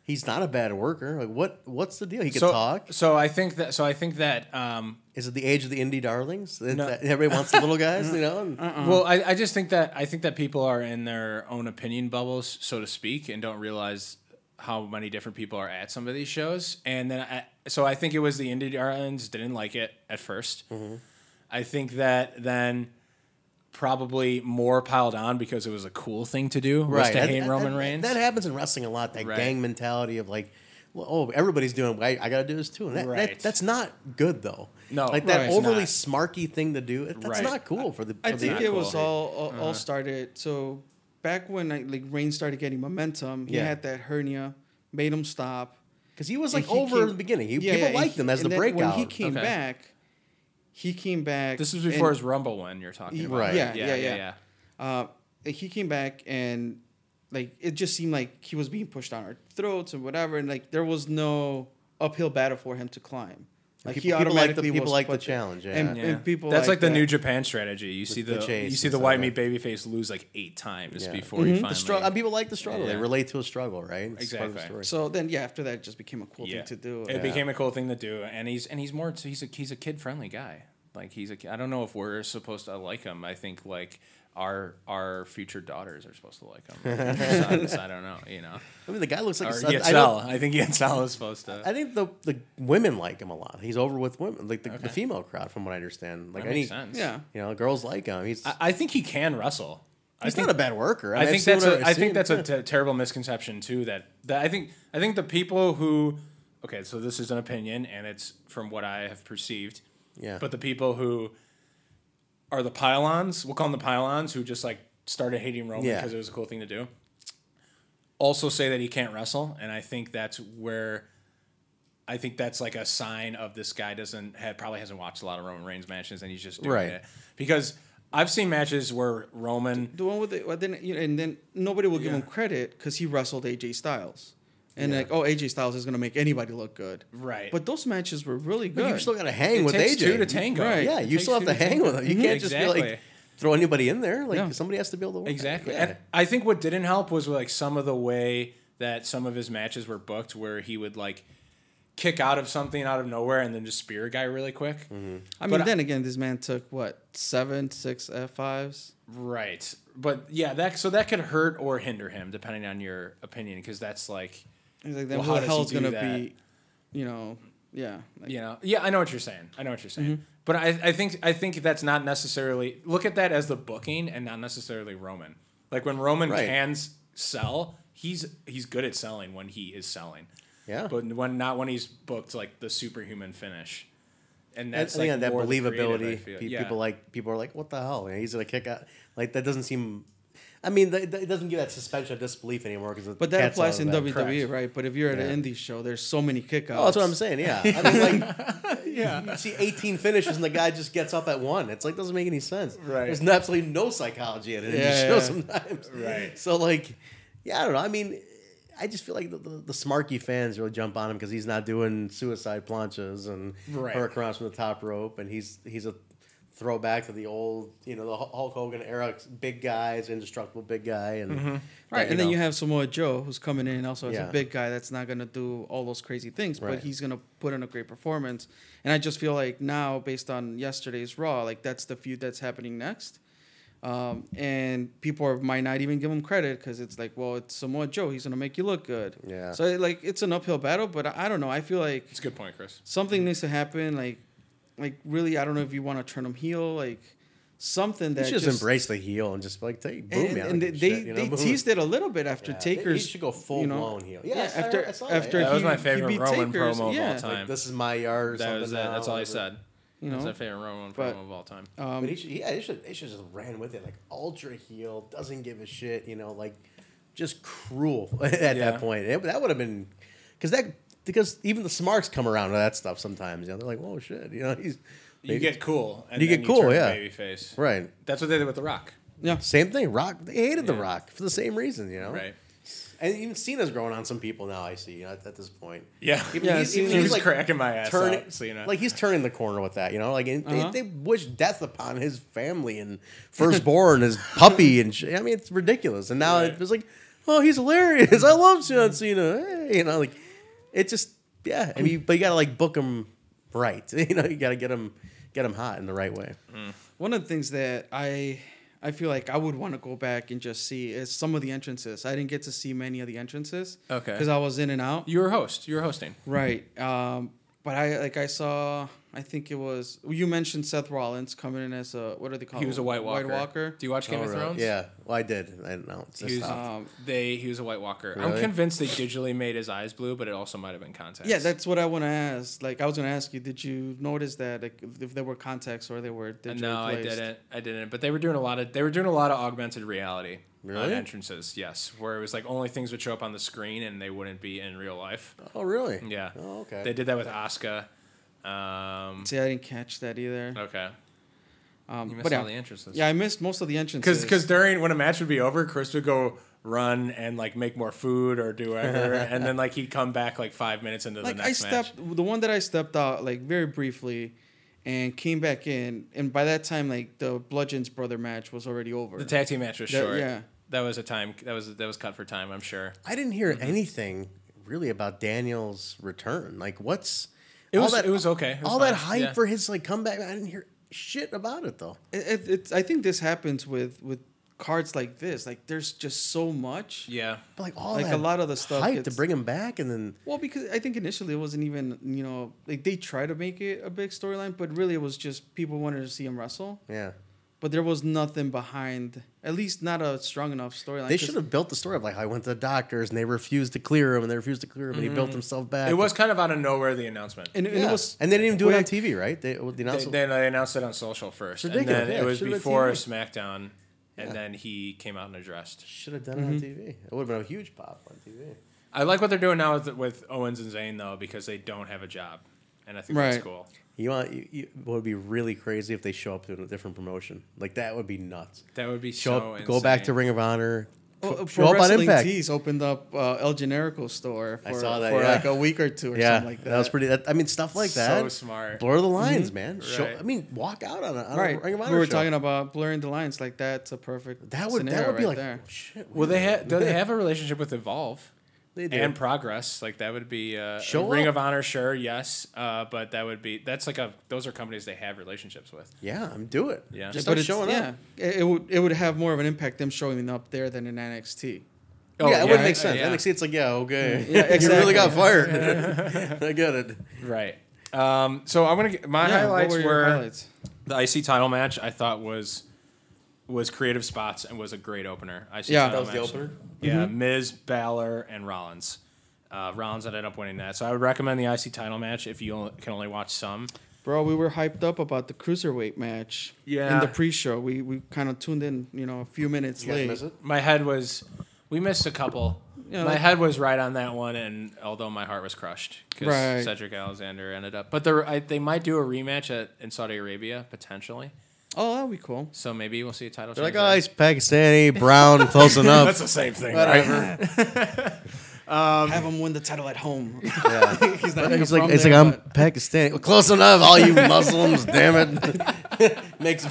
S2: He's not a bad worker. Like what what's the deal? He can
S1: so,
S2: talk.
S1: So I think that. So I think that. Um,
S2: Is it the age of the indie darlings? That-
S1: No. Uh-uh.
S2: that everybody wants the little guys, you know? And-
S1: Well, I, I just think that I think that people are in their own opinion bubbles, so to speak, and don't realize how many different people are at some of these shows. And then, I, so I think it was the indie darlings didn't like it at 1st
S2: Mm-hmm.
S1: I think that then probably more piled on because it was a cool thing to do, was to
S2: That-
S1: hate
S2: that-
S1: Roman
S2: that-
S1: Reigns.
S2: That happens in wrestling a lot. That
S1: Right.
S2: gang mentality of like, well, oh, everybody's doing. I, I got to do this too. And that, that-
S1: Right.
S2: that's not good though.
S1: No,
S2: like that
S1: Right. it's
S2: overly
S1: not.
S2: smarky thing to do. That's
S1: Right.
S2: not cool for the.
S3: I
S2: for
S3: think
S2: the
S3: it was
S2: people.
S3: all all,
S2: Uh-huh.
S3: all started. So back when I, like Rain started getting momentum, he
S2: Yeah.
S3: had that hernia, made him stop.
S2: Because he was like
S3: And he
S2: over
S3: came-
S2: in the beginning. He,
S3: Yeah,
S2: people
S3: yeah,
S2: liked
S3: he-
S2: him as
S3: and
S2: the
S3: then
S2: breakout.
S3: When he came
S1: Okay.
S3: back, he came back.
S1: this was before
S3: and,
S1: his Rumble one you're talking about.
S2: Right.
S3: Yeah, yeah, yeah. Uh, he came back and like it just seemed like he was being pushed down our throats and whatever, and like there was no uphill battle for him to climb. Like
S2: People- people
S3: he
S2: like the-
S3: automatically
S2: people
S3: was
S2: like the
S3: put there.
S2: challenge, yeah.
S3: and,
S1: Yeah.
S3: and people
S1: That's like, the
S3: that.
S1: New Japan strategy. You see
S2: the
S1: the,
S2: chase
S1: you see
S2: and
S1: the
S2: stuff
S1: white
S2: like
S1: meat babyface lose like eight times
S2: Yeah.
S1: before he finally.
S2: The struggle. uh, People like the struggle. They
S1: Yeah.
S2: relate to a struggle, right? It's part of the
S1: Exactly.
S2: story.
S3: So then, yeah, after that, it just became a cool
S1: yeah.
S3: thing to do.
S1: It
S3: Yeah.
S1: became a cool thing to do, and he's and he's more so he's a he's a kid friendly guy. Like he's a ki- I don't know if we're supposed to like him. I think like our our future daughters are supposed to like him. Our future sons, I don't know. You know,
S2: I mean, the guy looks like
S1: or
S2: a son- I
S1: Yatsel.
S2: don't-
S1: I, think Yatsel is supposed to.
S2: I think the the women like him a lot. He's over with women, like the, the female crowd, from what I understand. Like
S1: That
S2: any,
S1: makes sense.
S3: Yeah.
S2: you know, girls like him. He's
S1: I, I think he can wrestle. I
S2: he's
S1: think
S2: not a bad worker.
S1: I think
S2: mean, I've seen
S1: that's
S2: what
S1: a,
S2: I've
S1: I think
S2: seen.
S1: that's a t- terrible misconception too. That, that I think I think the people who okay, so this is an opinion and it's from what I have perceived.
S2: Yeah.
S1: But the people who are the pylons, we'll call them the pylons, who just like started hating Roman
S2: Yeah.
S1: because it was a cool thing to do. Also say that he can't wrestle, and I think that's where. I think that's like a sign of this guy doesn't have probably hasn't watched a lot of Roman Reigns matches and he's just doing
S2: Right.
S1: it because I've seen matches where Roman
S3: The one with the, well, then, you know, and then nobody will give him credit because he wrestled AJ Styles, and like, oh, AJ Styles is gonna make anybody look good,
S1: Right.
S3: But those matches were really
S2: But
S3: good.
S2: you still got to hang
S1: It
S2: with
S1: takes
S2: AJ.
S1: two to tango.
S3: Right.
S2: Yeah,
S1: It
S2: you
S1: takes
S2: still have
S1: two to
S2: to hang
S1: tango.
S2: with him. You can't just be like
S1: Exactly.
S2: throw anybody in there. Like
S3: Yeah.
S2: somebody has to be able to work.
S1: Exactly.
S2: Yeah.
S1: And I think what didn't help was like some of the way that some of his matches were booked where he would like kick out of something out of nowhere and then just spear a guy really quick.
S2: Mm-hmm.
S3: I mean,
S1: But I-
S3: then again, this man took what seven, six F fives.
S1: Right. But yeah, that so that could hurt or hinder him depending on your opinion because that's like
S3: He's like, then
S1: Well,
S3: who
S1: how
S3: the
S1: does
S3: hell's
S1: he do
S3: gonna
S1: that?
S3: be, you know, yeah, like,
S1: you know yeah i know what you're saying i know what you're saying
S2: Mm-hmm.
S1: but I, I think i think that's not necessarily look at that as the booking and not necessarily roman like when roman
S2: Right.
S1: can s- sell he's he's good at selling when he is selling
S2: Yeah.
S1: but when not when he's booked like the superhuman finish and
S2: And
S1: that's
S2: again,
S1: like
S2: that
S1: more the creative, I
S2: believability.
S1: feel.
S2: pe-
S1: Yeah.
S2: People like people are like, what the hell? And he's gonna kick out. Like that doesn't seem. I mean, th- th- it doesn't give that suspension of disbelief anymore because.
S3: But that applies in WWE,
S1: Correct.
S3: right? But if you're at an indie show, there's so many kickouts.
S2: Oh, that's what I'm saying. Yeah, I mean, like
S1: yeah
S2: you see 18 finishes and the guy just gets up at one. It's like doesn't make any sense.
S1: Right.
S2: There's absolutely no psychology in it. in
S3: Yeah,
S2: these shows
S3: yeah.
S2: sometimes.
S1: Right.
S2: So like, yeah, I don't know. I mean, I just feel like the, the, the Smarky fans really jump on him because he's not doing suicide planches and
S1: Right.
S2: hurricanrans from the top rope, and he's he's a throwback to the old, you know, the Hu- Hulk Hogan era big guys, indestructible big guy, and
S3: Mm-hmm. Right, and then
S2: know.
S3: you have Samoa Joe, who's coming in also as
S2: Yeah.
S3: a big guy that's not going to do all those crazy things,
S2: Right.
S3: but he's going to put in a great performance. And I just feel like now, based on yesterday's Raw, like that's the feud that's happening next. Um, and people are, might not even give him credit because it's like, well, it's Samoa Joe. He's going to make you look good.
S2: Yeah.
S3: So, like, it's an uphill battle, but I, I don't know. I feel like
S1: it's a good point chris
S3: something needs to happen. Like, like really, I don't know if you want to turn him heel, like something
S2: You
S3: that
S2: should just, embrace the heel and just like take boom.
S3: and,
S2: man, I
S3: and
S2: don't give a
S3: they they,
S2: shit, you know?
S3: they
S2: Boom.
S3: teased it a little bit after
S2: Yeah, they-
S3: Taker's.
S2: he should go full blown heel. Yeah,
S3: Yeah,
S2: I saw-
S3: after
S2: I saw that,
S3: after
S2: yeah.
S1: that
S3: he,
S1: was my
S3: he
S1: favorite
S3: beat
S1: roman
S3: Taker's,
S1: promo
S3: yeah,
S1: of all
S2: Like,
S1: time
S2: this is my yard. Or
S1: that was it.
S2: something now,
S1: that's all i
S2: whatever.
S1: said
S3: You
S1: that's
S3: know? um,
S1: my favorite roman
S3: But-
S1: promo of all time
S2: but he should, yeah, they should, they should just ran with it like ultra heel, doesn't give a shit, you know, like just cruel at
S1: Yeah.
S2: that point. It- that would have been because that because even the smarts come around to that stuff sometimes. You know, they're like, oh shit, you know, he's
S1: you get cool and
S2: You
S1: then
S2: get cool,
S1: turn
S2: yeah.
S1: babyface
S2: right.
S1: that's what they did with the rock
S3: Yeah,
S2: Same thing. Rock. They hated the
S1: Yeah.
S2: Rock for the same reason, you know.
S1: right
S2: And even Cena's growing on some people now. I see you know, at, at this point.
S1: yeah
S2: Even-
S3: Yeah,
S2: he's-
S3: Cena-
S2: even
S1: he
S2: he's,
S1: was
S2: like,
S1: cracking my ass
S2: turn
S1: up, so you know.
S2: like he's turning the corner with that, you know. Like and
S3: Uh-huh.
S2: they, they wish death upon his family and firstborn, his puppy, and shit. I mean it's ridiculous. And now
S1: Right.
S2: it's like, oh, he's hilarious. I love John Cena. Hey, you know, like it just yeah.
S1: Mm.
S2: I mean, but you gotta like book him right. You know, you gotta get him get him hot in the right way.
S3: one of the things that I I feel like I would want to go back and just see is some of the entrances. I didn't get to see many of the entrances.
S1: Okay.
S3: Because I was in and out.
S1: you were host you were hosting
S3: Right. Um, but I like I saw. I think it was you mentioned Seth Rollins coming in as a what are they called?
S1: He was a Oh, White Walker.
S3: White Walker.
S1: Do you watch Game
S2: Oh,
S1: of
S2: really?
S1: Thrones?
S2: Yeah. Well, I did. I don't know. It's
S1: He
S2: just-
S1: was,
S3: Um,
S1: they he was a White Walker. I'm
S2: Really?
S1: convinced they digitally made his eyes blue, but it also might have been contacts.
S3: Yeah, that's what I want to ask. Like, I was going to ask you, did you notice that like, if- if there were contacts or they were digitally
S1: Uh, no, I
S3: placed?
S1: didn't. I didn't. But they were doing a lot of they were doing a lot of augmented reality on
S2: Really?
S1: entrances. Yes, where it was like only things would show up on the screen and they wouldn't be in real life.
S2: oh really?
S1: Yeah.
S2: Oh, okay.
S1: They did that with Asuka. Um,
S3: See, I didn't catch that either.
S1: okay.
S3: Um,
S1: You missed
S3: but yeah,
S1: all the entrances.
S3: yeah, I missed most of the entrances.
S1: Because during when a match would be over, Chris would go run and like make more food or do whatever, and then like he'd come back like five minutes into
S3: like
S1: the
S3: I
S1: next match.
S3: stepped the one that I stepped out like very briefly, and came back in, and by that time like the Bludgeon's brother match was already over.
S1: The tag team match was
S3: That-
S1: short.
S3: yeah.
S1: that was a time. That was that was cut for time. I'm sure.
S2: I didn't hear
S1: Mm-hmm.
S2: anything really about Daniel's return. Like, what's
S1: It was- it was okay. It was
S2: all that
S1: fine.
S2: hype
S1: Yeah.
S2: for his like comeback. I didn't hear shit about it though.
S3: it, it, it's I think this happens with with cards like this. Like there's just so much.
S1: Yeah.
S2: But like all
S3: Like,
S2: that
S3: a lot of the stuff
S2: hype to
S3: gets-
S2: bring him back, and then
S3: Well, because I think initially it wasn't even you know like they try to make it a big storyline, but really it was just people wanted to see him wrestle.
S2: yeah,
S3: But there was nothing behind, at least not a strong enough storyline.
S2: they
S3: 'cause-
S2: should have built the story of like how he went to the doctors and they refused to clear him, and they refused to clear him, and he built
S3: Mm-hmm.
S2: himself back.
S1: It was kind of out of nowhere the announcement.
S3: and, and
S2: Yeah.
S3: it was
S2: and they didn't even do it on
S3: quick.
S2: TV, right? They, they
S1: They,
S2: announced
S1: then they announced it on social first, and
S2: ridiculous.
S1: then
S2: Yeah,
S1: it
S2: it
S1: was
S2: should've been
S1: before
S2: TV.
S1: SmackDown, and then he came out and addressed.
S2: should have done it
S1: Mm-hmm.
S2: on TV. It would have been a huge pop on TV.
S1: I like what they're doing now with, with Owens and Zayn though, because they don't have a job, and I think that's
S3: Right.
S1: cool.
S2: You want you, you, what would be really crazy if they show up to a different promotion? Like that would be nuts.
S1: That would be
S2: Show
S1: so
S2: up, go back to
S1: insane.
S2: Ring of Honor.
S3: oh,
S2: show up
S3: Pro
S2: on
S3: Wrestling
S2: Impact.
S3: Tees opened up uh, El Generico store for,
S2: I saw that,
S3: for
S2: yeah.
S3: like a week or two or
S2: yeah,
S3: something like that.
S2: that. was pretty. That, I mean, stuff like
S1: So
S2: that.
S1: smart.
S2: Blur the lines, man. Show,
S1: Right.
S2: I mean, walk out on a, on
S3: right.
S2: a Ring of Honor.
S3: we were
S2: show.
S3: talking about blurring the lines like that's a perfect
S2: that would
S3: scenario
S2: that would be
S3: right
S2: like
S3: there.
S2: oh, shit.
S1: Well, they ha- do they have a relationship with Evolve
S2: They do.
S1: and Progress? Like that would be uh,
S2: Show
S1: Ring
S2: up.
S1: of Honor, sure, yes, uh, but that would be that's like a those are companies they have relationships with.
S2: yeah, I'm do it.
S1: Yeah.
S2: just
S1: But
S2: start
S3: it's-
S2: showing up.
S3: Yeah, it, it would it would have more of an impact them showing up there than in NXT.
S2: yeah, it would
S1: yeah,
S2: make sense.
S1: yeah.
S2: NXT, it's like yeah, okay, you really
S3: exactly.
S2: got fired. I get it.
S1: Right. Um, so I'm gonna get, my
S3: Yeah, what
S1: highlights were,
S3: your highlights?
S1: the IC title match. I thought was was creative spots and was a great opener. IC
S3: Yeah.
S1: title
S2: That was the
S1: match.
S2: opener? Mm-hmm.
S1: Yeah, Miz, Balor, and Rollins. Uh, Rollins ended up winning that, so I would recommend the IC title match if you only, can only watch some.
S3: Bro, we were hyped up about the cruiserweight match.
S1: Yeah.
S3: In the pre-show, we we kind of tuned in, you know, a few minutes
S2: You guys
S3: late.
S2: miss it?
S1: My head was, we missed a couple.
S3: Yeah,
S1: my
S3: like-
S1: head was right on that one, and although my heart was crushed because
S3: Right.
S1: Cedric Alexander ended up, but there, I, they might do a rematch at, in Saudi Arabia potentially.
S3: Oh, that'd be cool.
S1: So maybe we'll see a title.
S2: They're like,
S1: change
S2: oh,
S1: there.
S2: he's Pakistani, brown, close enough.
S1: the same thing,
S2: Whatever.
S3: Have him win the title at home.
S2: Yeah.
S3: he's not even
S2: Um, He's like,
S3: from
S2: it's
S3: there,
S2: like I'm
S3: but-
S2: Pakistani. Well, close enough, all you Muslims. damn it. Makes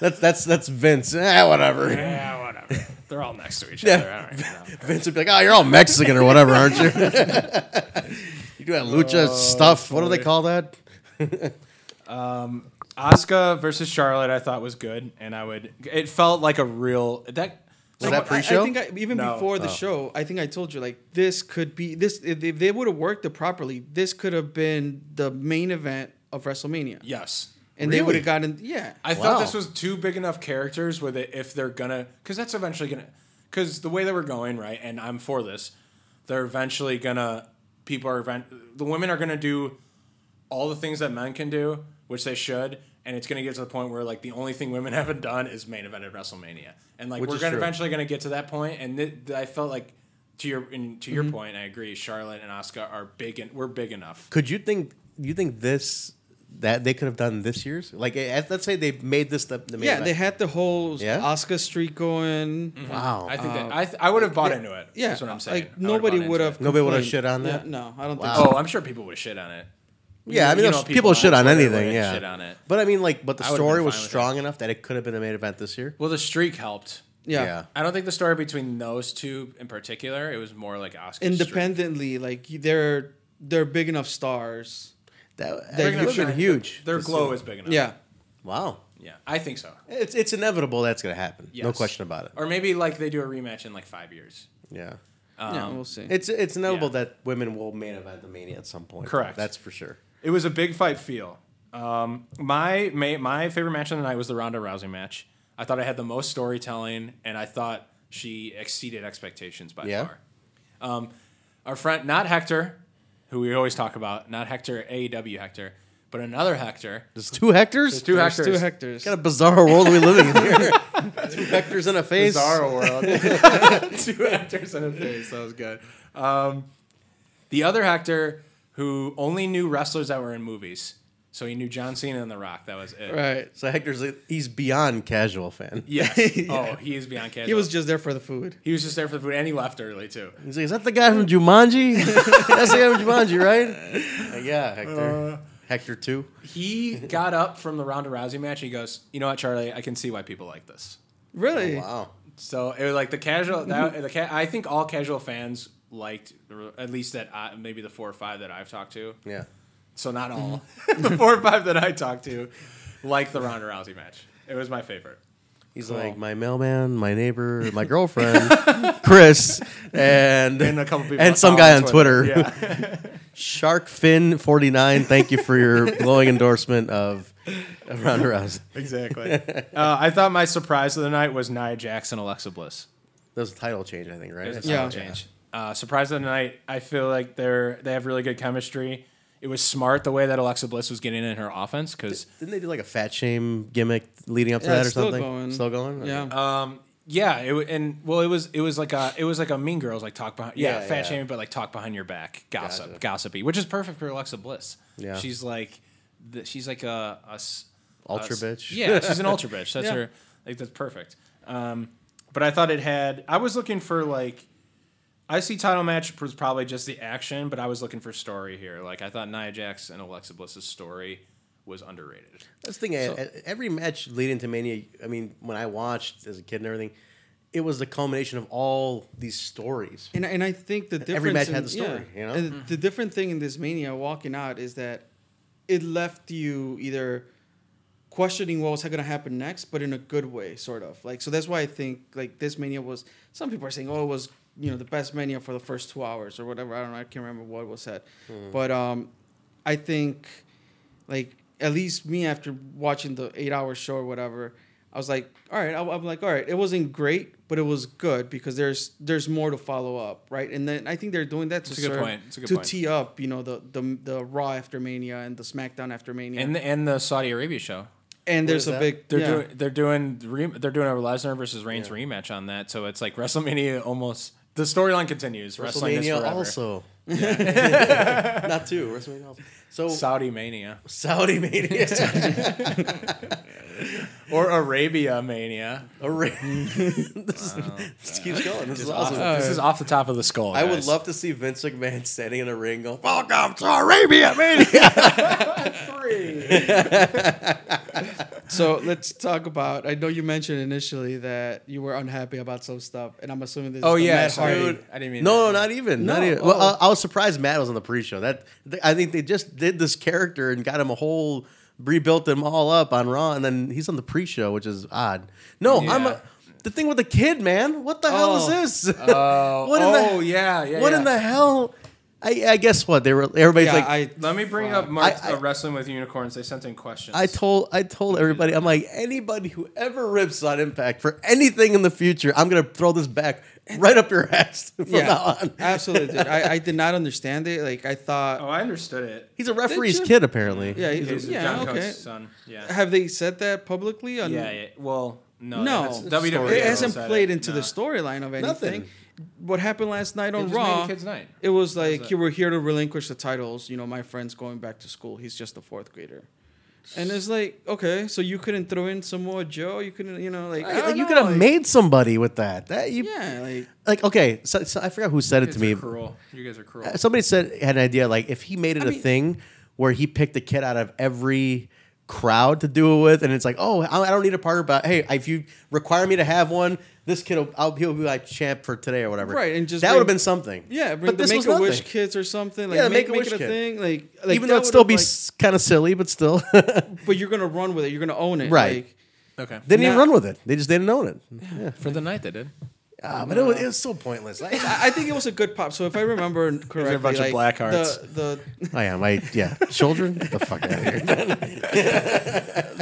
S2: that's that's that's Vince. Ah, whatever.
S1: Yeah, whatever. They're all next to each
S2: Yeah.
S1: other. All right. no.
S2: Vince would be like, oh, you're all Mexican or whatever, aren't you? you do that lucha stuff. What do they
S1: boy.
S2: call that?
S1: Asuka versus Charlotte, I thought was good, and I would. It felt like a real that. like,
S2: Was that
S3: I-
S2: pre-show? Oh.
S3: I, think I, even
S1: No.
S3: before the show, I think I told you like this could be this if if they would have worked it properly, this could have been the main event of WrestleMania.
S1: yes.
S3: And they
S2: Really?
S3: would have gotten yeah.
S1: I
S2: Wow.
S1: thought this was two big enough characters where they, if they're gonna, because that's eventually gonna, because the way they were going right, and I'm for this, they're eventually gonna. People are event. The women are gonna do all the things that men can do, which they should, and it's gonna get to the point where like the only thing women haven't done is main evented WrestleMania, and like
S2: Which
S1: we're
S2: is
S1: gonna
S2: true.
S1: eventually gonna get to that point, and th- th- I felt like. To your and to your point, I agree. Charlotte and Asuka are big, and we're big enough.
S2: Could you think you think this that they could have done this year's? Like, eh, let's say they made this the, the main
S3: Yeah, they
S2: event.
S3: had the whole
S2: Yeah?
S3: Oscar streak going.
S2: Wow.
S1: I think that I, th- I would have bought into it. Mm-hmm.
S3: Yeah, uh,
S1: that's what I'm saying.
S3: Like
S1: I would've
S3: nobody
S1: bought into
S3: would
S1: it.
S3: have.
S2: Nobody would've
S3: complained.
S2: shit on that?
S3: Yeah, no, I don't
S2: Wow.
S3: think. so.
S1: Oh, I'm sure people would shit on it.
S2: Um, Yeah, I
S1: You
S2: mean,
S1: know
S2: there's- people, shit on
S1: Twitter
S2: anything.
S1: would
S2: Yeah,
S1: shit on it.
S2: But I mean, like, but the
S1: I would've
S2: story
S1: been
S2: was
S1: fine with
S2: strong enough that it could have been a main event this year.
S1: Well, the streak helped.
S3: Yeah.
S1: I don't think the story between those two in particular. It was more like Oscar.
S3: Independently, like they're they're big enough stars.
S2: that,
S3: They're
S2: that would have
S1: gonna-
S2: been huge.
S1: Their
S2: to
S1: glow
S2: see.
S1: is big enough.
S3: Yeah.
S2: wow.
S1: yeah, I think so.
S2: It's it's inevitable that's gonna happen. No
S1: Yes.
S2: question about it.
S1: Or maybe like they do a rematch in like five years.
S2: Yeah.
S3: yeah, we'll see.
S2: It's it's inevitable
S1: Yeah.
S2: that women will main event the mania at some point.
S1: Correct.
S2: That's for sure.
S1: It was a big fight feel. Um, my, my my favorite match of the night was the Ronda Rousey match. I thought I had the most storytelling, and I thought she exceeded expectations by
S2: Yeah.
S1: far. Um, our friend, not Hector, who we always talk about, not Hector AEW Hector, but another Hector.
S2: There's two hectors.
S1: Two
S3: There's
S1: Hectors.
S3: Two hectares.
S2: What kind of bizarre world are we living in here? two hectors in a face.
S1: world. Two actors in a face. That was good. Um, the other actor who only knew wrestlers that were in movies. So he knew John Cena and The Rock. That was it.
S3: Right.
S2: So Hector's like, he's beyond casual fan.
S1: Yes.
S3: Yeah.
S1: Oh, he is beyond casual.
S3: He was just there for the food.
S1: he was just there for the food, and he left early too.
S2: He's like, is that the guy from Jumanji? That's the guy from Jumanji, right? Like, yeah,
S1: Uh,
S2: Hector. Hector two.
S1: He got up from the Ronda Rousey match. He goes, "You know what, Charlie? I can see why people like this."
S3: Really?
S2: Wow.
S1: So it was like the casual. That, the ca- I think all casual fans liked the- at least that I, maybe the four or five that I've talked to.
S2: Yeah.
S1: So not all
S2: Mm-hmm.
S1: the four or five that I talked to like the Ronda Rousey match. It was my favorite.
S2: He's
S3: Oh.
S2: like my mailman, my neighbor, my girlfriend, Chris, and
S1: And a couple people
S2: and some guy on Twitter,
S1: Yeah.
S2: Shark Fin forty nine. Thank you for your glowing endorsement of, of Ronda Rousey.
S1: Exactly. Uh, I thought my surprise of the night was Nia Jackson, Alexa Bliss.
S2: That was a title change, I think, right?
S1: There's a
S3: Yeah.
S1: title change. Uh, surprise of the night. I feel like they're they have really good chemistry. It was smart the way that Alexa Bliss was getting in her offense because
S2: Didn't they do like a fat shame gimmick leading up to
S3: Yeah,
S2: that
S3: it's
S2: or
S3: still
S2: something?
S3: going.
S2: Still going.
S3: Yeah.
S2: Okay.
S1: um yeah it, wa- and well it was it was like a it was like a Mean Girls like talk behind yeah,
S2: Yeah,
S1: fat
S2: yeah.
S1: shaming but like talk behind your back gossip
S2: Gotcha.
S1: gossipy which is perfect for Alexa Bliss.
S2: Yeah.
S1: she's like the, she's like a, a s-
S2: Ultra
S1: us.
S2: bitch.
S1: Yeah, she's an ultra bitch. That's
S3: Yeah.
S1: her. Like that's perfect. Um, but I thought it had. I was looking for like. I see title match was probably just the action, but I was looking for story here. Like I thought Nia Jax and Alexa Bliss's story was underrated.
S2: That's the thing. e- e- every match leading to Mania, I mean, when I watched as a kid and everything, it was the culmination of all these stories.
S3: And, and I think the difference
S2: Every match
S3: in-
S2: had the story,
S3: yeah.
S2: you know?
S3: And the different thing in this mania walking out is that it left you either questioning what was going to happen next, but in a good way, sort of. Like so that's why I think like this mania was. Some people are saying, oh, it was you know the best mania for the first two hours or whatever. I don't know. I can't remember what was said,
S2: Hmm.
S3: but um, I think like at least me after watching the eight hour show or whatever i was like all right I, i'm like all right it wasn't great but it was good because there's there's more to follow up right and then i think they're doing that to,
S1: It's a good
S3: serve-
S1: point. It's a good
S3: to
S1: point.
S3: tee up you know the, the the raw after mania and the smackdown after mania
S1: And
S3: and,
S1: the, and the Saudi Arabia show.
S3: there's
S2: is
S3: a
S2: that?
S3: big
S1: They're
S3: yeah.
S1: doing they're doing the re, they're doing a Lesnar versus Reigns rematch on that. So it's like WrestleMania almost. The storyline continues. Wrestling is
S2: WrestleMania
S1: forever.
S2: also. Not two. WrestleMania also. So
S1: Saudi Mania
S2: Saudi Mania.
S1: or Arabia Mania.
S2: Arra- this, this keeps going. This is Uh, awesome.
S1: This is off the top of the skull.
S2: Oh. I would
S1: guys.
S2: love to see Vince McMahon standing in a ring going, Welcome to Arabia Mania.
S3: so let's talk about i know you mentioned initially that you were unhappy about some stuff and i'm assuming this
S1: Oh
S3: is the
S1: yeah,
S3: Matt
S1: sorry.
S3: Hardy.
S1: I didn't mean
S2: No,
S1: that.
S2: not even. Not
S3: No,
S2: even. Well,
S3: oh.
S2: I, I was surprised Matt was on the pre-show. That th- I think they just did this character and got him a whole rebuilt him all up on Raw, and then he's on the pre-show, which is odd. No, I'm
S1: Yeah.
S2: a, the thing with the kid, man. What the hell is this?
S1: Oh,
S2: what in
S1: oh,
S2: the
S1: yeah, yeah.
S2: what in
S1: yeah.
S2: the hell? I, I guess what they were. Everybody's
S3: yeah
S2: like,
S3: i
S1: Let me bring up Mark,
S2: I- I-
S1: uh, wrestling with unicorns. They sent in questions.
S2: I told I told everybody I'm like anybody who ever rips on Impact for anything in the future, I'm gonna throw this back right up your ass from now on.
S3: absolutely. dude. I, I did not understand it. Like I thought,
S1: oh, I understood it.
S2: He's a referee's
S3: you?
S2: kid apparently.
S3: yeah, he's-
S1: He's
S3: yeah,
S1: John
S3: okay.
S1: Coates' son. Yeah.
S3: Have they said that publicly? On,
S1: yeah, yeah. Well, no,
S3: No.
S1: that's-
S3: It's a
S1: WWE
S3: It hasn't
S1: said
S3: played
S1: it.
S3: into
S1: No.
S3: the storyline of anything.
S2: Nothing.
S3: What happened last night on
S1: just made
S3: Raw?
S1: a kid's night.
S3: It was like
S1: it.
S3: you were here to relinquish the titles. You know, my friend's going back to school. He's just a fourth grader. And it's like, okay, so you couldn't throw in some more Joe. You couldn't, you know, like I
S2: Like,
S3: don't
S2: Uh, you
S3: know,
S2: could have
S3: like-
S2: made somebody with that. That you
S3: Yeah, like
S2: like okay. So, so I forgot who said it
S1: You
S2: to
S1: guys
S2: me.
S1: are cruel. You guys are cruel.
S2: Somebody said had an idea like if he made it a
S3: mean-
S2: thing where he picked a kid out of every crowd to do it with, and it's like oh I I don't need a partner, but hey, if you require me to have one, this kid will I'll, he'll be my champ for today or whatever.
S3: Right, and just
S2: that would have
S3: bring-
S2: been something.
S3: yeah, bring
S2: but
S3: the
S2: this
S3: Make
S2: was
S3: a Wish
S2: nothing.
S3: kids or something. Like
S2: Yeah, the
S3: make, make
S2: Make-A-Wish
S3: it a
S2: kid.
S3: thing. Like, like
S2: Even
S3: that
S2: though it'd still
S3: would've,
S2: be
S3: like-
S2: kind of silly, but still didn't
S3: but you're gonna run with it. You're gonna own it.
S2: Right.
S3: Like,
S1: okay.
S2: even
S3: Nah.
S2: run with it. They just didn't own it. Yeah,
S1: For the night, they did.
S2: Ah, but it was, it was so pointless. I,
S3: I I think it was a good pop. So if I remember correctly,
S1: a bunch of
S3: like,
S1: black hearts.
S3: The, the
S2: I am. I yeah. Children, get the fuck out of here.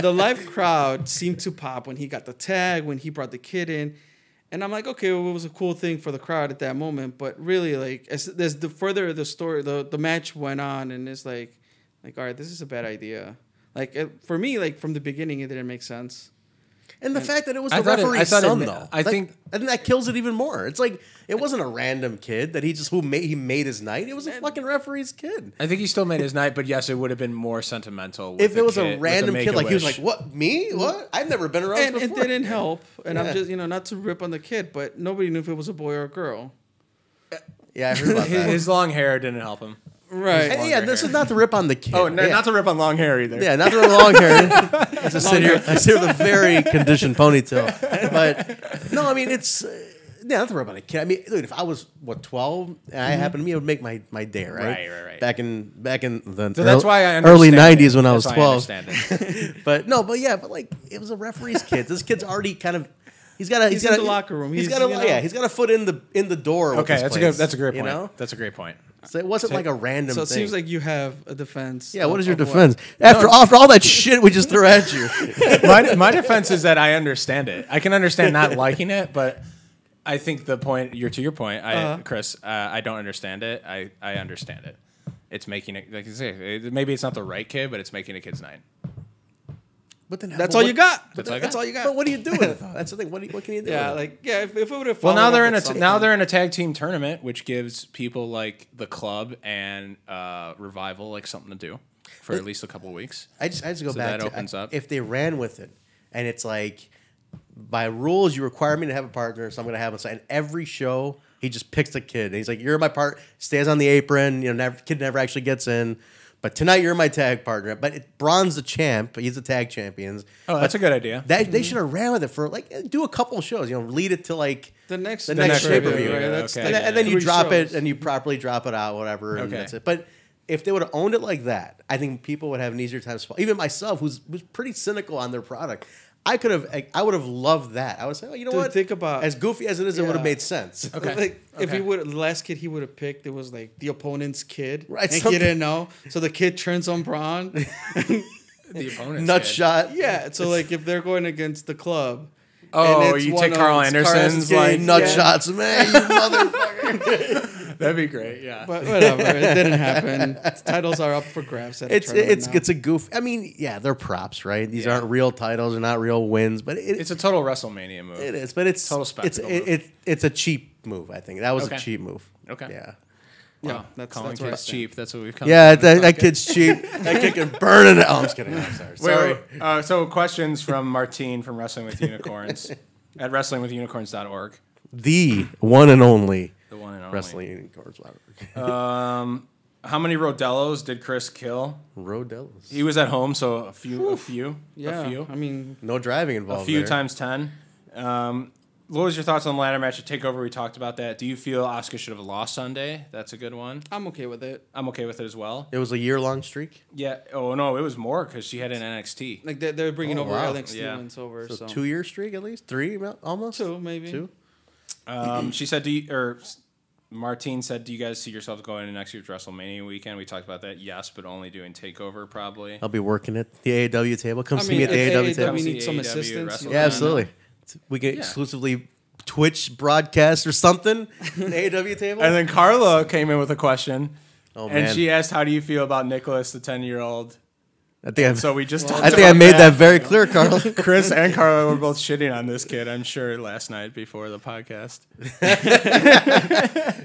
S3: the live crowd seemed to pop when he got the tag, when he brought the kid in, and I'm like, okay, well, it was a cool thing for the crowd at that moment. But really, like as, as the further the story, the the match went on, and it's like, like all right, this is a bad idea. Like it, for me, like from the beginning, it didn't make sense.
S2: And the fact that it was
S1: I
S2: the
S1: thought it- I
S2: referee's
S1: thought it
S2: son,
S1: ma-
S2: though,
S1: I
S2: That-
S1: think-
S2: I think that kills it even more. It's like it wasn't a random kid that he just who made he made his night. It was a fucking referee's kid.
S1: I think he still made his night, but yes, it would have been more sentimental. with
S2: If it was
S1: kid-
S2: a
S1: with
S2: random kid, like he was like,
S1: Make-A-Wish.
S2: "What me? What? I've never been around."
S3: and
S2: this
S3: it
S2: before."
S3: didn't help. And
S2: Yeah.
S3: I'm just, you know, not to rip on the kid, but nobody knew if it was a boy or a girl.
S2: Yeah, I heard about
S1: his,
S2: that.
S1: his long hair didn't help him.
S3: Right.
S2: And yeah, this is not to rip on the kid.
S1: Oh, no,
S2: yeah.
S1: not to rip on long hair either.
S2: Yeah, not the long hair. I just sit here. I sit with a very conditioned ponytail. But no, I mean it's. Uh, yeah, nothing about a kid. I mean, dude, if I was what twelve and I happened to me, it would make my, my day, right?
S1: Mm-hmm. Right, right, right.
S2: Back in back in the
S1: So that's
S2: earl-
S1: why I understand
S2: early
S1: it.
S2: nineties when I was
S1: That's why
S2: twelve.
S1: understand it.
S2: but no, but yeah, but like it was a referee's kid. This kid's already kind of he's got a
S3: He's
S2: got
S3: in
S2: a,
S3: the locker room.
S2: he's
S3: He's,
S2: got a
S3: you know-
S2: yeah, he's got a foot in the in the door. with
S1: Okay,
S2: this
S1: that's a
S2: place,
S1: good. That's a great point.
S2: You know,
S1: That's a great point.
S2: so it wasn't like a random.
S3: So it
S2: thing.
S3: seems like you have a defense.
S2: yeah. What
S3: of-
S2: is your
S3: of
S2: defense after after all that shit we just threw at you?
S1: my, my defense is that I understand it. I can understand not liking it, but I think the point you're to your point, I,
S3: Uh-huh.
S1: Chris. Uh, I don't understand it. I, I understand it. It's making it like you say. it- maybe it's not the right kid, but it's making a kid's night.
S2: But then
S3: That's
S2: but
S3: all
S2: what-
S3: you got.
S1: That's
S3: That's,
S1: all I got.
S3: all you got.
S2: But what do you do with it? Though? That's the thing. What, do you, what can you do?
S3: yeah,
S2: with it?
S3: like yeah, if, if it would have
S1: Well, now
S3: followed
S1: they're
S3: up
S1: in a
S3: with
S1: t- now
S3: something-
S1: they're in a tag team tournament, which gives people like the club and uh, revival like something to do for at least a couple weeks.
S2: I just I just go
S1: So
S2: back
S1: that
S2: to
S1: opens up.
S2: if they ran with it, and it's like by rules you require me to have a partner, so I'm gonna have one. So and every show he just picks a kid, and he's like, "You're my part." Stays on the apron. You know, never, kid never actually gets in. But tonight you're my tag partner. But it, Braun's the champ. He's the tag champions.
S1: Oh, that's a good idea.
S2: That
S3: Mhm.
S2: they should have ran with it for like do a couple shows. You know, lead it to like
S3: the next
S2: the next
S3: pay-per-view,
S2: pay-per-view,
S1: yeah,
S3: That's
S1: okay.
S2: and,
S3: like
S2: then- and then you
S3: three
S2: drop
S3: shows.
S2: it and you properly drop it out, whatever, and
S1: Okay.
S2: that's it. But if they would have owned it like that, I think people would have an easier time. Spot. Even myself, who's was pretty cynical on their product, I could have, like, I would have loved that. I would say, oh, you know
S3: Dude,
S2: what?
S3: think about-
S2: as goofy as it is, it would have
S3: Yeah.
S2: made sense.
S1: Okay.
S3: Like if
S1: Okay.
S3: he would the last kid he would have picked, it was like the opponent's kid,
S2: Right,
S3: And he
S2: something-
S3: didn't know, so the kid turns on Braun.
S1: The opponent
S2: Nut shot,
S3: yeah, so like if they're going against the club,
S1: Oh,
S3: it's
S1: you
S3: one
S1: take
S3: of
S1: Carl
S3: those
S1: Anderson's
S3: Carl
S1: like
S3: Anderson,
S2: nut
S3: yeah.
S2: shots, man, you motherfucker.
S1: That'd be great. Yeah.
S3: but whatever, it didn't happen. Titles are up for grabs. At a
S2: It's
S3: tournament
S2: it's
S3: now.
S2: it's a goof. I mean, yeah, they're props, right? These
S1: Yeah.
S2: aren't real titles, they're not real wins, but it,
S1: it's a total WrestleMania move.
S2: It is, but it's
S1: Total
S2: it's
S1: spectacle
S2: it,
S1: move.
S2: it, it's a cheap move. I think that was
S1: Okay.
S2: a cheap move.
S1: Okay.
S2: Yeah.
S3: yeah.
S1: Wow.
S3: That's
S1: calling
S3: that's where I
S1: kids
S3: stand.
S1: cheap. That's what we've come.
S2: Yeah,
S1: to.
S2: that, that kid's cheap. That kid can burn it. Oh, I'm just kidding. I'm sorry.
S1: Wait,
S2: sorry.
S1: wait, wait. Uh, so questions from Martine from Wrestling with Unicorns at wrestlingwithunicorns.org.
S2: The one and only
S1: The one and only.
S2: wrestling unicorns. Wow.
S1: How many Rodellos did Chris kill?
S2: Rodellos.
S1: He was at home, so a few, a few,
S3: Yeah,
S1: a few,
S3: I mean,
S2: No driving involved.
S1: a few
S2: there.
S1: times ten. Um, what was your thoughts on the ladder match at Takeover? We talked about that. Do you feel Oscar should have lost Sunday? That's a good one.
S3: I'm okay with it.
S1: I'm okay with it as well.
S2: It was a year long streak.
S1: Yeah. Oh no, it was more because she had an NXT.
S3: Like they're, they're bringing
S2: Oh,
S3: over
S2: wow.
S3: Alex
S1: Yeah.
S3: Stevens over,
S2: So,
S3: so,
S2: two year streak at least? Three about- almost?
S3: Two, maybe.
S2: Two?
S1: Um, she said, "Do you, or Martine said, do you guys see yourselves going to next year's WrestleMania weekend? We talked about that. Yes, but only doing Takeover probably.
S2: I'll be working at the AAW table. Come
S3: I
S2: see
S3: mean, E
S2: me at the
S3: if
S2: AAW,
S3: AAW
S2: table.
S3: we
S1: Come E see
S3: need some
S1: AEW
S3: assistance.
S1: wrestle.
S3: you
S2: Yeah,
S3: know?
S2: absolutely. We can
S1: Yeah.
S2: exclusively Twitch broadcast or something. The AAW table.
S1: And then Carla came in with a question,
S2: Oh,
S1: and
S2: man.
S1: she asked, "How do you feel about Nicholas, the ten-year-old?"
S2: I think I've,
S1: So we just talked
S2: I think I
S1: about
S2: made that very clear, Carl.
S1: Chris and Carla were both shitting on this kid. I'm sure last night before the podcast.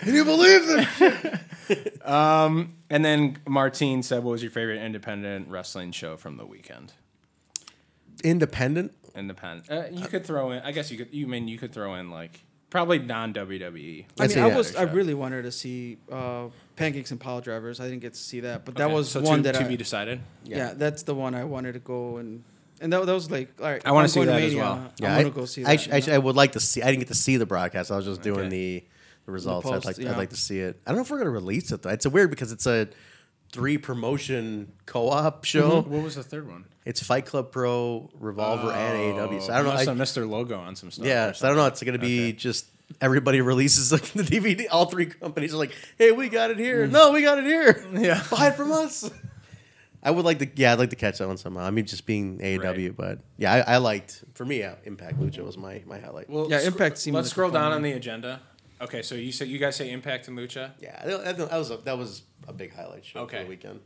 S2: Can you believe that?
S1: And then Martine said, "What was your favorite independent wrestling show from the weekend?"
S2: Independent.
S1: Independent. Uh, you could throw in. I guess you could. You mean you could throw in like probably E. non WWE.
S3: I
S2: I'd
S3: mean,
S2: say
S3: I
S2: that
S3: was I
S1: shot.
S3: really wanted to see uh, pancakes and pile drivers. I didn't get to see that, but that was
S1: so
S3: one
S1: to,
S3: that
S1: to
S3: I,
S1: be decided.
S3: yeah. that's the one I wanted to go and and that, that was like all right.
S1: I wanna
S3: I'm
S1: see
S3: going
S1: that as well.
S3: I'm
S2: I,
S3: gonna go see
S2: I
S3: that.
S2: actu- actually, I would like to see. I didn't get to see the broadcast. I was just doing
S1: Okay.
S2: the, the results. I'd
S3: post,
S2: like.
S3: yeah.
S2: I'd like to see it. I don't know if we're gonna release it though. It's a weird because it's a three promotion co-op show.
S1: What was the third one?
S2: It's Fight Club Pro, Revolver, and AEW. So I don't know.
S1: Must
S2: I,
S1: Oh, have missed their logo on some stuff.
S2: Oh, yeah,
S1: or
S2: so I don't know. It's gonna be just everybody releases like the DVD. All three companies are like, "Hey, we got it here. No, we got it here.
S1: Yeah.
S2: buy it from us." I would like to, yeah, I'd like to catch that one somehow. I mean, just being AEW, but yeah, I, I liked for me, yeah, Impact Lucha was my my highlight.
S1: Well,
S3: Yeah,
S1: scr-
S3: Impact seemed
S1: Let's
S3: like a
S1: scroll
S3: fun
S1: down
S3: one.
S1: on the agenda. Okay, so you said you guys say Impact and Lucha.
S2: Yeah, that, that was a, that was a big highlight show
S1: Okay.
S2: for the weekend.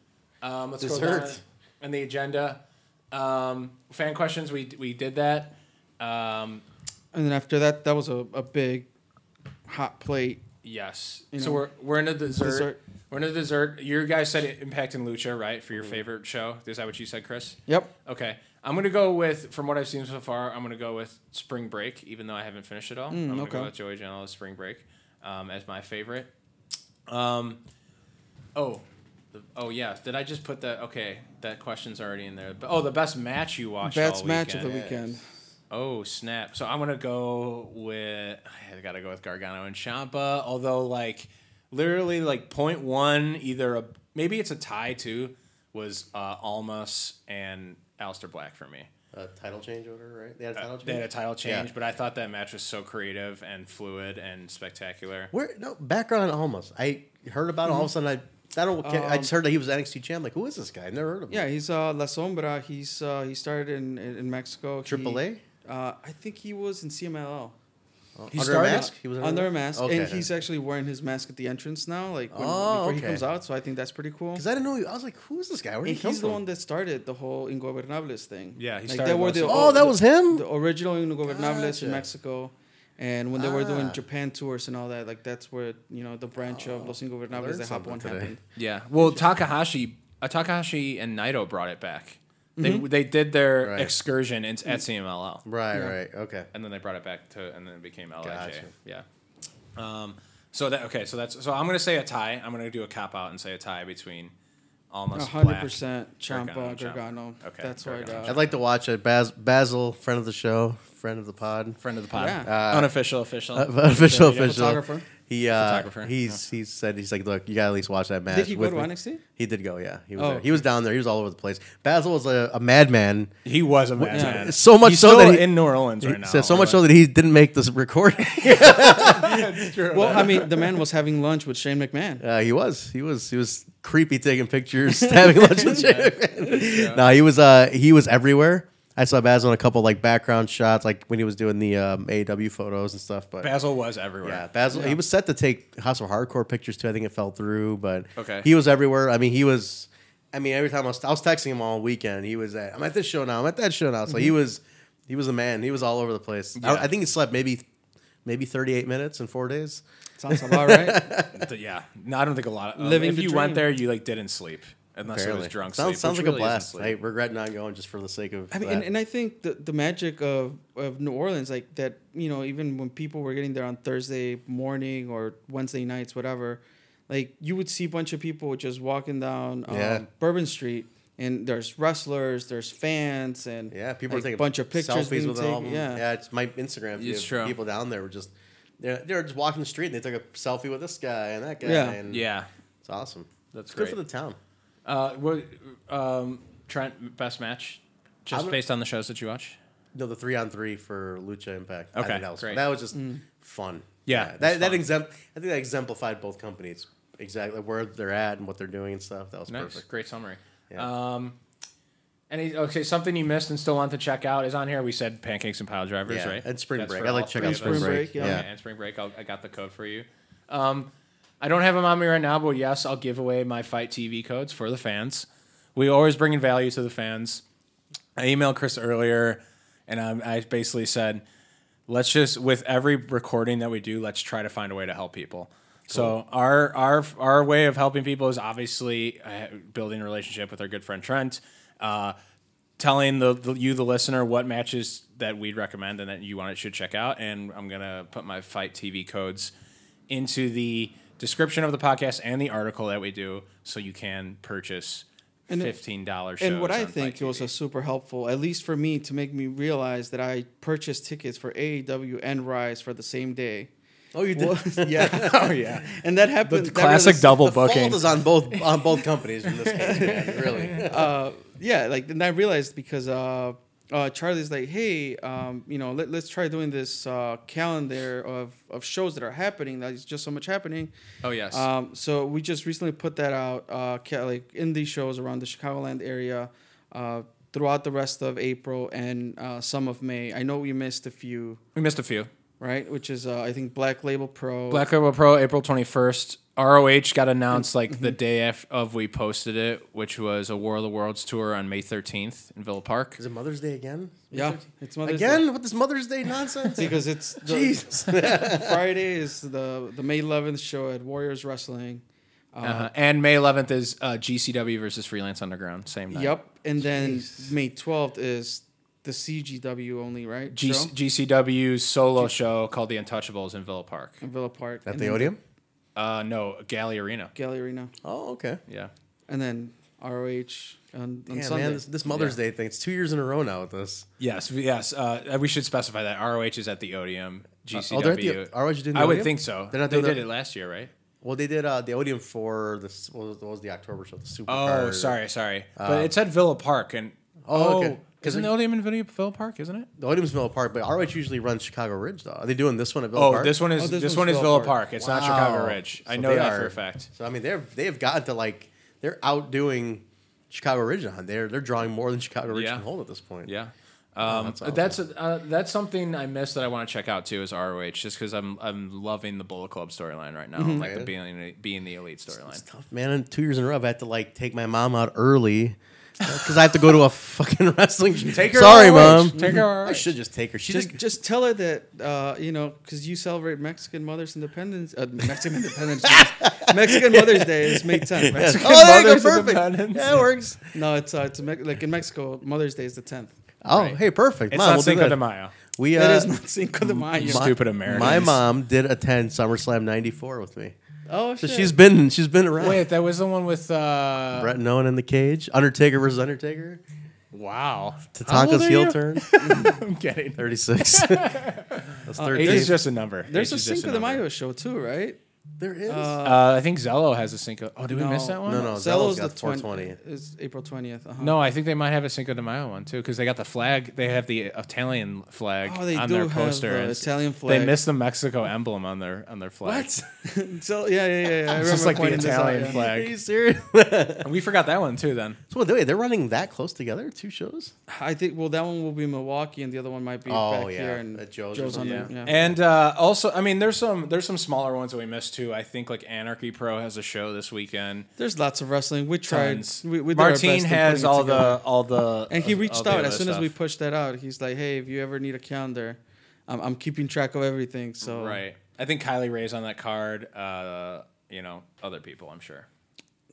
S1: Um, let's
S2: This
S1: go down
S2: hurts.
S1: on the agenda. Um, fan questions. We we did that. Um,
S3: And then after that, that was a, a big hot plate.
S1: yes.
S3: You
S1: so
S3: know,
S1: we're we're in a dessert.
S3: dessert.
S1: We're in a dessert. Your guys said Impact and Lucha, right? For your
S2: Mm-hmm.
S1: favorite show. Is that what you said, Chris?
S3: Yep.
S1: Okay. I'm gonna go with from what I've seen so far. I'm gonna go with Spring Break, even though I haven't finished it all. I'm gonna go
S3: Mm, okay.
S1: with Joey Janela's Spring Break um, as my favorite. Um, oh, the, oh yeah. Did I just put that? Okay, that question's already in there. But, oh, the best match you watched.
S3: Best
S1: all
S3: match of the
S1: weekend.
S3: weekend.
S1: Oh snap! So I'm gonna go with I gotta go with Gargano and Champa. Although like literally like point one, either a maybe it's a tie too was uh, Almas and Alistair Black for me.
S2: A title change order, right? Uh, They had a title change.
S1: They had a title change,
S2: Yeah.
S1: but I thought that match was so creative and fluid and spectacular.
S2: Where no background on Almas. I heard about him all of a sudden. I I don't. I just heard that he was NXT champ. Like who is this guy? I've never heard of him.
S3: Yeah, he's uh, La Sombra. He's uh, he started in in in Mexico. He-
S2: AAA?
S3: uh, I think he was in CMLL.
S1: Under a
S2: he under a mask. He was
S3: under a mask,
S2: Okay.
S3: and he's actually wearing his mask at the entrance now, like when,
S2: Oh,
S3: before he
S2: okay.
S3: comes out. So I think that's pretty cool.
S2: Because I didn't know. He, I was like, who is this guy? Where
S3: And
S2: did he come
S3: he's the
S2: from?
S3: one that started the whole Ingobernables thing.
S1: Yeah, he
S3: Like,
S1: started
S3: they were
S1: Los
S3: the,
S2: Oh, that was him?
S3: The original Ingobernables
S2: Gotcha.
S3: in Mexico, and when they were doing
S2: Ah.
S3: Japan tours and all that, like that's where you know the branch of Los Ingobernables
S2: learned
S3: that Hop
S2: something
S3: One
S2: today.
S3: happened.
S1: Yeah. Well, Takahashi, uh, Takahashi and Naito brought it back. They they did their
S2: Mm-hmm. Right.
S1: excursion in, at CMLL.
S2: Right.
S3: Yeah.
S2: Right. Okay.
S1: and then they brought it back to and then it became LIJ.
S2: Gotcha.
S1: Yeah. Um, so that okay, so that's so I'm gonna say a tie. I'm gonna do a cop out and say a tie between almost
S3: hundred
S1: Black-
S3: percent Champa
S1: Gargano,
S3: Gargano.
S1: Okay,
S3: that's what I
S1: Gargano.
S2: I'd
S3: got.
S2: like to watch it. Bas- Basil, friend of the show, friend of the pod,
S1: friend of the pod,
S3: Yeah.
S2: Uh,
S1: unofficial official.
S2: Uh, official,
S1: Yeah, yeah.
S2: official.
S3: Photographer.
S2: He uh,
S1: Photographer,
S2: He's he said he's like, look, you gotta at least watch that match.
S3: Did he go
S2: with
S3: to
S2: me."
S3: NXT?
S2: He did go. Yeah, he was.
S3: Oh,
S2: there. He was down there. He was all over the place. Basil was a, a madman.
S1: he was a madman.
S2: yeah. So much
S1: He's
S2: so
S1: still
S2: that he-
S1: in New Orleans right
S2: He
S1: now.
S2: said so much so that he didn't make this recording.
S3: Well, I mean, the man was having lunch with Shane McMahon.
S2: Uh, he was. He was. He was creepy taking pictures, having lunch with Jay. No, he was. Uh, he was everywhere. I saw Basil in a couple like background shots, like when he was doing the um, AEW photos and stuff. But
S1: Basil was everywhere.
S2: yeah, Basil. He was set to take House of Hardcore pictures too. I think it fell through, but
S1: Okay.
S2: he was everywhere. I mean, he was. I mean, every time I was, I was texting him all weekend. He was at. I'm at this show now. I'm at that show now. So he was. He was a man. He was all over the place. I-
S1: Mm-hmm. Yeah.
S2: I, think he slept maybe, maybe 38 minutes in four days.
S3: Sounds about right.
S1: Th- yeah. No, I don't think a lot. Of, um,
S3: Living
S1: if
S3: the
S1: you went
S3: dream.
S1: there, you like didn't sleep unless it was drunk sleep.
S2: sounds sounds
S1: which
S2: like a
S1: really isn't
S2: blast.
S1: sleep.
S2: I regret not going just for the sake of.
S3: I mean,
S2: that.
S3: and, and I think the, the magic of, of New Orleans, like that, you know, even when people were getting there on Thursday morning or Wednesday nights, whatever, like you would see a bunch of people just walking down um,
S2: Yeah.
S3: Bourbon Street, and there's wrestlers, there's fans, and
S2: yeah, people
S3: like,
S2: are taking
S3: a bunch of pictures
S2: selfies
S3: being
S2: with
S3: taken.
S2: all of them.
S3: Yeah.
S2: it's my Instagram.
S1: It's
S2: feed.
S1: true.
S2: People down there were just they're, they're just walking the street and they took a selfie with this guy and that guy.
S3: Yeah.
S2: and
S1: yeah.
S2: it's awesome.
S1: That's
S2: it's
S1: great.
S2: good for the town.
S1: Uh, what, um, Trent, best match, just
S2: I'm-
S1: based on the shows that you watch.
S2: No, the three on three for Lucha Impact. I
S1: Okay,
S2: think that was
S1: great. Mm.
S2: that was just fun.
S1: Yeah, it was
S2: that that
S1: fun.
S2: exempt. I think that exemplified both companies exactly where they're at and what they're doing and stuff. That was
S1: Nice,
S2: perfect.
S1: great summary.
S2: Yeah.
S1: Um, any okay, something you missed and still want to check out is on here. We said pancakes and pile drivers,
S2: Yeah,
S1: right?
S2: and Spring
S1: That's
S2: Break.
S1: for
S2: I like
S1: all
S2: to check
S1: three
S2: out
S1: of
S2: Spring
S1: us.
S3: Spring
S2: Break.
S3: Break, yeah.
S2: yeah.
S1: Okay, and spring break. I'll, I got the code for you. Um, I don't have them on me right now, but yes, I'll give away my fight TV codes for the fans. We always bring in value to the fans. I emailed Chris earlier, and I, I basically said, let's just with every recording that we do, let's try to find a way to help people. So our our our way of helping people is obviously uh, building a relationship with our good friend Trent, uh, telling the, the you the listener what matches that we'd recommend and that you want should check out. And I'm gonna put my fight TV codes into the description of the podcast and the article that we do, so you can purchase
S3: And-
S1: fifteen dollars.
S3: and what I think it was a super helpful, at least for me, to make me realize that I purchased tickets for AEW and Rise for the same day.
S2: Oh, you did.
S3: yeah,
S1: oh yeah,
S3: and that happened. that
S1: classic
S3: really-
S1: double
S2: the
S1: booking.
S2: fault is on both on both companies in this case, man. Really.
S3: uh, yeah, like and I realized because uh, uh, Charlie's like, hey, um, you know, let, let's try doing this uh, calendar of, of shows that are happening. There's just so much happening.
S1: Oh yes.
S3: Um, so we just recently put that out, uh, ca- like indie shows around the Chicagoland area, uh, throughout the rest of April and uh, some of May. I know we missed a few.
S1: we missed a few.
S3: right? Which is uh, I think Black Label Pro.
S1: Black Label Pro, April 21st. ROH got announced like the day af- of we posted it, which was a War of the Worlds tour on May 13th in Villa Park.
S2: Is it Mother's Day again?
S3: yeah, it's Mother's Day.
S2: Again with this Mother's Day nonsense?
S3: because it's the,
S2: Jesus.
S3: Friday is the the May 11th show at Warriors Wrestling.
S1: Uh-huh. And May 11th is uh, GCW versus Freelance Underground, same night.
S3: Yep, and then May 12th is the CGW only, right?
S1: G-
S3: show?
S1: GCW's solo show called The Untouchables in Villa Park.
S3: in Villa Park
S2: At
S3: and
S2: the
S3: then
S2: Odeum?
S1: Uh, no, Galley Arena.
S3: Galley Arena,
S2: Oh, okay.
S1: Yeah.
S3: and then ROH on, on
S2: Yeah,
S3: Sunday.
S2: man, this, this Mother's Day thing, it's two years in a row now with this.
S1: Yes, yes. Uh, we should specify that ROH is at the Odeum. GCW.
S2: oh, they're at the- ROH is doing the
S1: I would
S2: Odeum?
S1: think so.
S2: They're not
S1: they
S2: doing
S1: did
S2: the-
S1: it last year, right?
S2: Well, they did uh, the Odeum for the, s- what was, what was the October show? The Super
S1: Oh,
S2: Card.
S1: sorry, sorry. but it said Villa Park, and um,
S2: Oh,
S1: oh,
S2: okay. 'Cause
S1: isn't
S2: I-
S1: the Odeum in Villa, Villa Park? Isn't it?
S2: The Odeum's Villa Park, but ROH usually runs Chicago Ridge, though. Are they doing this one at Villa
S1: Oh,
S2: Park?
S1: this one is
S3: Oh,
S1: this,
S3: this
S1: one
S3: one's
S1: is
S3: Villa
S1: Villa
S3: Park.
S1: Park. It's not Chicago
S2: Wow.
S1: Ridge. I
S2: So
S1: know
S2: they
S1: that
S2: are-
S1: for a fact.
S2: So I mean, they're they've gotten to like they're outdoing Chicago Ridge on. They're they're drawing more than Chicago Ridge
S1: Yeah.
S2: can hold at this point.
S1: Yeah. Um,
S2: that's awesome.
S1: that's uh, that's something I missed that I want to check out too is ROH just because I'm I'm loving the Bullet Club storyline right now like the being being the elite
S2: It's
S1: storyline.
S2: tough, man. And two years in a row, I've had to like take my mom out early because I have to go to a fucking wrestling. show.
S1: Take her
S2: Sorry,
S1: ROH.
S2: mom.
S1: Take her ROH.
S2: I should just take her. She
S3: just
S2: just
S3: just tell her that uh, you know because you celebrate Mexican Mother's Independence, uh, Mexican Independence, Days. Mexican Mother's Day is May 10th. Mexican
S2: oh, there you go,
S3: Mother's
S2: perfect.
S1: Independence.
S2: That works.
S3: No, it's uh, it's a, Mex- like in Mexico, Mother's Day is the 10th.
S2: Oh,
S1: Right.
S2: hey, perfect.
S1: It's
S2: mom,
S1: not
S2: we'll do
S1: Cinco
S2: that.
S1: de Mayo.
S2: We uh,
S3: That is not Cinco de Mayo.
S1: my- Stupid Americans.
S2: My mom did attend SummerSlam '94 with me,
S3: oh
S2: so
S3: shit.
S2: she's been she's been around.
S1: Wait, that was the one with uh,
S2: Bret and Owen in the cage, Undertaker versus Undertaker,
S1: wow. How old
S2: Tatanka's
S1: are
S2: heel
S1: you?
S2: turn.
S1: I'm kidding.
S2: 36. That's 13.
S1: Age is just a number.
S3: There's
S1: Age
S3: a
S1: is just
S3: Cinco de
S1: number.
S3: Mayo show too, right?
S2: there is.
S1: Uh, I think Zello has a Cinco. Oh, did we
S3: No.
S1: miss that one?
S2: no, no. Zello's
S3: Zello's the
S2: got
S3: 420.
S2: 420.
S3: It's April 20th. Uh-huh.
S1: No, I think they might have a Cinco de Mayo one too, because they got the flag. They have the Italian flag
S3: Oh, they
S1: on
S3: do
S1: their
S3: have
S1: poster.
S3: the
S1: and
S3: Italian
S1: They
S3: flag.
S1: missed the Mexico emblem on their on their flag.
S3: so yeah, yeah, yeah. yeah. I
S1: It's just
S3: remember
S1: like the
S3: pointing this out,
S1: Italian
S3: yeah.
S2: Are
S1: flag.
S2: you serious?
S1: And we forgot that one too. Then
S2: so wait, they're running that close together? Two shows?
S3: I think well, that one will be Milwaukee, and the other one might be
S2: Oh,
S3: back
S2: yeah.
S3: here and
S2: At Joe's or
S3: Joe's on the,
S2: something.
S3: yeah.
S2: Yeah.
S1: and uh, also, I mean, there's some there's some smaller ones that we missed too. I think like Anarchy Pro has a show this weekend.
S3: There's lots of wrestling. We tried.
S1: Tons.
S3: We, we did our
S1: Martine
S3: best in
S1: has
S3: putting it
S1: all
S3: together.
S1: the all the
S3: And he
S1: all
S3: reached
S1: the
S3: out
S1: other
S3: as soon as
S1: stuff.
S3: we pushed that out. He's like, "Hey, if you ever need a calendar, I'm, I'm keeping track of everything." So
S1: right. I think Kylie Ray's on that card. Uh, you know, other people, I'm sure.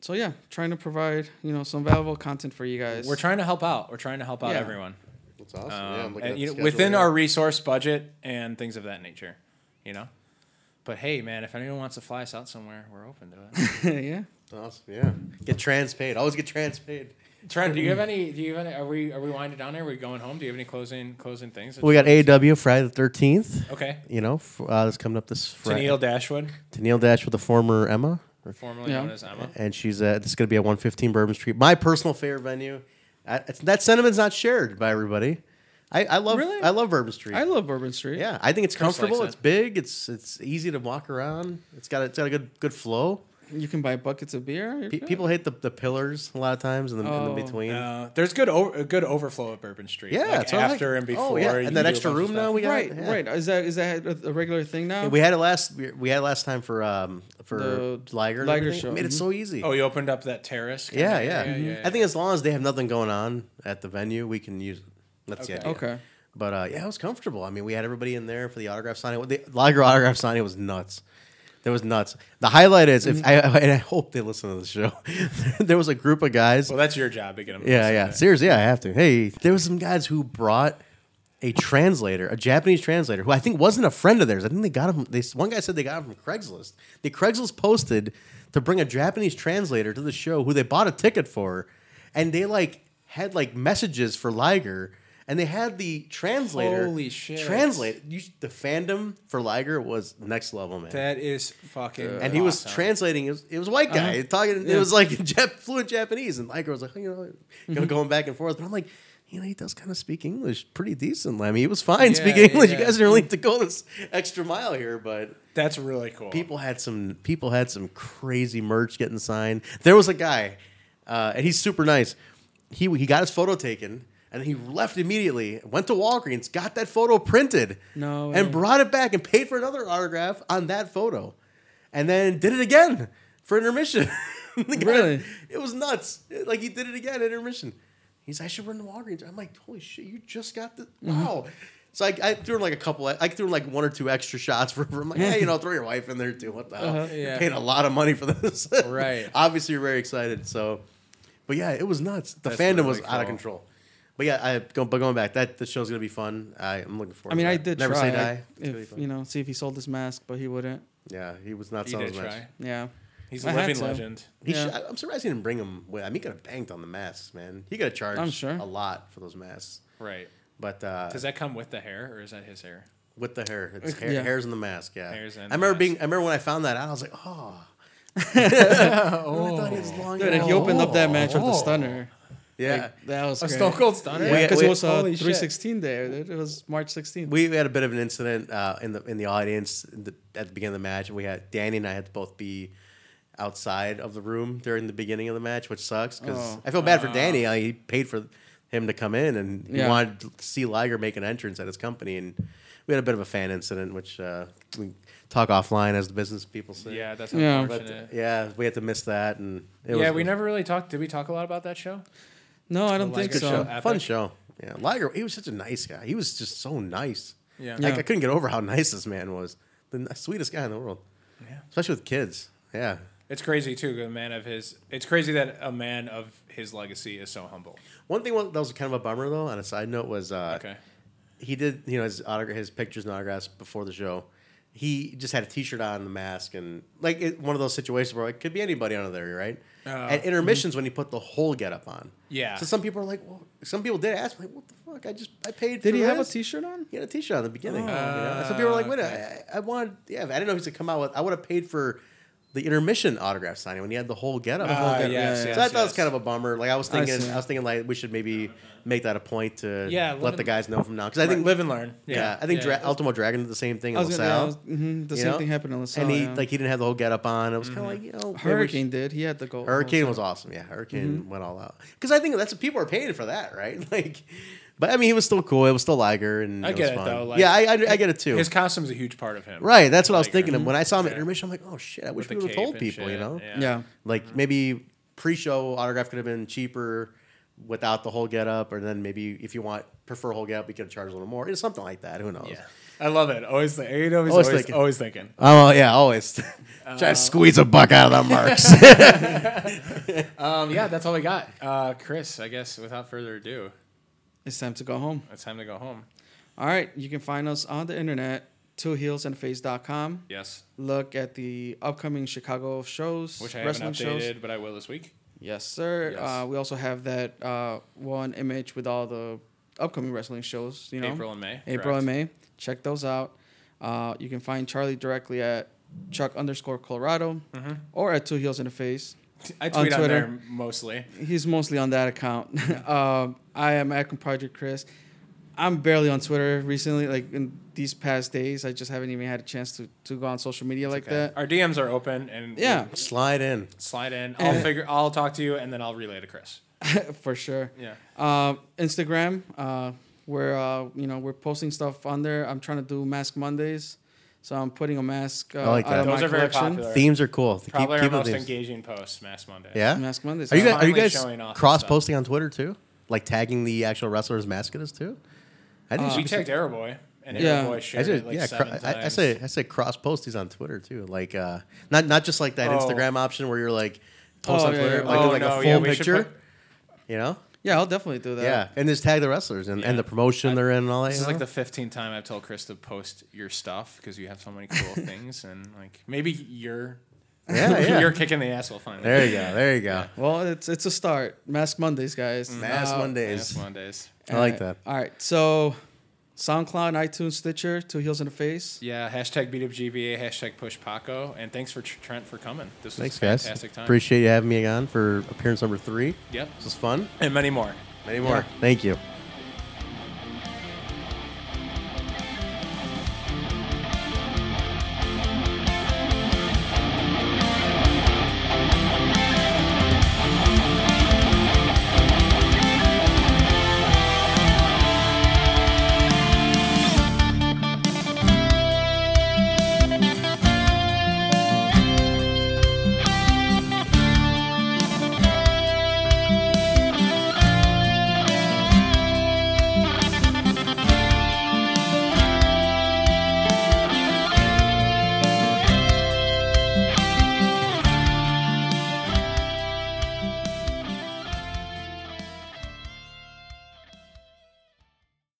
S3: So yeah, trying to provide you know some valuable content for you guys.
S1: We're trying to help out. We're trying to help out
S3: Yeah.
S1: everyone.
S2: That's awesome.
S1: Um,
S2: yeah, I'm looking
S1: and,
S2: at
S1: you know,
S2: the schedule
S1: within
S2: here.
S1: our resource budget and things of that nature, you know. But hey, man, if anyone wants to fly us out somewhere, we're open to it.
S3: yeah.
S2: Awesome, yeah. Get trans paid. Always get trans paid.
S1: Trent, do you have any? Do you have any? Are we are we winding down here? Are we going home? Do you have any closing closing things? that
S2: We
S1: you
S2: got AEW Friday the 13th.
S1: want- okay.
S2: You know, f- uh, that's coming up this Friday.
S1: Tennille Dashwood,
S2: Tennille Dash with the former Emma. or-
S1: formerly
S3: Yeah.
S1: known as Emma.
S2: And she's at, it's going to be at 115 Bourbon Street. My personal favorite venue. I, it's, that sentiment's not shared by everybody. I, I love
S3: Really?
S2: I love Bourbon Street.
S3: I love Bourbon Street.
S2: Yeah, I think it's
S1: Chris likes
S2: comfortable.
S1: it.
S2: It's big. It's it's easy to walk around. It's got a, it's got a good good flow.
S3: You can buy buckets of beer. You're
S2: Pe-
S3: good.
S2: people hate the, the pillars a lot of times and the, and
S3: Oh.
S2: the between.
S1: Uh, there's good over, good overflow at Bourbon Street.
S2: yeah,
S1: like
S2: it's all right.
S1: after and before.
S2: Oh, yeah.
S1: you
S2: and that
S1: do a
S2: extra
S1: bunch of
S2: room now
S1: stuff.
S2: we got.
S3: right,
S2: yeah.
S3: right. Is that is that a a regular thing now?
S2: Yeah, we had it last. We, we had it last time for um for
S3: The
S2: Liger. and
S3: Liger
S2: everything.
S3: show, Mm-hmm.
S2: Made it
S3: mhm.
S2: so easy.
S1: Oh, you opened up that terrace. kinda
S2: yeah, yeah.
S1: area?
S2: I think as long as they have nothing going on at the venue, we can use it. That's the
S1: Okay.
S2: idea.
S3: okay.
S2: But uh, yeah, it was comfortable. I mean, we had everybody in there for the autograph signing. The Lager autograph signing was nuts. That was nuts. The highlight is if I
S3: Mm-hmm.
S2: and I hope they listen to the show. there was a group of guys.
S1: Well, that's your job to get them.
S2: yeah, yeah. Seriously, yeah, I have to. Hey, there was some guys who brought a translator, a Japanese translator, who I think wasn't a friend of theirs. I think they got him. They one guy said they got him from Craigslist. The Craigslist posted to bring a Japanese translator to the show, who they bought a ticket for, and they like had like messages for Liger. And they had the translator.
S1: Holy shit.
S2: Translate you, the fandom for Liger was next level, man.
S1: That is fucking.
S2: and he was
S1: awesome. Uh-huh.
S2: translating. It was, it was a white guy talking. It was like Jap, fluent Japanese, and Liger was like, "Oh, you know, kinda
S1: Mm-hmm.
S2: going back and forth. But I'm like, you know, he does kind of speak English pretty decently. I mean, he was fine
S1: Yeah,
S2: speaking
S1: yeah,
S2: English.
S1: yeah.
S2: You guys didn't really have to go this extra mile here, but
S1: That's really cool.
S2: people had some people had some crazy merch getting signed. There was a guy, uh, and he's super nice. He he got his photo taken, And he left immediately, went to Walgreens, got that photo printed,
S3: No
S2: and
S3: way.
S2: brought it back and paid for another autograph on that photo, and then did it again for intermission. The guy-
S3: Really?
S2: It was nuts. Like he did it again at intermission. He's I should run to Walgreens. I'm like, holy shit, you just got the wow. So I, I threw him like a couple. I threw him like one or two extra shots for. for- I'm like, hey, you know, throw your wife in there too. What the hell?
S3: Uh-huh.
S2: You're
S1: Yeah.
S2: paying a lot of money for this,
S1: Right.
S2: Obviously, you're very excited. So, but yeah, it was nuts. The
S1: That's
S2: fandom
S1: really
S2: was
S1: cool.
S2: out of control. But yeah, I go, but going back, that the show's gonna be fun. I, I'm looking forward.
S3: I mean,
S2: to
S3: I
S2: that.
S3: did
S2: never say
S3: try.
S2: die. It's gonna be
S3: If,
S2: fun.
S3: you know, see if he sold his mask, but he wouldn't.
S2: Yeah, he was not
S1: He
S2: selling
S1: did
S2: his mask.
S1: try.
S3: Yeah.
S1: He's
S3: I
S1: a
S3: had
S1: living
S3: to.
S1: legend.
S2: He
S3: Yeah.
S2: sh- I- I'm surprised he didn't bring him. With, I mean, he could have banked on the masks, man. He could have charged
S3: I'm sure.
S2: a lot for those masks.
S1: Right.
S2: But uh,
S1: Does that come with the hair, or is that his hair?
S2: with the hair, it's hair,
S3: Yeah.
S2: hairs in the mask. Yeah,
S1: Hairs in
S2: I
S1: the
S2: remember
S1: mask.
S2: being. I remember when I found that out, I was like, oh. oh, I thought he was long.
S3: Dude, and he opened up that match with the stunner.
S2: Yeah,
S3: Like, that was
S1: A
S3: great.
S1: Stone Cold Stunner.
S2: We-
S3: Yeah, because
S2: we-
S3: it was uh,
S1: holy shit.
S3: 316 there. dude. It was March 16th.
S2: we had a bit of an incident uh, in the in the audience in the, at the beginning of the match. We had Danny and I had to both be outside of the room during the beginning of the match, which sucks because
S3: Oh.
S2: I feel bad
S1: uh.
S2: for Danny. I, he paid for him to come in, and he
S3: Yeah.
S2: wanted to see Liger make an entrance at his company, and we had a bit of a fan incident, which uh, we talk offline as the business people say.
S1: Yeah, that's
S3: Yeah.
S1: unfortunate.
S2: yeah, we had to miss that, and it
S1: yeah,
S2: was,
S1: we never really talked. Did we talk a lot about that show?
S3: no, I don't
S1: Like
S3: think
S1: a
S3: so.
S1: show.
S2: fun
S1: Epic.
S2: show. Yeah, Liger, he was such a nice guy. He was just so nice.
S1: Yeah.
S3: Yeah.
S2: Like I couldn't get over how nice this man was. The n- sweetest guy in the world.
S1: Yeah.
S2: Especially with kids. Yeah.
S1: It's crazy too. A man of his. It's crazy that a man of his legacy is so humble.
S2: One thing wa- that was kind of a bummer though, on a side note, was uh,
S1: Okay.
S2: he did you know his autogra- his pictures and autographs before the show. He just had a T-shirt on, the mask, and like it, one of those situations where it could be anybody under there, right?
S1: Oh.
S2: At intermissions, when he put the whole getup on,
S1: Yeah.
S2: So some people are like, well, some people did ask, like, what the fuck? I just I paid.
S3: Did
S2: for
S3: he have a
S2: this."
S3: T-shirt on?
S2: He had a T-shirt on in the beginning. you know? So people were like, "Wait,
S1: okay.
S2: I, I wanted, yeah, I didn't know he was gonna come out with. I would have paid for the intermission autograph signing when he had the whole get up.
S1: Ah, yes,
S2: so
S1: yes,
S2: I thought it was
S1: yes.
S2: kind of a bummer. Like I was
S3: I
S2: thinking,
S3: see.
S2: I, was thinking like we should maybe make that a point to
S1: Yeah, live
S2: let the
S1: and-
S2: guys know from now because I think
S1: live and learn.
S2: yeah, I think Dra- Ultimo Dragon did the same thing.
S3: I
S2: in
S3: was gonna. Yeah, I
S2: LaSalle,
S3: was- mhm, the
S2: you
S3: same
S2: know?
S3: thing happened in LaSalle.
S2: and he
S3: yeah.
S2: like he didn't have the whole get up on. It was kind of like you know maybe we should-
S3: Hurricane did. He had the goal.
S2: Hurricane was awesome. Yeah, Hurricane went all out because I think that's what people are paying for that, right? Like, but I mean, he was still cool. It was still Liger, and
S1: I
S2: it
S1: get
S2: was
S1: it,
S2: fun.
S1: though, like-
S2: yeah, I, I, I get it too.
S1: His costume's a huge part of him.
S2: right, that's what I was
S1: Liger.
S2: thinking of when I saw him at
S1: uh, Yeah.
S2: intermission. I'm like, oh shit, I wish
S1: With
S2: we
S1: the
S2: would have
S1: cape
S2: told
S1: and
S2: people, you
S1: shit,
S2: know,
S1: yeah. Mm-hmm.
S3: Yeah. yeah.
S2: like maybe pre-show autograph could have been cheaper without the whole get up, or then maybe if you want prefer whole get up, we could have charged a little more. It's something like that. Who knows?
S1: Yeah. I love it. Always, think, you know, he's
S2: Always
S1: always, always,
S2: thinking.
S1: thinking.
S2: Oh yeah, always
S1: Uh-huh.
S2: try to squeeze a buck out of the marks.
S1: Um, yeah, that's all we got. Uh, Chris, I guess without further ado,
S3: It's time to go home.
S1: it's time to go home.
S3: All right, you can find us on the internet, twoheelsandface.com.
S1: Yes,
S3: Look at the upcoming Chicago shows,
S1: which I haven't updated, but I will this week.
S3: Yes, sir.
S1: Yes.
S3: Uh, we also have that uh, one image with all the upcoming wrestling shows. You know,
S1: April and May.
S3: April and May. Check those out. Uh, you can find Charlie directly at Chuck underscore Colorado
S1: Mm-hmm.
S3: or at Two Heels in the Face.
S1: May. I
S3: On
S1: tweet on,
S3: Twitter.
S1: there mostly.
S3: He's mostly on that account. um, I am at Project Chris. I'm barely on Twitter recently. Like in these past days, I just haven't even had a chance to, to go on social media like that.
S1: Our DMs are open, and
S3: Yeah,
S2: Slide in.
S1: slide in. I'll
S3: And-
S1: figure. I'll talk to you, and then I'll relay to Chris.
S3: for sure.
S1: Yeah.
S3: Uh, Instagram, uh, we're uh, you know we're posting stuff on there. I'm trying to do Mask Mondays, so I'm putting a mask. Uh,
S2: I like
S3: Out of
S2: that.
S1: Those
S3: my
S1: are very
S3: collection.
S1: popular.
S2: Themes are cool.
S1: Probably
S2: keep, keep
S1: our most
S2: the themes.
S1: engaging post, Mass Monday.
S2: Yeah.
S3: Mask Mondays.
S2: Are you
S3: Uh,
S2: guys, are you
S1: finally
S2: guys
S1: showing off the
S2: cross
S1: stuff.
S2: posting on Twitter too? Like tagging the actual wrestler's mascotas too? I think you
S1: Uh, We
S2: should be-
S1: tagged Arrowboy, and
S3: Yeah.
S1: Arrowboy
S2: I
S1: shared
S2: should,
S1: it like
S2: yeah,
S1: seven
S2: cro-
S1: times.
S2: I, I say I say cross post these on Twitter too. Like uh, not not just like that
S1: Oh.
S2: Instagram option where you're like post
S3: Oh,
S2: on
S3: yeah,
S2: Twitter,
S3: yeah.
S2: like, do,
S1: Oh,
S2: like
S1: no,
S2: a full
S1: yeah, we should
S2: picture.
S1: put-
S2: you know?
S3: Yeah, I'll definitely do that.
S2: yeah. And just tag the wrestlers and,
S1: Yeah.
S2: and the promotion
S1: I-
S2: they're in and all that.
S1: This
S2: you
S1: is like
S2: know?
S1: the 15th time I've told Chris to post your stuff because you have so many cool things, and like maybe you're,
S2: yeah, yeah.
S1: you're kicking the ass. We'll find
S2: there you go. There you go.
S3: Well, it's it's a start. Mask Mondays, guys.
S1: Mm. Oh,
S2: Mass
S3: Uh,
S2: Mondays.
S1: Mass Mondays.
S2: I like that.
S3: All right, so SoundCloud, iTunes, Stitcher, Two Heels in the Face.
S1: Yeah. Hashtag BWGBA. Hashtag Push Paco. And thanks for Tr- Trent for coming. This was
S2: Thanks,
S1: a
S2: guys.
S1: fantastic time.
S2: Appreciate you having me on for appearance number three.
S1: Yep.
S2: This was fun.
S1: And many more.
S2: Many more. Thank you.